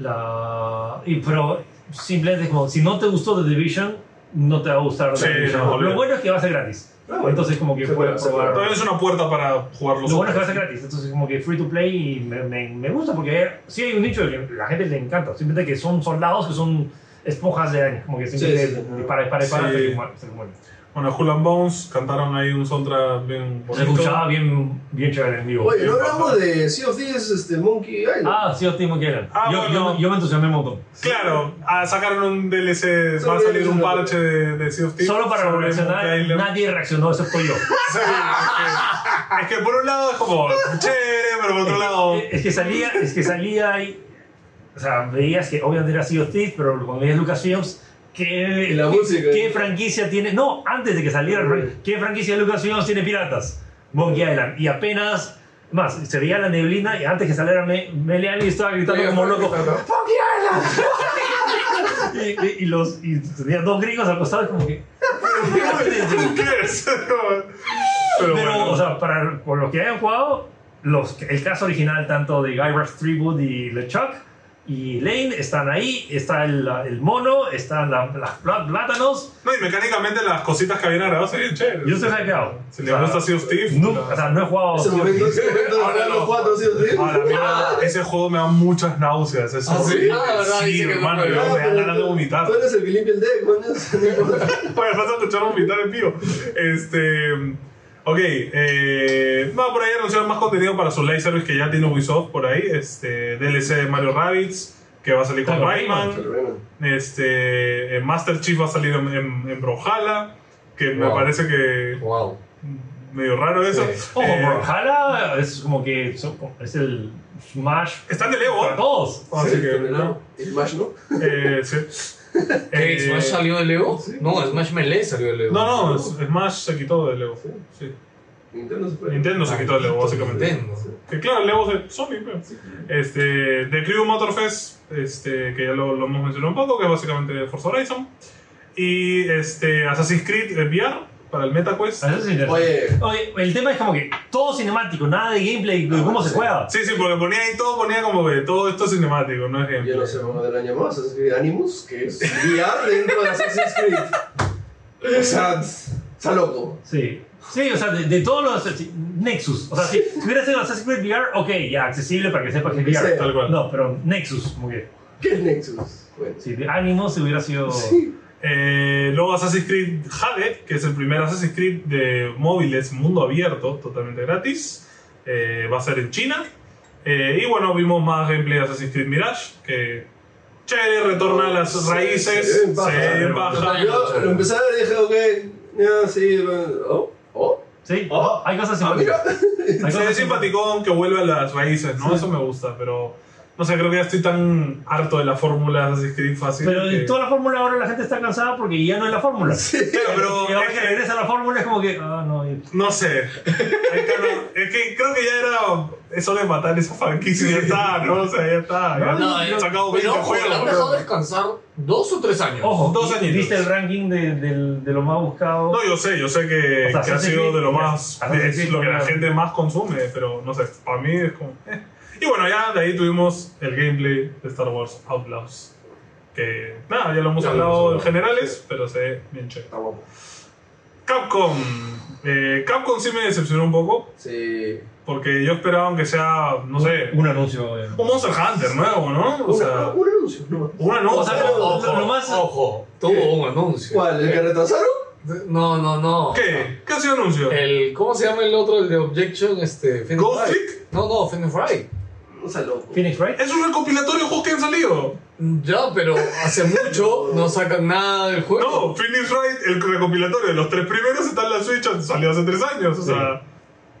Speaker 4: la, y pero simplemente como, si no te gustó The Division, no te va a gustar
Speaker 2: Sí,
Speaker 4: The Division.
Speaker 2: no, olvídate.
Speaker 4: Lo bueno es que va a ser gratis.
Speaker 3: Ah, bueno.
Speaker 4: Entonces como que
Speaker 3: Se
Speaker 4: puedes
Speaker 3: puede, se
Speaker 4: probar...
Speaker 2: Todavía es una puerta para jugarlos.
Speaker 4: Lo bueno es que va a ser gratis, entonces como que free to play y me, me- me gusta porque sí hay un nicho que la gente le encanta, simplemente que son soldados que son esponjas de daño, como que simplemente
Speaker 3: Sí, sí, sí.
Speaker 4: dispara, dispara, dispara
Speaker 2: Sí.
Speaker 4: hasta que muere- hasta que muere.
Speaker 2: Bueno, Hull and Bones cantaron ahí un soundtrack bien bonito.
Speaker 4: Se escuchaba bien, bien chévere en vivo.
Speaker 3: Oye, no hablamos de Sea of Thieves, este, Monkey Island.
Speaker 4: Ah, sí, Timo Kieran.
Speaker 2: Ah,
Speaker 4: yo,
Speaker 2: bueno.
Speaker 4: yo, yo me entusiasmé un montón.
Speaker 2: Claro, ah, sacaron un DLC,
Speaker 3: Sí,
Speaker 2: va a salir un
Speaker 3: sí,
Speaker 2: parche de, de Sea of Thieves.
Speaker 4: Solo para
Speaker 2: sobre Monkey
Speaker 4: reaccionar,
Speaker 2: Island.
Speaker 4: nadie reaccionó excepto yo.
Speaker 2: Sí, es, que, es que por un lado es como chévere, pero por otro lado.
Speaker 4: Eh, Es que salía, es que salía y. O sea, veías que obviamente era Sea of Thieves, pero cuando veías Lucasfilms, ¿qué,
Speaker 3: Y la
Speaker 4: qué-
Speaker 3: música.
Speaker 4: qué franquicia tiene? No, antes de que saliera, ¿qué franquicia de Lucasfilms tiene piratas? Monkey Island. Y apenas. Más, se veía la neblina y antes que saliera Me Meleani estaba gritando como loco. ¡Monkey Island! y, y- y los, y tenía dos gringos al costado, como que.
Speaker 2: ¿Qué es? Pero
Speaker 4: Pero,
Speaker 2: bueno.
Speaker 4: o sea, para por los que hayan jugado, los, que- el caso original tanto de Guybrush Threepwood y LeChuck y Lane están ahí, está el, el mono, están la- las pla- plátanos.
Speaker 2: No, y mecánicamente las cositas que habían grabado se ven chéveres.
Speaker 4: Yo estoy hypeado.
Speaker 2: Si
Speaker 4: O
Speaker 2: le
Speaker 4: sea,
Speaker 2: gusta Sea of Thieves.
Speaker 4: no, o sea, no he jugado.
Speaker 3: Ese momento, ese momento de
Speaker 5: Ahora
Speaker 3: jugar los
Speaker 5: no.
Speaker 3: cuatro Sea of Thieves.
Speaker 2: A la mierda, ese juego me da muchas náuseas. Es horrible.
Speaker 5: sí? Ah, verdad,
Speaker 2: sí,
Speaker 5: dice que no
Speaker 2: hermano, yo
Speaker 5: puede.
Speaker 2: me dan
Speaker 3: pero
Speaker 2: ganas de
Speaker 3: tú-
Speaker 2: vomitar.
Speaker 3: Tú eres el que limpia el deck,
Speaker 2: (laughs)
Speaker 3: man.
Speaker 2: Pues vas a escuchar vomitar en vivo. Este. Ok, eh, va, por ahí anunciaron más contenido para su live service que ya tiene Ubisoft por ahí. Este, DLC de Mario Rabbids, que va a salir con
Speaker 4: Claro,
Speaker 2: Rayman. Este, eh, Master Chief va a salir en, en, en Brawlhalla, que me
Speaker 5: Wow.
Speaker 2: parece que
Speaker 5: Wow.
Speaker 2: medio raro eso.
Speaker 5: Sí.
Speaker 4: Ojo,
Speaker 2: Eh,
Speaker 4: Brawlhalla es como que son- es el Smash
Speaker 2: Están de Lego,
Speaker 4: para
Speaker 2: ¿eh?
Speaker 4: todos.
Speaker 2: así que. ¿no?
Speaker 3: El Mash, ¿no?
Speaker 5: (laughs)
Speaker 2: Eh, sí.
Speaker 5: ¿Qué?
Speaker 2: Eh,
Speaker 5: ¿Smash salió de Lego? No, Smash Melee salió de Lego.
Speaker 2: No, no, Smash se quitó de Lego. Sí.
Speaker 3: Nintendo se fue.
Speaker 2: Nintendo se quitó de Lego, básicamente.
Speaker 5: Ah, Nintendo.
Speaker 2: Que claro, Lego es de Sony, pero. Este, The Crew Motorfest, este, que ya lo, lo hemos mencionado un poco, que es básicamente Forza Horizon. Y este, Assassin's Creed eh, VR para el pues. MetaQuest.
Speaker 3: Ah.
Speaker 4: Eso es interesante.
Speaker 3: Oye,
Speaker 4: Oye, el tema es como que todo cinemático, nada de gameplay, de cómo se juega.
Speaker 2: Sí, sí, porque ponía ahí todo, ponía como que todo esto es cinemático, no es
Speaker 3: yo
Speaker 2: gameplay.
Speaker 3: no sé cómo del año más, Assassin's Creed Animus, que es VR dentro de Assassin's Creed. O sea, está loco.
Speaker 4: Sí. Sí, o sea, de, de todos los eh, sí, Nexus. O sea, si hubiera sido Assassin's Creed VR, ok, ya, accesible para que sepas que es
Speaker 3: Sí.
Speaker 4: VR.
Speaker 2: Tal cual.
Speaker 4: No, pero Nexus, muy bien.
Speaker 3: ¿Qué es Nexus? Bueno,
Speaker 4: Si de Animus hubiera
Speaker 2: Oh.
Speaker 4: sido.
Speaker 3: sí.
Speaker 2: Eh, luego Assassin's Creed Jade, que es el primer Assassin's Creed de móviles, mundo abierto, totalmente gratis. Eh, va a ser en China. Eh, y bueno, vimos más gameplay de Assassin's Creed Mirage, que chévere, retorna a las
Speaker 3: Se-
Speaker 2: raíces,
Speaker 3: se ve en paja,
Speaker 2: se ve en
Speaker 4: ¿no?
Speaker 2: paja.
Speaker 3: Yo lo empecé a ver y dije, ok, ya, sí, bueno, oh, oh,
Speaker 4: Sí,
Speaker 3: Oh.
Speaker 4: hay cosas
Speaker 3: ah,
Speaker 4: simpáticas.
Speaker 3: mira.
Speaker 2: (laughs) Se
Speaker 4: Hay cosas
Speaker 2: ve
Speaker 4: simpáticas.
Speaker 2: simpaticón que vuelve a las raíces, ¿no? Eso me gusta, pero no sé, creo que ya estoy tan harto de la fórmula de Assassin's Creed fácil.
Speaker 4: Pero
Speaker 2: que-
Speaker 4: de toda la fórmula ahora la gente está cansada porque ya no es la fórmula.
Speaker 2: Claro, pero
Speaker 4: y ahora
Speaker 2: es
Speaker 4: que
Speaker 2: que-
Speaker 4: regresa a la fórmula es como que. Ah, no. y-
Speaker 2: No sé. Es que, no- es que creo que ya era. Es hora de matar esa franquicia. Ya está, ¿no? O sea, ya está. Ya
Speaker 5: No,
Speaker 2: se
Speaker 5: eh,
Speaker 2: acabó
Speaker 5: pero
Speaker 2: 20
Speaker 5: ojo, le han
Speaker 2: juegos.
Speaker 5: dejado descansar dos o tres años.
Speaker 4: Ojo,
Speaker 2: Dos
Speaker 4: ¿vi-
Speaker 2: añitos.
Speaker 4: ¿viste el ranking de, del- de lo más buscado?
Speaker 2: No, yo sé, yo sé que,
Speaker 4: O sea,
Speaker 2: que ha
Speaker 4: Assassin's
Speaker 2: sido
Speaker 4: Creed,
Speaker 2: de lo
Speaker 4: ya,
Speaker 2: más.
Speaker 4: Assassin's
Speaker 2: Es
Speaker 4: Creed,
Speaker 2: lo que la
Speaker 4: claro.
Speaker 2: gente más consume, pero no sé, para mí es como. eh. Y bueno, ya de ahí tuvimos el gameplay de Star Wars Outlaws. Que nada, ya lo hemos
Speaker 5: Ya lo
Speaker 2: hablado
Speaker 5: hemos hablado,
Speaker 2: en generales, pero se ve bien chévere.
Speaker 3: Está guapo.
Speaker 2: Capcom. Eh, Capcom sí me decepcionó un poco,
Speaker 3: Sí.
Speaker 2: porque yo esperaba, aunque sea, no sé,
Speaker 4: Un anuncio. eh.
Speaker 2: un Monster Hunter nuevo, ¿no? O
Speaker 3: Una-
Speaker 2: sea,
Speaker 3: un anuncio, no.
Speaker 2: una no.
Speaker 4: O sea,
Speaker 2: ¿no?
Speaker 4: lo- lo- lo más-
Speaker 5: Ojo, tuvo un anuncio.
Speaker 3: ¿Cuál? ¿El que retrasaron?
Speaker 5: No, no, no.
Speaker 2: ¿Qué? ¿Qué ha sido anuncio?
Speaker 5: El, ¿Cómo se llama el otro, el de Objection? Este, Phoenix
Speaker 2: Ghost
Speaker 5: Wright?
Speaker 2: Trick?
Speaker 5: No, no, Phoenix Wright.
Speaker 3: No sea loco.
Speaker 4: Phoenix Wright.
Speaker 2: Es un recopilatorio de juegos que han salido.
Speaker 5: Ya, pero hace mucho no sacan nada del
Speaker 2: No,
Speaker 5: juego.
Speaker 2: Phoenix Wright, el recopilatorio de los tres primeros está en la Switch, salió hace tres años. O sea,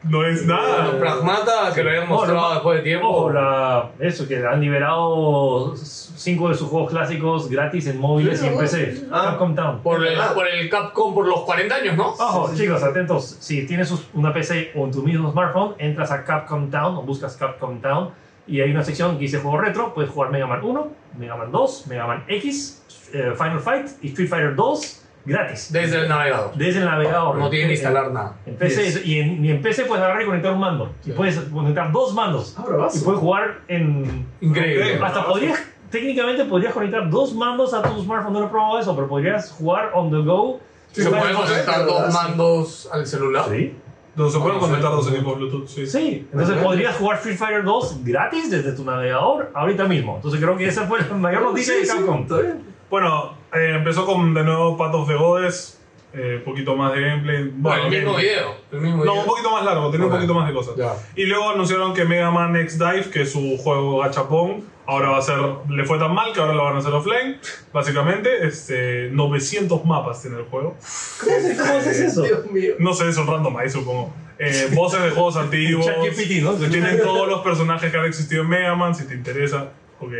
Speaker 2: no es
Speaker 5: Bueno,
Speaker 2: nada.
Speaker 5: Pragmata Eh, que lo habían
Speaker 4: Ojo,
Speaker 5: mostrado
Speaker 4: lo-
Speaker 5: después de tiempo.
Speaker 4: Ojo, la- eso, que han liberado cinco de sus juegos clásicos gratis en móviles y en PC.
Speaker 3: Ah.
Speaker 4: Capcom Town.
Speaker 5: Por el,
Speaker 3: Ah.
Speaker 5: por el Capcom por los 40 años, ¿no?
Speaker 4: Ojo, chicos, atentos. Si tienes us- una PC o en tu mismo smartphone, entras a Capcom Town o buscas Capcom Town y hay una sección que dice juego retro. Puedes jugar Mega Man 1, Mega Man 2, Mega Man X, eh, Final Fight y Street Fighter 2 gratis.
Speaker 5: Desde el navegador.
Speaker 4: Desde el navegador.
Speaker 5: No tienen que instalar nada.
Speaker 4: En PC,
Speaker 5: Yes.
Speaker 4: y, en, y en PC puedes agarrar y conectar un mando. Y
Speaker 5: Sí.
Speaker 4: puedes conectar dos mandos.
Speaker 3: Ah, bravazo.
Speaker 4: Y puedes jugar en.
Speaker 5: Increíble. Ah,
Speaker 2: Ok.
Speaker 4: Hasta
Speaker 2: bravazo.
Speaker 4: podrías. Técnicamente podrías conectar dos mandos a tu smartphone. No lo he probado eso, pero podrías jugar on the go.
Speaker 5: Se pueden conectar dos mandos al celular.
Speaker 4: Sí.
Speaker 2: No, se pueden
Speaker 5: Vamos a ver.
Speaker 2: conectar dos equipos Bluetooth, Ah, sí.
Speaker 4: Sí, entonces podrías jugar Free Fighter 2 gratis desde tu navegador ahorita mismo. Entonces creo que esa fue la mayor noticia
Speaker 3: Sí,
Speaker 4: de
Speaker 3: sí,
Speaker 4: Capcom.
Speaker 3: Está bien.
Speaker 2: Bueno, eh, empezó con de nuevo Path of the Godes, eh, poquito más de gameplay. Bueno,
Speaker 5: el mismo
Speaker 2: gameplay.
Speaker 5: video. El mismo
Speaker 2: No,
Speaker 5: video.
Speaker 2: un poquito más largo, tenía
Speaker 5: Ok.
Speaker 2: un poquito más de cosas.
Speaker 5: Ya.
Speaker 2: Y luego anunciaron que Mega Man X Dive, que es su juego gachapón, ahora va a ser. Le fue tan mal que ahora lo van a hacer offline. Básicamente, este, 900 mapas tiene el juego.
Speaker 4: ¿Cómo se- cómo se hace eso?
Speaker 3: Dios mío.
Speaker 2: No sé, es un randomized, supongo. Eh, voces de juegos antiguos.
Speaker 4: ChatGPT, ¿no?
Speaker 2: Tienen todos los personajes que han existido en Mega Man, si te interesa. Ok.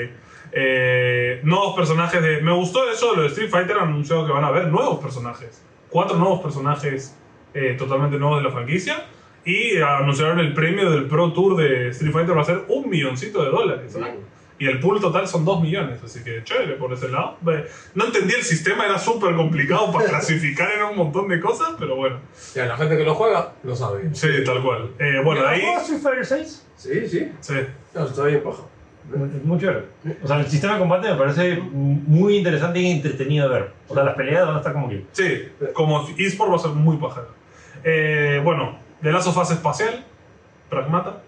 Speaker 2: Eh, nuevos personajes de. Me gustó eso, lo de Street Fighter han anunciado que van a haber nuevos personajes. Cuatro nuevos personajes eh, totalmente nuevos de la franquicia. Y anunciaron el premio del Pro Tour de Street Fighter va a ser un milloncito de dólares. ¿no? Y el pool total son 2 millones, así que chévere por ese lado. Ve, No entendí el sistema, era súper complicado para (laughs) clasificar, era un montón de cosas, pero bueno.
Speaker 5: Ya, la gente que lo juega lo sabe.
Speaker 2: Sí, tal cual. Eh, bueno, de ahí.
Speaker 4: ¿Juegas Street Fighter 6?
Speaker 3: Sí, sí.
Speaker 2: Sí.
Speaker 3: Está bien, paja.
Speaker 4: eh, Muy chévere. O sea, el sistema de combate me parece muy interesante y entretenido de ver. O sea, las peleas van a estar como que.
Speaker 2: Sí, como eSport va a ser muy pajero. Eh, bueno, de la sofás espacial, Pragmata.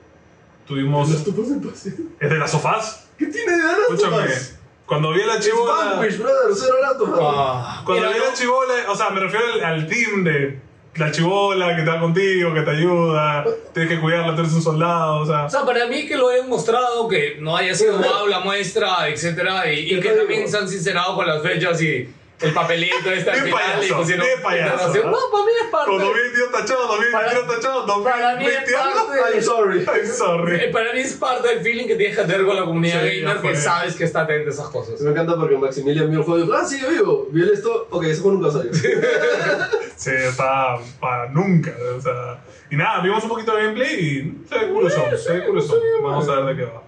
Speaker 2: Tuvimos.
Speaker 3: Los tupos en paseo.
Speaker 2: ¿Es de la sofás?
Speaker 3: ¿Qué tiene de ganas
Speaker 2: Escúchame.
Speaker 3: Tomás?
Speaker 2: Cuando vi el
Speaker 3: Es
Speaker 2: archivo. de la-
Speaker 3: Vanquish, brother. Cero latos, brother.
Speaker 5: Ah,
Speaker 2: Cuando
Speaker 5: mira,
Speaker 2: vi la
Speaker 5: no-
Speaker 2: chibola, o sea, me refiero al, al team de la chibola que está contigo, que te ayuda, tienes que cuidarla, tú eres un soldado, o sea.
Speaker 5: O sea, para mí que lo hayan mostrado, que no haya sido wow la muestra, etcétera, y, y que también se han sincerado con las fechas y el papelito este al
Speaker 2: Bien
Speaker 5: final. y
Speaker 2: payaso,
Speaker 5: pusieron
Speaker 2: bien payaso,
Speaker 5: narración.
Speaker 2: ¿no?
Speaker 5: No, para mí es
Speaker 2: Con
Speaker 5: parte.
Speaker 2: 2022 tachado, 2022 tachado,
Speaker 5: para mí es
Speaker 2: 2020 algo.
Speaker 5: parte-
Speaker 2: (laughs)
Speaker 3: I'm sorry.
Speaker 2: I'm
Speaker 5: eh,
Speaker 2: sorry.
Speaker 5: Para mí es parte del feeling que tienes que tener con la comunidad
Speaker 2: Sí,
Speaker 5: gamer
Speaker 2: ya fue.
Speaker 5: que sabes que está atenta a esas cosas.
Speaker 3: Me encanta porque Maximilian vio el juego y dijo, ah, sí, yo vivo. Vi el esto, ok, ese juego nunca salió.
Speaker 2: Sí, está para nunca. O sea, y nada, vimos un poquito de gameplay y se ve cool eso, se ve cool eso. Vamos a ver de qué va.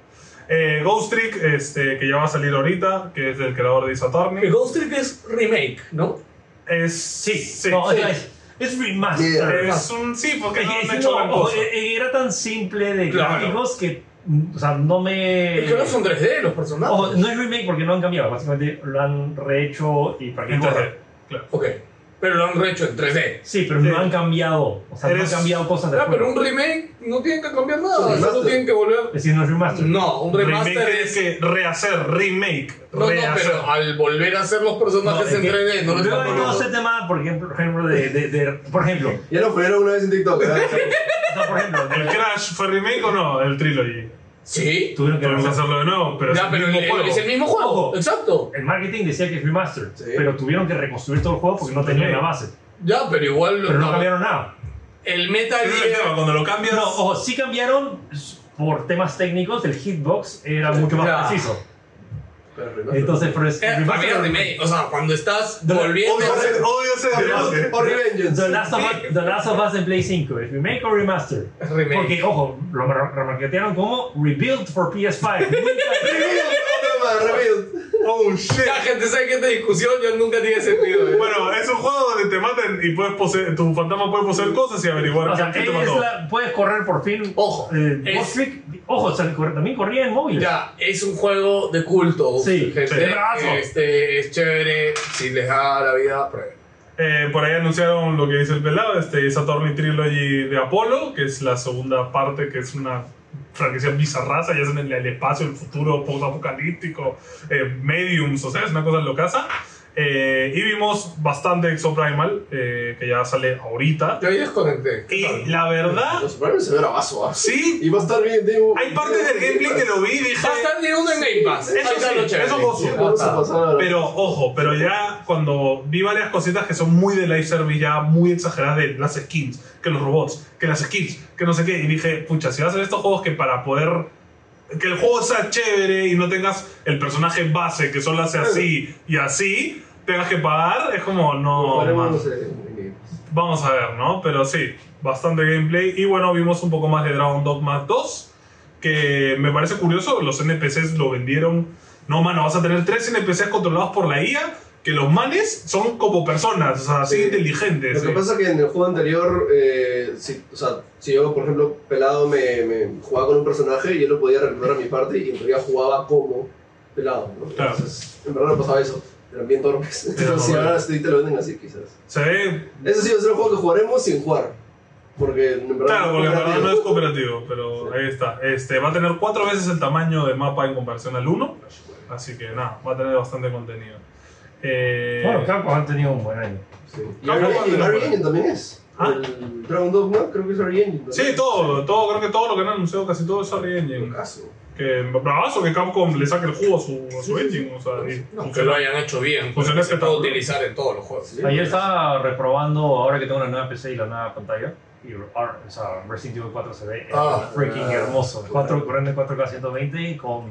Speaker 2: Eh, Ghost Trick, este, que ya va a salir ahorita, que es del creador de Ace
Speaker 5: El
Speaker 2: Attorney.
Speaker 5: Ghost Trick es remake, ¿no?
Speaker 2: Es,
Speaker 4: Sí,
Speaker 2: sí.
Speaker 4: no,
Speaker 5: sí.
Speaker 4: Es, es eh, remaster.
Speaker 3: Yeah.
Speaker 2: Es un sí, porque
Speaker 4: Es (laughs)
Speaker 2: no
Speaker 4: que-
Speaker 2: han
Speaker 4: es
Speaker 2: hecho
Speaker 4: que
Speaker 2: gran
Speaker 4: no,
Speaker 2: cosa.
Speaker 4: eh, era tan simple de
Speaker 5: Claro.
Speaker 4: gráficos que, mm, o sea, no me...
Speaker 5: Es que ahora son 3D los
Speaker 4: Ojo,
Speaker 5: personajes.
Speaker 4: Oh, no es remake porque no han cambiado, básicamente lo han rehecho y para que corra.
Speaker 2: Entonces, claro.
Speaker 5: Ok, pero lo han rehecho en 3D.
Speaker 4: Sí, pero
Speaker 2: Sí.
Speaker 4: no han cambiado, o sea,
Speaker 2: Eres-
Speaker 4: no han cambiado cosas del
Speaker 5: Ah, pero un
Speaker 4: juego.
Speaker 5: remake no tienen que cambiar
Speaker 3: Es un
Speaker 5: nada, solo
Speaker 3: remaster.
Speaker 5: tienen que volver.
Speaker 4: Es decir, no es remaster.
Speaker 5: No, un remaster
Speaker 2: Remake
Speaker 5: es.
Speaker 2: es que rehacer, remake,
Speaker 5: No, no,
Speaker 2: rehacer.
Speaker 5: pero al volver a hacer los personajes
Speaker 4: es
Speaker 5: en
Speaker 4: que-
Speaker 5: 3D, no lo
Speaker 4: Yo
Speaker 5: están
Speaker 4: hay todo ese
Speaker 5: volviendo.
Speaker 4: tema, por ejemplo, por ejemplo, de, de- de- por ejemplo,
Speaker 3: Ya lo fueron una vez en TikTok, ¿verdad?
Speaker 4: no, por ejemplo,
Speaker 2: ¿El
Speaker 4: de-
Speaker 2: Crash fue remake o no? El Trilogy.
Speaker 5: Sí.
Speaker 4: tuvieron que
Speaker 2: Podemos
Speaker 4: remaster.
Speaker 2: hacerlo de nuevo, pero
Speaker 5: Ya,
Speaker 2: es
Speaker 5: pero
Speaker 2: el
Speaker 5: el-
Speaker 2: mismo
Speaker 5: el-
Speaker 2: juego.
Speaker 5: es el mismo juego.
Speaker 4: Ojo.
Speaker 5: Exacto.
Speaker 4: El marketing decía que es remaster,
Speaker 3: Sí.
Speaker 4: pero tuvieron que reconstruir todo el juego porque no
Speaker 2: Sí.
Speaker 4: tenían la base,
Speaker 5: Ya, pero igual.
Speaker 4: pero no
Speaker 5: no.
Speaker 4: cambiaron nada.
Speaker 5: El Metal
Speaker 2: Ese es el tema,
Speaker 5: Gear.
Speaker 2: cuando lo cambias.
Speaker 4: No, ojo, sí cambiaron por temas técnicos, el hitbox era mucho más
Speaker 5: Ya.
Speaker 4: preciso.
Speaker 3: Pero remaster.
Speaker 4: Entonces, pero es
Speaker 5: eh, Para mí
Speaker 4: remaster-
Speaker 5: era remake. O sea, cuando estás
Speaker 4: No,
Speaker 5: volviendo.
Speaker 2: odio, ese, odio ese debate.
Speaker 3: O Revengeance.
Speaker 4: The Last, of Us, The Last of Us en Play 5, ¿es remake o remaster?
Speaker 5: Es remake.
Speaker 4: Porque, ojo, lo re- remarquetearon como Rebuild for PS5. Nunca-
Speaker 5: (laughs)
Speaker 3: Rebuild, otra más, Rebuild.
Speaker 2: Oh shit.
Speaker 5: La gente sabe que esta discusión ya nunca tiene sentido. eh.
Speaker 2: Bueno, es un juego donde te matan y puedes poseer, tu fantasma puede poseer cosas y averiguar
Speaker 4: o
Speaker 2: qué
Speaker 4: sea,
Speaker 2: qué te
Speaker 4: es
Speaker 2: mató.
Speaker 4: la- puedes correr por fin.
Speaker 5: Ojo,
Speaker 4: eh,
Speaker 5: es-
Speaker 4: Ghost Trick. ojo, o sea, cor- también corría en móvil.
Speaker 5: Ya, es un juego de culto.
Speaker 4: Sí,
Speaker 5: gente.
Speaker 2: sí. Brazo.
Speaker 5: Este, es chévere. Si les da la vida, prueben.
Speaker 2: Eh, por ahí anunciaron lo que dice el pelado, este Saturn Trilogy de Apolo, que es la segunda parte, que es una franquicia bizarraza, ya es en el, el espacio, el futuro post-apocalíptico, eh, mediums, o sea, es una cosa locaza. Eh, y vimos bastante Exoprimal, eh, que ya sale ahorita.
Speaker 5: Yo ahí desconecté. ¿Qué
Speaker 2: Y
Speaker 5: tal?
Speaker 2: la verdad,
Speaker 3: Los Supremos se ve bravazo, ¿ah?
Speaker 2: sí,
Speaker 3: Y va a estar bien, digo.
Speaker 2: hay partes del gameplay que lo vi y dije...
Speaker 5: Va a estar de uno en Game Pass.
Speaker 2: Eso
Speaker 5: Ahí está
Speaker 2: sí,
Speaker 5: lo chévere.
Speaker 2: eso gozo.
Speaker 5: Ya
Speaker 3: Vamos
Speaker 5: está.
Speaker 3: a pasar a la-
Speaker 2: Pero ojo, pero ya cuando vi varias cositas que son muy de live service, ya muy exageradas de las skins, que los robots, que las skins, que no sé qué, y dije, pucha, si vas a hacer estos juegos que para poder. que el juego sea chévere y no tengas el personaje base que solo hace así y así, tengas que pagar, es como, no. eh,
Speaker 3: Jugaremos,
Speaker 2: man.
Speaker 3: no sé, en games.
Speaker 2: Vamos a ver, ¿no? Pero sí, bastante gameplay. Y bueno, vimos un poco más de Dragon Dogma 2, que me parece curioso, los NPCs lo vendieron. No, mano, vas a tener tres NPCs controlados por la IA, que los manes son como personas, o sea, así
Speaker 3: Sí.
Speaker 2: inteligentes.
Speaker 3: Lo que
Speaker 2: sí.
Speaker 3: pasa es que en el juego anterior, eh, si, o sea, si yo, por ejemplo, pelado me, me jugaba con un personaje, yo lo podía reclutar a mi parte y en teoría jugaba como pelado. ¿no?
Speaker 2: Claro.
Speaker 3: Entonces, en verdad no pasaba eso. Eran bien torpes. Pero si
Speaker 2: no,
Speaker 3: ahora estoy, te lo venden así, quizás.
Speaker 2: Se ve,
Speaker 3: Ese sí va a ser el juego que jugaremos sin jugar. Porque en verdad.
Speaker 2: claro, porque en verdad no es
Speaker 3: cooperativo.
Speaker 2: cooperativo, pero ahí está. Este, va a tener cuatro veces el tamaño de mapa en comparación al 1, así que nada, va a tener bastante contenido. Eh,
Speaker 4: Bueno, Capcom han tenido un buen año.
Speaker 3: Sí. Y
Speaker 2: Claro,
Speaker 3: Ari-
Speaker 2: no,
Speaker 3: y
Speaker 2: no,
Speaker 3: Ari
Speaker 2: no.
Speaker 3: Engine también es.
Speaker 2: Ah.
Speaker 3: El Dragon Dogma, creo que es Ari Engine.
Speaker 2: Sí, todo, todo, creo que todo lo que han anunciado, casi todo es Unreal Engine.
Speaker 3: Caso.
Speaker 2: Que bravazo que Capcom le saque el jugo a su, a su engine, o sea, y-
Speaker 5: Aunque lo hayan hecho bien, porque
Speaker 2: Funciona este
Speaker 5: se puede
Speaker 2: espectacular.
Speaker 5: utilizar en todos los juegos.
Speaker 3: Sí.
Speaker 4: Ayer estaba reprobando, ahora que tengo la nueva PC y la nueva pantalla, y ahora, o sea, Resident Evil 4 se ve
Speaker 5: Ah,
Speaker 4: freaking
Speaker 3: ah,
Speaker 4: hermoso.
Speaker 3: claro.
Speaker 4: Cuatro, corriendo en 4K 120 con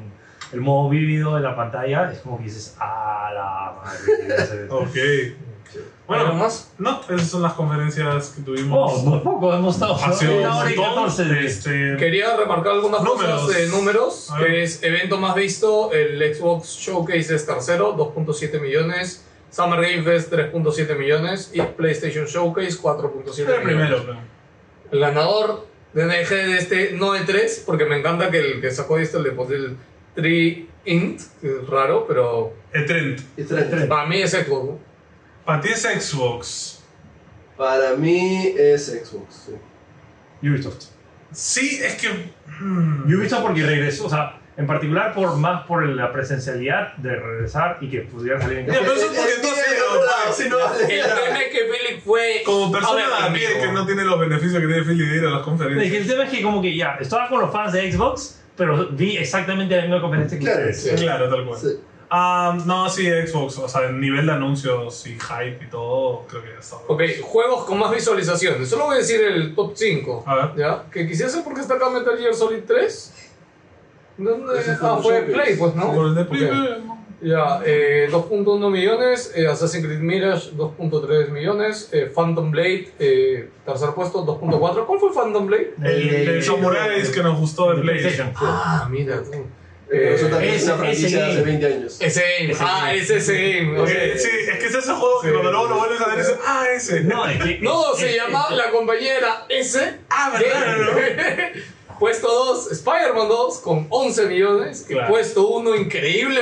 Speaker 4: el modo vívido de la pantalla, es como que dices, ah, la madre. que
Speaker 2: (laughs)
Speaker 4: se ve".
Speaker 2: Ok.
Speaker 5: ¿Algo
Speaker 2: Bueno,
Speaker 5: más?
Speaker 2: no, esas son las conferencias que
Speaker 4: Oh,
Speaker 2: tuvimos.
Speaker 4: muy poco, hemos estado
Speaker 2: Ha sido
Speaker 4: una hora y
Speaker 2: un montón.
Speaker 4: 14 de
Speaker 2: Este,
Speaker 5: Quería remarcar algunas
Speaker 2: Números.
Speaker 5: cosas de números,
Speaker 2: A ver.
Speaker 5: que es evento más visto, el Xbox Showcase es tercero, 2.7 millones, Summer Game Fest 3.7 millones y PlayStation Showcase 4.7
Speaker 2: era
Speaker 5: millones.
Speaker 2: el primero, creo.
Speaker 5: El ganador de NG de este no de 3, porque me encanta que el que sacó esto le pone el 3 int, que es raro, pero
Speaker 2: El Eh, Trent.
Speaker 3: Y tres.
Speaker 5: para mí es
Speaker 2: (laughs)
Speaker 5: Xbox. ¿no?
Speaker 2: Para ti es Xbox.
Speaker 3: Para mí es Xbox. sí.
Speaker 4: Ubisoft.
Speaker 2: Sí, es que. mm,
Speaker 4: Ubisoft porque regresó, o sea, en particular por más por la presencialidad de regresar y que pudiera
Speaker 2: (laughs)
Speaker 4: salir en (laughs)
Speaker 2: Ya, pero eso es porque tú has sido, pues.
Speaker 3: Sí, no, vale.
Speaker 5: El tema es que Philip fue...
Speaker 2: (laughs) Como
Speaker 5: A ver,
Speaker 2: persona de a pie
Speaker 5: amigo.
Speaker 2: que no tiene los beneficios que tiene Philly de ir a las
Speaker 4: Es que
Speaker 2: conferencias.
Speaker 4: el tema es que como que ya, estaba con los fans de Xbox, pero vi exactamente la misma conferencia que
Speaker 3: Claro,
Speaker 4: ustedes.
Speaker 5: sí.
Speaker 2: Claro, tal cual.
Speaker 3: Sí.
Speaker 2: Ah, no, sí, Xbox. O sea, el nivel de anuncios y hype y todo, creo que ya está.
Speaker 5: Ok, juegos con más visualizaciones. Solo voy a decir el top 5.
Speaker 2: A ver.
Speaker 5: ¿Ya? Que quisiera saber por qué está acá Metal Gear Solid 3. ¿Dónde?
Speaker 3: Ese fue
Speaker 5: Ah,
Speaker 3: un
Speaker 5: fue
Speaker 3: showcase.
Speaker 5: Play, pues, ¿no?
Speaker 2: Por el de Play,
Speaker 5: Ok.
Speaker 2: eh, no.
Speaker 5: Ya, eh, 2.1 millones, eh, Assassin's Creed Mirage 2.3 millones, eh, Phantom Blade, eh, tercer puesto 2.4. ¿Cuál fue Phantom Blade?
Speaker 2: El de Samuráis que nos gustó de
Speaker 4: de
Speaker 2: PlayStation.
Speaker 4: PlayStation.
Speaker 5: Ah, mira tú.
Speaker 3: Pero eso también es
Speaker 4: Eh, ese-
Speaker 3: una franquicia de
Speaker 4: ese-
Speaker 3: hace 20 años.
Speaker 5: Ese game. Ah, ese es ese game. ok.
Speaker 2: Eh, Sí, es que es ese juego que
Speaker 5: Sí.
Speaker 2: cuando luego lo vuelves a ver dices, ah, ese.
Speaker 4: (laughs) No, es que-
Speaker 5: No,
Speaker 4: es-
Speaker 5: se
Speaker 4: es-
Speaker 5: llama
Speaker 4: es-
Speaker 5: la compañera ese.
Speaker 2: Ah, ¿verdad?
Speaker 5: (laughs) Puesto 2, Spider-Man 2 con 11 millones. Y
Speaker 2: Claro.
Speaker 5: puesto 1,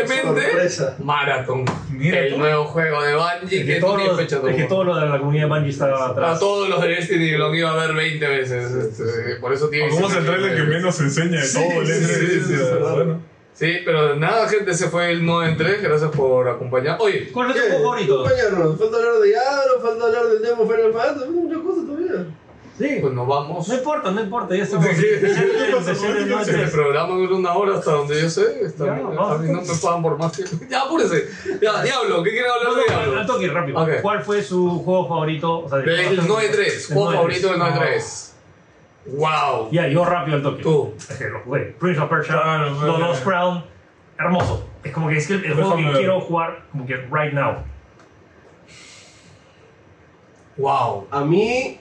Speaker 5: increíblemente,
Speaker 3: Sorpresa.
Speaker 5: Marathon.
Speaker 2: Mira
Speaker 5: el
Speaker 2: tú.
Speaker 5: nuevo juego de Bungie
Speaker 4: Es
Speaker 5: que,
Speaker 4: que, todo
Speaker 5: no tiene
Speaker 4: lo,
Speaker 5: fecha
Speaker 4: es que
Speaker 5: tampoco.
Speaker 4: todo lo de la comunidad de Bungie está
Speaker 5: A
Speaker 4: atrás.
Speaker 5: todos los de Destiny lo han ido a ver 20 veces. este, por eso tiene.
Speaker 2: Vamos al trailer que menos enseña de
Speaker 5: Sí,
Speaker 2: todo el
Speaker 5: sí,
Speaker 2: E3,
Speaker 5: sí, sí,
Speaker 2: o sea,
Speaker 3: claro.
Speaker 2: "Ah, bueno.
Speaker 5: Sí, pero nada, gente, ese fue el modo en 3. Gracias por acompañar. Oye,
Speaker 4: ¿Cuál es tu juego favorito?
Speaker 3: Compañero, falta hablar de Yaro, falta hablar del demo Final Fantasy, falta muchas cosas todavía.
Speaker 4: Sí.
Speaker 5: pues nos vamos.
Speaker 4: No importa, no importa, ya estamos.
Speaker 5: Sí.
Speaker 4: Empezar el
Speaker 5: Sí, El
Speaker 4: noche.
Speaker 5: programa dura una hora hasta donde yo sé. Está
Speaker 4: Ya,
Speaker 5: bien.
Speaker 4: vamos.
Speaker 5: a mí no me pagan por más tiempo. Ya, apúrese. Ya, Diablo, ¿qué quieren hablar de
Speaker 4: No, no, Al
Speaker 5: Diablo?
Speaker 4: toque, rápido.
Speaker 5: Ok.
Speaker 4: ¿Cuál fue su juego favorito? O sea, de-
Speaker 5: Del 9-3,
Speaker 4: Del
Speaker 5: juego
Speaker 4: 9-3.
Speaker 5: favorito del
Speaker 4: No.
Speaker 5: 9-3. Wow.
Speaker 4: Ya, yo rápido al toque.
Speaker 5: Tú.
Speaker 4: Es que lo jugué. Prince of Persia,
Speaker 2: Claro,
Speaker 4: The
Speaker 2: claro.
Speaker 4: Lost Crown, hermoso. Es como que es que el, el juego
Speaker 2: Déjame
Speaker 4: que
Speaker 2: ver.
Speaker 4: quiero jugar, como que right now.
Speaker 5: Wow.
Speaker 3: A mí,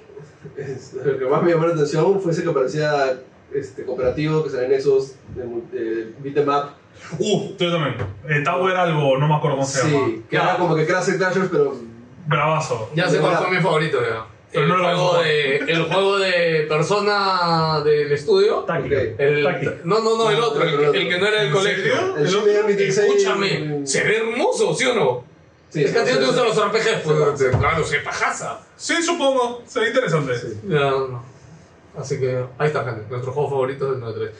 Speaker 3: es- lo que más me llamó la atención fue ese que parecía este, cooperativo, que salían esos de, mu- de beat 'em up.
Speaker 2: Uh, yo también. Eh, Tower algo, no me acuerdo cómo se llama.
Speaker 3: Sí, que era como que Crash Clashers, pero
Speaker 2: Bravazo.
Speaker 5: Ya sé cuál fue mi favorito, ya.
Speaker 2: Pero
Speaker 5: El
Speaker 2: no lo vamos
Speaker 5: juego
Speaker 2: a
Speaker 5: de, el juego de persona del estudio.
Speaker 4: Táctica.
Speaker 3: Ok.
Speaker 5: El,
Speaker 4: Táctica.
Speaker 5: no, no, no, el otro, el, que- el que no era del
Speaker 2: ¿En
Speaker 5: colegio.
Speaker 2: serio?
Speaker 3: el
Speaker 2: ¿El
Speaker 3: Shin
Speaker 2: otro?
Speaker 3: Megami Tensei-
Speaker 5: Escúchame, se ve hermoso, ¿sí o no?
Speaker 3: Sí,
Speaker 5: es que a ti no te
Speaker 3: sí,
Speaker 5: gustan
Speaker 3: sí.
Speaker 5: los RPGs, pues claro, se pajaza.
Speaker 2: Sí, supongo. Sería interesante.
Speaker 5: Ya, no, no. Así que ahí está, gente. Nuestro juego favorito es el 9-3.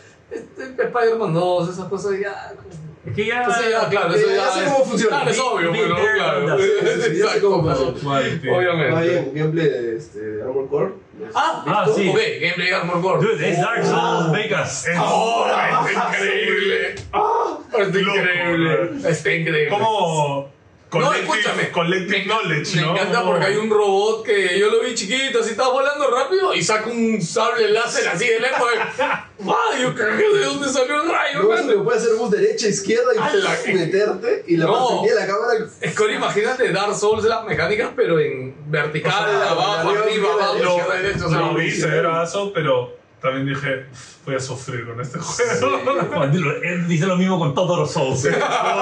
Speaker 5: Este, Spider-Man 2, esas cosas ya.
Speaker 4: Es que ya.
Speaker 5: Entonces ya, claro,
Speaker 3: eh,
Speaker 5: eso ya.
Speaker 3: ya sé cómo funciona.
Speaker 5: Claro, es obvio,
Speaker 4: Be-
Speaker 5: pero
Speaker 4: be there,
Speaker 5: claro.
Speaker 4: anda. Sí,
Speaker 3: sí, sí, ya sé cómo
Speaker 5: Exacto.
Speaker 3: funciona.
Speaker 2: Guay, tío.
Speaker 3: Ah,
Speaker 5: Obviamente.
Speaker 3: bien, gameplay de este, Armor Core.
Speaker 5: Ah,
Speaker 4: Ah, sí.
Speaker 5: ok, Gameplay Armor Core.
Speaker 4: Dude, es Dark Souls Vegas.
Speaker 2: Es-
Speaker 5: ¡Oh! ¡Está increíble! ¡Está
Speaker 2: Ah, Loco,
Speaker 5: increíble!
Speaker 2: bro.
Speaker 5: ¡Está increíble!
Speaker 2: Como collective,
Speaker 5: escúchame.
Speaker 2: collective knowledge,
Speaker 5: Me
Speaker 2: ¿no?
Speaker 5: encanta porque hay un robot que yo lo vi chiquito, así estaba volando rápido y saca un sable láser así de lejos. (laughs) ¡Madre! Yo creo que de dónde salió el rayo,
Speaker 3: Luego se
Speaker 5: mano.
Speaker 3: le puede hacer bus derecha, izquierda y
Speaker 5: A Ah, la-
Speaker 3: meterte y la
Speaker 5: No.
Speaker 3: perspectiva de la cámara.
Speaker 5: Es que ahora imagínate Dark Souls las mecánicas, pero en vertical,
Speaker 3: O sea,
Speaker 5: abajo,
Speaker 3: arriba,
Speaker 5: arriba, abajo,
Speaker 3: izquierda,
Speaker 5: izquierda, derecha. O sea,
Speaker 2: Lo vi, se ve bravazo, pero también dije, voy a sufrir con este juego.
Speaker 4: (laughs) Él dice lo mismo con todos los Souls.
Speaker 2: todo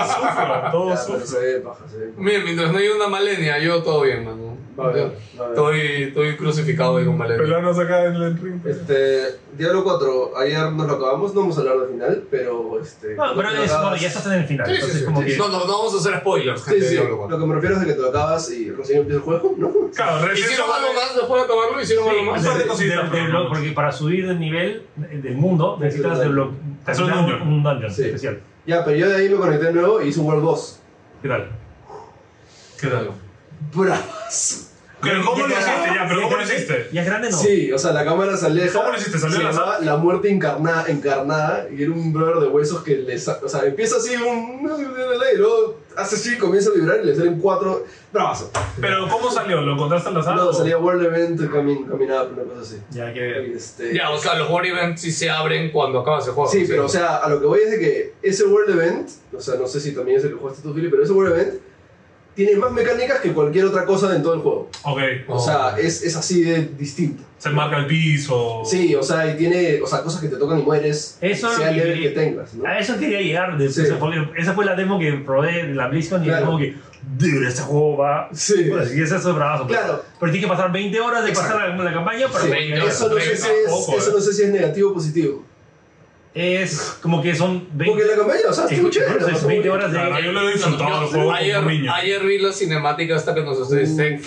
Speaker 2: sufro, todo
Speaker 3: Ya, pero
Speaker 2: sufro.
Speaker 3: se ve paja, se ve paja.
Speaker 5: Mira, mientras no haya una malenia, yo todo bien, mano.
Speaker 3: Va a ver, va a ver.
Speaker 5: Estoy, estoy crucificado ahí con malenia.
Speaker 2: Pelano acá en el ring.
Speaker 3: Este, Diablo 4, ayer nos lo acabamos, no vamos a hablar del final, pero este.
Speaker 4: No, pero
Speaker 3: cuando te lo
Speaker 4: es, bueno,
Speaker 3: acabas-
Speaker 4: ya estás en el final.
Speaker 5: Sí, sí,
Speaker 4: Entonces,
Speaker 5: sí.
Speaker 4: como que.
Speaker 5: No, no, no vamos a hacer spoilers,
Speaker 3: Sí,
Speaker 5: gente.
Speaker 3: sí,
Speaker 5: yo lo
Speaker 3: lo
Speaker 5: cuento.
Speaker 3: que me refiero es de que te lo acabas y recién empieza el juego, ¿no?
Speaker 2: Claro, recién se
Speaker 5: Hicieron
Speaker 2: va
Speaker 5: algo más después de acabarlo, hicieron algo más.
Speaker 2: Un par de cositas,
Speaker 4: de- de-
Speaker 2: pero no.
Speaker 4: porque para subir de nivel eh, del mundo necesitas
Speaker 3: Es un
Speaker 4: desblo-
Speaker 3: dungeon.
Speaker 2: Es un
Speaker 4: terminar
Speaker 2: dungeon.
Speaker 4: un dungeon
Speaker 3: Sí.
Speaker 4: especial.
Speaker 3: Ya, pero yo de ahí me conecté de nuevo y hice un World Boss.
Speaker 4: ¿Qué tal?
Speaker 2: ¿Qué tal?
Speaker 3: ¡Bravazo!
Speaker 2: Pero ¿cómo lo hiciste? Ya, pero ¿cómo
Speaker 4: ¿Y es
Speaker 2: lo
Speaker 4: grande?
Speaker 2: hiciste?
Speaker 4: ¿Y es grande no?
Speaker 3: Sí, o sea, la cámara se aleja.
Speaker 2: ¿Cómo lo hiciste? ¿Salió
Speaker 3: se
Speaker 2: la
Speaker 3: llamaba La muerte encarnada, encarnada y era un brother de huesos que le sa- O sea, empieza así, un. Y luego hace así, comienza a vibrar y le salen cuatro. ¡Bravazo!
Speaker 2: Pero ¿cómo salió? ¿Lo encontraste en la sala?
Speaker 3: No,
Speaker 2: o-
Speaker 3: salía World Event, camin- caminaba por una cosa así.
Speaker 4: Ya que.
Speaker 3: Y este-
Speaker 5: Ya, o sea, los war events sí se abren cuando acabas el juego.
Speaker 3: Sí, pero o sea, a lo que voy es de que ese World Event, o sea, no sé si también es el que jugaste tú, Philly, pero ese World Event tiene más mecánicas que cualquier otra cosa en todo el juego.
Speaker 2: Ok,
Speaker 5: Oh.
Speaker 3: O sea, es, es así de distinto.
Speaker 2: se marca el piso.
Speaker 3: Sí, o sea, y tiene o sea, cosas que te tocan y mueres,
Speaker 4: Eso
Speaker 3: sea
Speaker 4: es lo que-
Speaker 3: level que tengas, ¿no?
Speaker 4: A eso quería llegar. de-
Speaker 3: Sí.
Speaker 4: esa fue- Esa fue la demo que probé de la BlizzCon y
Speaker 3: Claro.
Speaker 4: es como que. Dude, este juego va.
Speaker 3: Sí.
Speaker 4: Pues, y ese es el bravazo.
Speaker 3: Claro.
Speaker 4: Pero tienes que pasar 20 horas de
Speaker 3: Exacto.
Speaker 4: pasar la, la campaña para
Speaker 3: Sí,
Speaker 4: 20 horas.
Speaker 3: Eso no, sé si es,
Speaker 2: Tampoco,
Speaker 3: eso no sé si es negativo o positivo.
Speaker 4: Es como que son 20
Speaker 3: Porque la campaña, o sea,
Speaker 4: es-
Speaker 3: estuvo chévere.
Speaker 4: es
Speaker 3: pasó
Speaker 4: 20
Speaker 3: muy
Speaker 4: horas de.
Speaker 2: Claro, yo lo he disfrutado el juego
Speaker 5: ayer,
Speaker 2: como un niño.
Speaker 5: ayer vi la cinemática hasta que nos ustedes.
Speaker 3: Uh,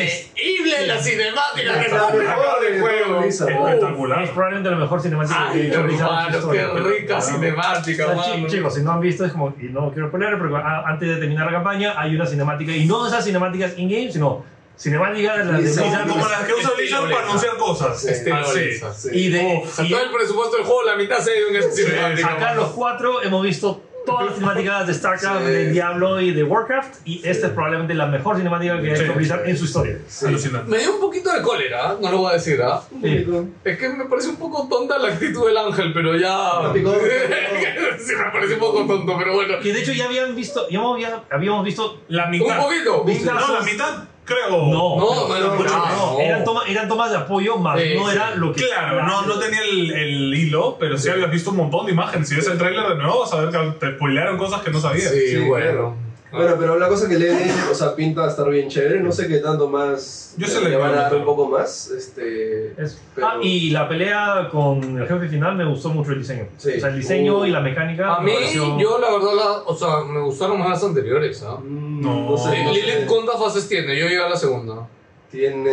Speaker 5: increíble la cinemática que
Speaker 3: bien.
Speaker 5: se
Speaker 3: La mejor
Speaker 5: acaba
Speaker 3: de
Speaker 5: el juego.
Speaker 3: todo, Lisa.
Speaker 4: Es
Speaker 2: Espectacular.
Speaker 4: probablemente la mejor cinemática que he
Speaker 5: Ay,
Speaker 4: hecho Blizzard en su
Speaker 5: hermano, qué
Speaker 4: historia.
Speaker 5: rica
Speaker 4: Claro.
Speaker 5: cinemática,
Speaker 4: O sea, chi-
Speaker 5: mano.
Speaker 4: chicos, si no han visto, es como, y no quiero poner, pero a- antes de terminar la campaña hay una cinemática, y no esas cinemáticas in-game, sino cinemáticas de las de
Speaker 3: Sí, son
Speaker 4: Blizzard.
Speaker 2: Como, como las que usa
Speaker 5: Estilo
Speaker 2: Blizzard para
Speaker 5: Lisa.
Speaker 2: anunciar cosas.
Speaker 5: Estilo
Speaker 2: Ah, sí.
Speaker 5: Lisa.
Speaker 3: Sí.
Speaker 4: Y de.
Speaker 5: O sea,
Speaker 4: y
Speaker 5: todo el presupuesto del juego, la mitad se ha ido en esa cinemática.
Speaker 4: acá
Speaker 5: mano.
Speaker 4: los cuatro hemos visto todas las cinemáticas de StarCraft,
Speaker 3: Sí.
Speaker 4: de Diablo y de Warcraft. Y esta es probablemente la mejor cinemática que ha
Speaker 2: Sí.
Speaker 4: hecho Blizzard en su historia.
Speaker 2: Alucinante.
Speaker 5: Me dio un poquito de cólera, ¿eh? no lo voy a decir, ¿ah?
Speaker 4: Sí.
Speaker 5: Es que me parece un poco tonta la actitud del ángel, pero ya.
Speaker 3: Me picó, me
Speaker 5: (laughs) sí, me parece un poco tonto, pero bueno.
Speaker 4: Que de hecho ya habían visto, ya había- habíamos visto.
Speaker 1: La
Speaker 5: Un
Speaker 1: mitad.
Speaker 5: poquito.
Speaker 4: Viste
Speaker 2: No, la
Speaker 4: las-
Speaker 2: mitad, creo.
Speaker 4: No,
Speaker 5: No, no, no,
Speaker 4: Escucha,
Speaker 5: Ah, no.
Speaker 4: Eran, toma- eran tomas de apoyo, más
Speaker 5: Sí,
Speaker 4: no
Speaker 5: sí.
Speaker 4: era lo que.
Speaker 2: Claro, no, no tenía el, el hilo, pero sí habías visto un montón de imágenes. Si ves el tráiler de nuevo, vas a ver que te spoilearon cosas que no sabías.
Speaker 5: Sí,
Speaker 3: claro.
Speaker 5: bueno.
Speaker 3: Bueno, pero la cosa que le den, o sea, pinta a estar bien chévere. No sé qué tanto más.
Speaker 2: Yo se le
Speaker 3: le van a dar
Speaker 2: creo.
Speaker 3: un poco más. Este.
Speaker 4: Es-
Speaker 3: Pero-
Speaker 4: Ah, y la pelea con el jefe final me gustó mucho el diseño.
Speaker 3: Sí.
Speaker 4: O sea, el diseño
Speaker 3: Uh.
Speaker 4: y la mecánica.
Speaker 5: A
Speaker 4: me
Speaker 5: mí,
Speaker 4: pareció-
Speaker 5: yo la verdad, la, o sea, me gustaron más las anteriores, ¿ah?
Speaker 3: mm,
Speaker 2: No.
Speaker 3: sé. no
Speaker 5: Lilith,
Speaker 3: sé.
Speaker 5: ¿cuántas fases tiene? Yo llegué a la segunda.
Speaker 3: Tiene.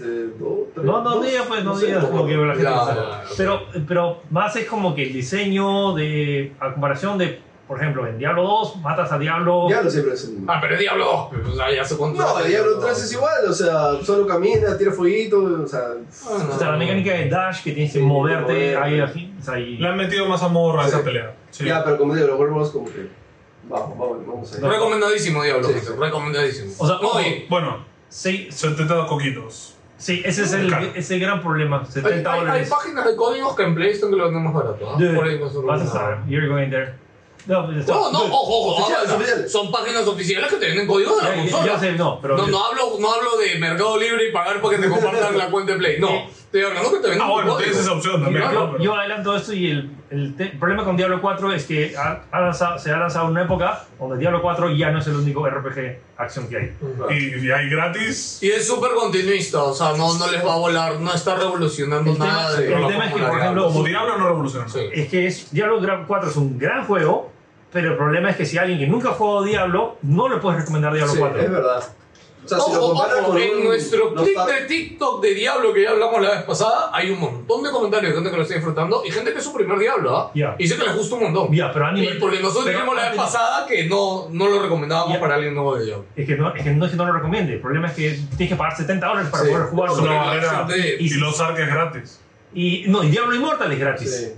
Speaker 3: eh, dos, tres,
Speaker 4: No, no
Speaker 3: dos,
Speaker 4: digas, pues no
Speaker 3: sé,
Speaker 4: digas
Speaker 3: como-
Speaker 4: lo que la gente
Speaker 5: Ya,
Speaker 4: sabe.
Speaker 5: ya, ya.
Speaker 4: Pero, pero más es como que el diseño de. A comparación de, por ejemplo, en Diablo 2, matas a Diablo.
Speaker 3: Diablo siempre es un.
Speaker 5: Ah, pero es Diablo 2, pues, o sea, ya se cuánto.
Speaker 3: No, Diablo 3 es igual, o sea, solo camina, tira fueguito, o sea.
Speaker 5: Ah, no.
Speaker 4: O sea, la mecánica de dash que tienes que
Speaker 3: Sí,
Speaker 4: moverte
Speaker 3: moverte.
Speaker 4: ahí, así, o sea, y-
Speaker 2: Le han metido más amor a
Speaker 3: Sí.
Speaker 2: esa pelea. Sí.
Speaker 3: Ya, pero como digo, los huevos como que. Vamos, vamos, vamos a ir.
Speaker 5: Recomendadísimo, Diablo,
Speaker 3: Sí.
Speaker 5: gente, recomendadísimo.
Speaker 4: O sea,
Speaker 5: Oye,
Speaker 2: Bueno,
Speaker 4: Sí,
Speaker 2: se te da coquitos.
Speaker 4: sí, ese es el,
Speaker 2: Claro.
Speaker 4: ese es el gran problema.
Speaker 5: hay, hay-
Speaker 4: 70
Speaker 5: hay
Speaker 4: dólares.
Speaker 5: páginas de códigos que en PlayStation que lo venden más barato, ¿ah?
Speaker 4: Dude,
Speaker 5: Por ahí más o
Speaker 4: Vas a
Speaker 5: menos.
Speaker 4: saber. You're going there. No, pues,
Speaker 5: No, no,
Speaker 4: dude,
Speaker 5: ojo, ojo,
Speaker 3: Oficiales,
Speaker 5: aguanta.
Speaker 3: oficiales.
Speaker 5: Son páginas oficiales que te venden códigos de la
Speaker 4: ya- ya-
Speaker 5: consola.
Speaker 4: ya sé, no, pero-
Speaker 5: no, no hablo, no hablo de Mercado Libre y pagar para que te compartan la cuenta de Play. No, estoy hablando que te venden
Speaker 2: Ah,
Speaker 5: un
Speaker 2: bueno,
Speaker 5: código.
Speaker 2: tienes esa opción también.
Speaker 5: Claro,
Speaker 2: ¿no?
Speaker 4: Yo,
Speaker 2: Pero-
Speaker 4: yo adelanto esto y el, el te- problema con Diablo 4 es que ha- ha lanzado- se ha lanzado en una época donde Diablo 4 ya no es el único RPG acción que hay.
Speaker 2: Y, y hay gratis.
Speaker 5: Y es súper continuista, o sea, no, no les va a volar, no está revolucionando
Speaker 4: El
Speaker 5: nada
Speaker 4: tema-
Speaker 5: de
Speaker 4: el tema
Speaker 5: la
Speaker 4: es que, por
Speaker 5: popularidad.
Speaker 4: ejemplo,
Speaker 2: Como Diablo no revolucionó.
Speaker 5: Sí.
Speaker 4: Es que es, Diablo Gra- 4 es un gran juego, pero el problema es que si alguien que nunca ha jugado Diablo, no le puedes recomendar Diablo
Speaker 3: Sí,
Speaker 4: 4.
Speaker 3: es verdad. O sea, si lo
Speaker 5: Ojo,
Speaker 3: comparas
Speaker 5: ojo,
Speaker 3: con.
Speaker 5: en
Speaker 3: un-
Speaker 5: nuestro
Speaker 3: no
Speaker 5: clip
Speaker 3: está-
Speaker 5: de TikTok de Diablo que ya hablamos la vez pasada, hay un montón de comentarios de gente que lo está disfrutando y gente que es su primer Diablo, ¿ah?
Speaker 4: Ya.
Speaker 5: Y sé que les gusta un montón.
Speaker 4: Ya, pero a nivel-
Speaker 5: Y porque nosotros
Speaker 4: pero
Speaker 5: dijimos la vez
Speaker 4: antes-
Speaker 5: pasada que no, no lo recomendábamos
Speaker 4: Ya.
Speaker 5: para alguien nuevo de Diablo.
Speaker 4: Es que, no, es que no es que no lo recomiende, el problema es que tienes que pagar 70 dólares para
Speaker 3: Sí.
Speaker 4: poder
Speaker 2: Es
Speaker 4: jugarlo.
Speaker 2: una
Speaker 5: No.
Speaker 2: barrera.
Speaker 5: Y-
Speaker 2: Y los arques gratis.
Speaker 4: Y, no, y Diablo Immortal es gratis.
Speaker 3: Sí.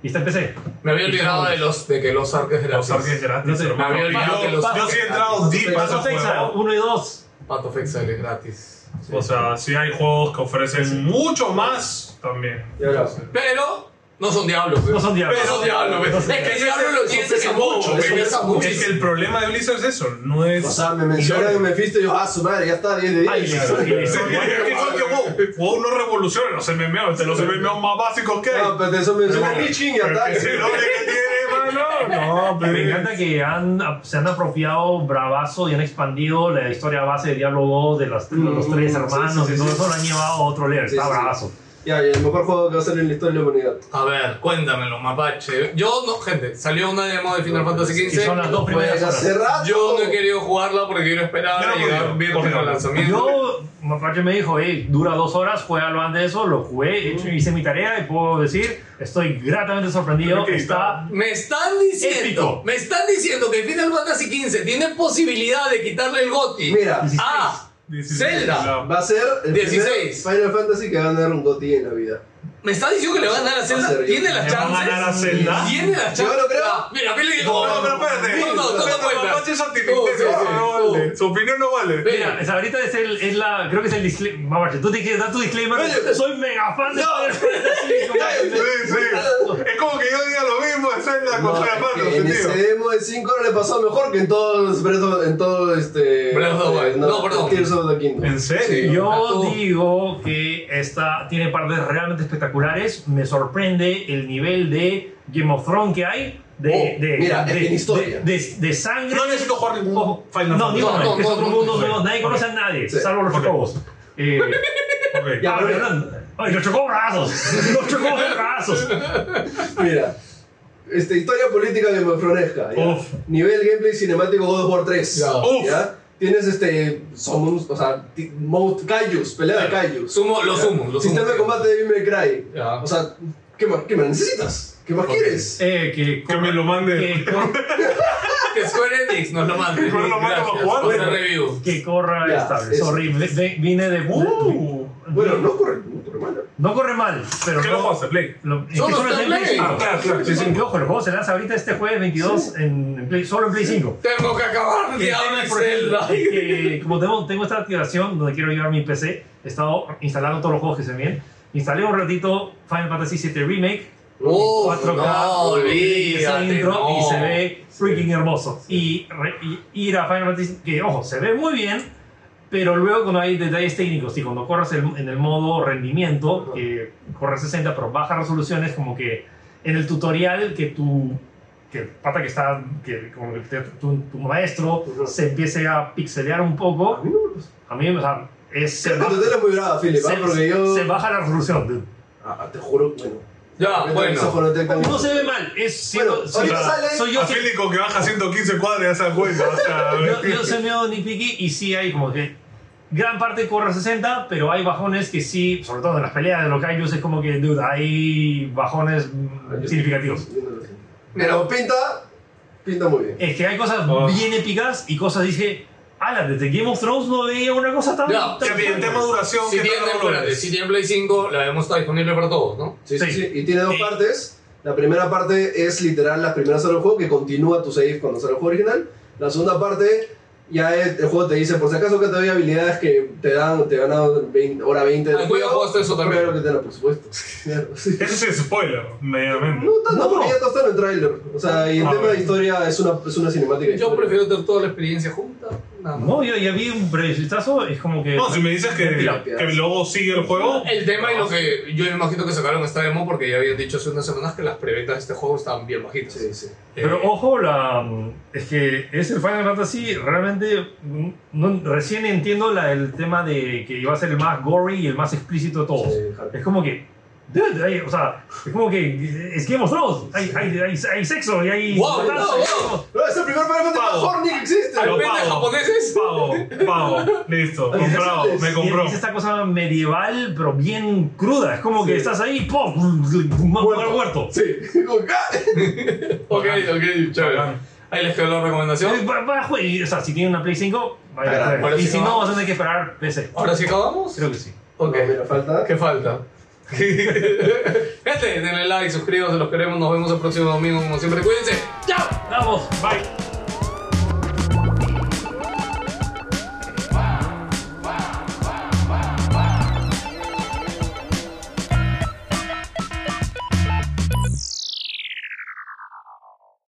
Speaker 4: Y está en PC.
Speaker 5: Me había
Speaker 4: Y
Speaker 5: olvidado
Speaker 4: son-
Speaker 5: de, los, de que los arques eran.
Speaker 2: Los arques
Speaker 4: No
Speaker 2: gratis.
Speaker 4: sé,
Speaker 2: hermano.
Speaker 5: me había
Speaker 2: Y
Speaker 5: olvidado que los
Speaker 2: Yo, yo sí he
Speaker 5: arques
Speaker 2: entrado
Speaker 5: gratis.
Speaker 2: deep a ese
Speaker 4: Pass of Exile
Speaker 2: juego.
Speaker 4: 1 y 2.
Speaker 5: Pato Fexel es gratis.
Speaker 2: O sea, sí hay juegos que ofrecen mucho más también.
Speaker 3: Y ahora,
Speaker 5: Pero no son Diablo.
Speaker 4: No son Diablo.
Speaker 5: No son Diablo. pe.
Speaker 4: No
Speaker 5: Es
Speaker 4: son
Speaker 5: que Diablo lo tienes
Speaker 2: pesa
Speaker 5: en bobo,
Speaker 2: mucho,
Speaker 5: pe.
Speaker 2: pe.
Speaker 5: Pesa mucho.
Speaker 2: Es que el problema de Blizzard es eso, no es...
Speaker 3: O sea, me mencionan que me fisto y yo, ah, su madre, ya está, 10 de 10.
Speaker 4: Ay, le- le-
Speaker 2: Sí,
Speaker 4: le-
Speaker 2: es que igual que WoW, WoW no revoluciona los MMO, de los MMO más básicos que hay.
Speaker 3: (laughs) No, pero eso me menciona
Speaker 2: Pero-
Speaker 3: pitching y ataque.
Speaker 2: Es el hombre que
Speaker 3: (laughs)
Speaker 2: tiene, mano. No, pero-
Speaker 4: Me encanta que han, se han apropiado bravazo y han expandido la historia base de Diablo 2 de las-
Speaker 3: Mm,
Speaker 4: los tres
Speaker 3: sí,
Speaker 4: hermanos
Speaker 3: sí,
Speaker 4: y todo
Speaker 3: sí.
Speaker 4: eso lo han llevado a otro level.
Speaker 3: Sí,
Speaker 4: está
Speaker 3: sí, sí.
Speaker 4: bravazo.
Speaker 3: Ya, y el mejor juego que va a salir en la historia de la humanidad.
Speaker 5: A ver, cuéntamelo, mapache. Yo no, gente, salió una demo de Final
Speaker 4: Que
Speaker 5: Fantasy
Speaker 4: son las
Speaker 5: XV.
Speaker 4: dos primeras
Speaker 3: Juega
Speaker 4: horas.
Speaker 3: hace rato.
Speaker 5: Yo no he querido jugarla porque quiero esperar
Speaker 2: Yo
Speaker 5: a
Speaker 2: no
Speaker 5: llegar
Speaker 2: puedo,
Speaker 5: viernes
Speaker 2: porque
Speaker 5: al
Speaker 2: no.
Speaker 5: lanzamiento.
Speaker 4: Yo, Mapache me dijo, hey, dura dos horas, juégalo antes de eso, lo jugué, hecho- hice mi tarea y puedo decir, estoy gratamente sorprendido,
Speaker 2: Creo que
Speaker 4: está...
Speaker 5: Me están diciendo,
Speaker 4: Épico.
Speaker 5: me están diciendo que Final Fantasy XV tiene posibilidad de quitarle el GOTI
Speaker 3: Mira.
Speaker 5: a
Speaker 2: 16,
Speaker 5: Zelda.
Speaker 2: claro.
Speaker 3: Va a ser el
Speaker 5: 16.
Speaker 3: primer Final Fantasy que va a ganar un GOTY en la vida.
Speaker 5: Me está diciendo que le va a ganar a
Speaker 3: Va a
Speaker 5: Zelda.
Speaker 3: ser,
Speaker 5: Tiene
Speaker 3: yo-
Speaker 5: las
Speaker 2: ¿Le va a ganar a
Speaker 5: chances.
Speaker 2: Zelda?
Speaker 5: Tiene las chances.
Speaker 3: Yo lo creo.
Speaker 5: Ah, Mira, Pili,
Speaker 2: No, no, pero espérate.
Speaker 5: No, no, no,
Speaker 2: Espérate,
Speaker 5: no cuenta.
Speaker 2: mapache es
Speaker 5: No, sí,
Speaker 2: antimiterio,
Speaker 3: Oh,
Speaker 5: sí,
Speaker 2: no vale.
Speaker 5: no.
Speaker 2: Su opinión no vale.
Speaker 4: Mira, esa ahorita es, el, es la... Creo que es el disclaimer. Mapache, tú tienes que dar tu disclaimer.
Speaker 3: Oye.
Speaker 4: soy mega fan de
Speaker 3: No.
Speaker 4: Final
Speaker 3: (laughs)
Speaker 4: Fantasy.
Speaker 2: Sí, sí. Es como que yo diga lo mismo de Zelda con
Speaker 3: No,
Speaker 2: Final
Speaker 3: es que
Speaker 2: Fantasy,
Speaker 3: en
Speaker 2: tío.
Speaker 3: ese demo de 5 no le pasó mejor que en todos los en todo este.
Speaker 5: Breath of the Wild. No, perdón.
Speaker 3: Tears of the Kingdom.
Speaker 2: ¿En serio?
Speaker 4: Yo
Speaker 5: Ojo.
Speaker 4: digo que esta tiene partes realmente espectaculares. Me sorprende el nivel de Game of Thrones que hay. De,
Speaker 3: Oh,
Speaker 4: de,
Speaker 3: mira,
Speaker 4: de,
Speaker 3: es que en historia.
Speaker 4: de, de- de sangre.
Speaker 2: No necesito jugar ningún
Speaker 4: Ojo,
Speaker 2: Final
Speaker 4: No,
Speaker 2: Fantasy.
Speaker 4: digo,
Speaker 5: No,
Speaker 4: no,
Speaker 5: no,
Speaker 4: es
Speaker 5: no,
Speaker 4: otro
Speaker 5: no,
Speaker 4: mundo
Speaker 5: no,
Speaker 4: nuevo. Nadie conoce a nadie,
Speaker 3: Sí.
Speaker 4: salvo los
Speaker 2: Ok.
Speaker 4: chocobos. Eh,
Speaker 2: Ok.
Speaker 3: (laughs) Ya,
Speaker 4: ah,
Speaker 3: pero-
Speaker 4: Fernando, ay, los chocobrazos. (laughs) los chocobrazos.
Speaker 3: (laughs) Mira. Este, historia política de Mofronesca.
Speaker 2: Uf.
Speaker 3: Nivel gameplay cinemático God of War 3.
Speaker 5: Ya.
Speaker 2: Uf.
Speaker 3: ¿ya? Tienes este. Somos, o sea, ti- Mount Cayus, pelea de Cayus.
Speaker 5: Sumo, lo sumo, lo sumo.
Speaker 3: Sistema de combate de Devil May Cry.
Speaker 5: Ya.
Speaker 3: O sea, ¿qué más, qué más necesitas? ¿Qué más
Speaker 5: Ok.
Speaker 3: quieres?
Speaker 4: Eh, que,
Speaker 2: Que me lo mande.
Speaker 4: que cor-
Speaker 5: Que Square Enix nos lo mande.
Speaker 2: Nos lo mande para
Speaker 5: Gracias.
Speaker 2: jugar.
Speaker 5: Por ese review.
Speaker 4: que corra
Speaker 3: Ya,
Speaker 4: estable.
Speaker 3: eso.
Speaker 4: Sorry, ve- ve- vine de.
Speaker 2: Uh.
Speaker 3: Bueno, no corre, no corre mal. ¿eh?
Speaker 4: No corre mal, pero.
Speaker 2: ¿Qué
Speaker 4: no-
Speaker 2: lo jugaste, Play?
Speaker 4: lo- es que
Speaker 5: Solo
Speaker 4: solo
Speaker 5: está en Play.
Speaker 2: Ah,
Speaker 4: cinco.
Speaker 2: claro, claro, sí,
Speaker 4: Sí,
Speaker 2: sí.
Speaker 4: que ojo, el juego se lanza ahorita este jueves 22 en, en Play, solo en Play 5.
Speaker 5: Tengo que acabar
Speaker 4: Y el
Speaker 5: Diablo
Speaker 4: tema
Speaker 5: y
Speaker 4: es porque-
Speaker 5: Zelda.
Speaker 4: es que como tengo, tengo esta activación donde quiero llevar mi PC, he estado instalando todos los juegos que se ven. Instalé un ratito Final Fantasy VII Remake,
Speaker 5: Uf,
Speaker 4: 4K,
Speaker 5: no,
Speaker 4: olvídate, esa
Speaker 5: olvídate,
Speaker 4: intro
Speaker 5: no.
Speaker 4: y se ve freaking hermoso. Y, re- y ir a Final Fantasy, que ojo, se ve muy bien, pero luego cuando hay detalles técnicos y cuando corres el- en el modo rendimiento, que corres 60 pero baja resoluciones, como que en el tutorial que tu que el pata que está, que como que te- tu, tu maestro
Speaker 3: Ujú.
Speaker 4: se empiece a pixelear un
Speaker 3: A
Speaker 4: poco,
Speaker 3: mí no me
Speaker 5: Ah.
Speaker 3: pasa.
Speaker 4: a mí o sea, es, se,
Speaker 3: La
Speaker 4: baja,
Speaker 3: tutela es muy brava, Philip, ¿ah?
Speaker 4: se-
Speaker 3: porque yo.
Speaker 4: se baja la resolución. dude.
Speaker 3: Ah, ah, te juro, bueno.
Speaker 5: Ya,
Speaker 3: Mis ojos
Speaker 5: Ah, bueno.
Speaker 3: no detectan-
Speaker 4: No se ve mal, es
Speaker 3: Bueno,
Speaker 4: soy-
Speaker 3: ahorita sale-
Speaker 4: soy yo
Speaker 2: A
Speaker 4: que-
Speaker 2: Philly con que baja 115 cuadras ya se da cuenta. O
Speaker 4: yo,
Speaker 2: sea,
Speaker 4: yo soy medio nitpicky y sí hay como que gran parte corre a 60, pero hay bajones que sí, sobre todo en las peleas de los kaijus, es como que, dude, hay bajones mm,
Speaker 3: Ah, yo-
Speaker 4: significativos.
Speaker 3: yo no lo sé. Pero pinta. Pinta muy bien.
Speaker 4: Es que hay cosas
Speaker 2: Oh.
Speaker 4: bien épicas y cosas, dije, ala, desde Game of Thrones no veía una cosa tan...
Speaker 5: Ya,
Speaker 4: tan
Speaker 2: Que bien, tema duración, ¿qué
Speaker 5: Si
Speaker 2: tal
Speaker 5: tiene,
Speaker 2: los
Speaker 5: espérate,
Speaker 2: colores?
Speaker 5: si tiene Play 5, la debemos estar disponible para todos, ¿no?
Speaker 3: Sí, sí,
Speaker 4: Sí.
Speaker 3: sí. Y tiene dos
Speaker 4: Sí.
Speaker 3: partes. La primera parte es literal las primeras horas del juego, que continúa tu save cuando sale el juego original. La segunda parte, ya es- el juego te dice, por si acaso que te doy habilidades que te dan, te ganan 20 hora 20
Speaker 5: Ah,
Speaker 3: del
Speaker 5: voy a
Speaker 3: juego.
Speaker 5: jugar eso también.
Speaker 3: Claro que te dan, por
Speaker 5: (laughs)
Speaker 3: supuesto. Claro, sí.
Speaker 2: Eso sí es spoiler, medianamente.
Speaker 3: No tanto, porque ya todo está en el tráiler. O sea, y el
Speaker 2: Ah,
Speaker 3: tema de
Speaker 2: bueno.
Speaker 3: historia es una, es una cinemática. de
Speaker 5: Yo
Speaker 3: historia.
Speaker 5: prefiero tener toda la experiencia junta. Nada más.
Speaker 4: No, yo ya vi un breve vistazo, es como que...
Speaker 2: No, si me dices que,
Speaker 4: Mira,
Speaker 2: que luego sigue el juego.
Speaker 5: El tema y
Speaker 2: Ah.
Speaker 5: lo que yo me imagino que sacaron esta demo porque ya habían dicho hace unas semanas que las preventas de este juego estaban bien bajitas.
Speaker 3: Sí, sí.
Speaker 5: Eh,
Speaker 4: Pero oh, ojo, la, es que es el Final Fantasy, realmente mm, no- recién entiendo la- el tema de que iba a ser el más gory y el más explícito de todos.
Speaker 3: Sí, hardcore.
Speaker 4: Es como que... dude, hay- o sea, es como que es Game of Thrones. Hay, hay, hay, hay sexo y hay...
Speaker 5: Wow,
Speaker 4: matanza,
Speaker 5: wow,
Speaker 4: y
Speaker 5: wow.
Speaker 4: todo.
Speaker 3: No, es el primer Final Fantasy más
Speaker 2: Pavo.
Speaker 3: horny que existe.
Speaker 5: Al
Speaker 2: Lo
Speaker 5: menos
Speaker 2: pago.
Speaker 5: japoneses.
Speaker 2: Pago, pago. Listo, comprado, me compró.
Speaker 4: Es esta cosa medieval, pero bien cruda. Es como que
Speaker 3: Sí.
Speaker 4: estás ahí, ¡pum! Muerto. muerto.
Speaker 3: Sí, (laughs) con
Speaker 5: Ok, ok, chévere.
Speaker 2: Bacán.
Speaker 5: Ahí les quedó la
Speaker 4: Eh,
Speaker 5: recomendación.
Speaker 4: va- va a jugar- y, O sea, si tiene una Play 5, vaya a
Speaker 3: Claro,
Speaker 4: jugar.
Speaker 5: ahora
Speaker 4: Y
Speaker 5: sí
Speaker 4: si
Speaker 5: no.
Speaker 4: no, vas a tener que esperar PC.
Speaker 5: ¿Ahora sí acabamos?
Speaker 4: Creo que sí.
Speaker 5: Ok.
Speaker 3: No, mira, falta.
Speaker 5: ¿Qué falta? Gente, denle like, suscríbanse, los queremos, nos vemos el próximo domingo como siempre. Cuídense.
Speaker 4: ¡Chao! ¡Vamos!
Speaker 2: Bye.